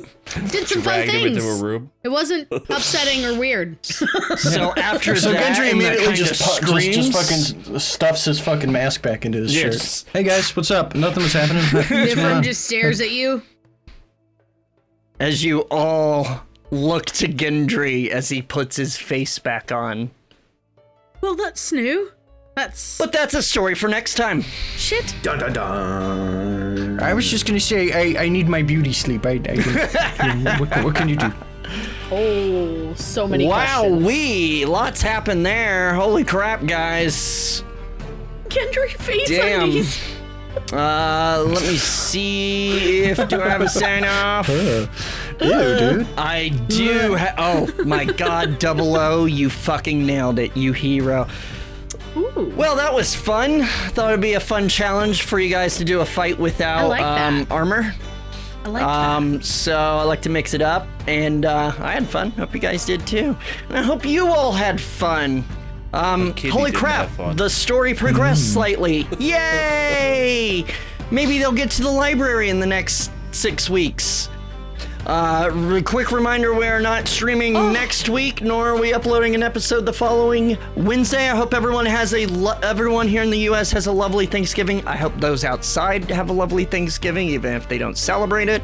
Speaker 2: Did some fun
Speaker 4: dragged him into a
Speaker 2: things.
Speaker 4: room?
Speaker 2: It
Speaker 4: (laughs)
Speaker 2: wasn't upsetting or weird.
Speaker 7: So after
Speaker 3: So
Speaker 7: that,
Speaker 3: Gendry
Speaker 7: and that
Speaker 3: immediately
Speaker 7: kind
Speaker 3: just,
Speaker 7: of
Speaker 3: pu- just
Speaker 7: screams,
Speaker 3: just fucking stuffs his fucking mask back into his
Speaker 7: Yes.
Speaker 3: shirt. Hey guys, what's up? Nothing was (laughs) happening. What's going
Speaker 2: Nifrim
Speaker 3: on?
Speaker 2: just stares at you.
Speaker 7: as you all look to Gendry as he puts his face back on.
Speaker 2: Well, that's new. That's
Speaker 7: But that's a story for next time.
Speaker 2: shit.
Speaker 1: Dun dun dun.
Speaker 3: I was just gonna say I, I need my beauty sleep. I, I can, what, what can you do?
Speaker 2: Oh, so many
Speaker 7: Wow,
Speaker 2: questions.
Speaker 7: we lots happened there. Holy crap, guys!
Speaker 2: Gendry face
Speaker 7: Damn.
Speaker 2: on these.
Speaker 7: Uh, let me see if do I have a
Speaker 3: (laughs)
Speaker 7: sign off.
Speaker 3: Uh, ew, dude.
Speaker 7: I do. Ha- oh my God, Double O, you fucking nailed it, you hero. Well, that was fun. Thought it'd be a fun challenge for you guys to do a fight without
Speaker 2: like that.
Speaker 7: um, armor.
Speaker 2: I like
Speaker 7: Um, so I like to mix it up, and uh, I had fun. Hope you guys did too, and I hope you all had fun. Um,
Speaker 4: kid, you
Speaker 7: holy
Speaker 4: didn't
Speaker 7: crap!
Speaker 4: have fun.
Speaker 7: The story progressed slightly. Yay! Maybe they'll get to the library in the next six weeks. Uh, re- quick reminder we are not streaming next week, nor are we uploading an episode the following Wednesday. I hope everyone has a lo- everyone here in the U.S. has a lovely Thanksgiving. I hope those outside have a lovely Thanksgiving, even if they don't celebrate it.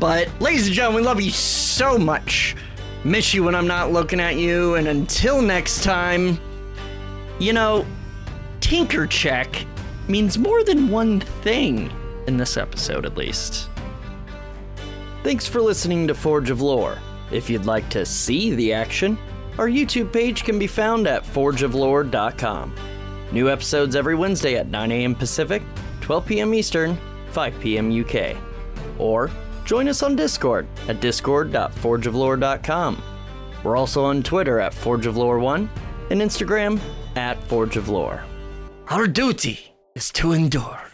Speaker 7: But, ladies and gentlemen, we love you so much. Miss you when I'm not looking at you. And until next time, you know, Tinker Check means more than one thing in this episode, at least. Thanks for listening to Forge of Lore. If you'd like to see the action, our YouTube page can be found at forgeoflore.com. New episodes every Wednesday at 9 a.m. Pacific, 12 p.m. Eastern, 5 p.m. UK. Or join us on Discord at discord.forgeoflore.com. We're also on Twitter at forgeoflore1 and Instagram at forgeoflore. Our duty is to endure.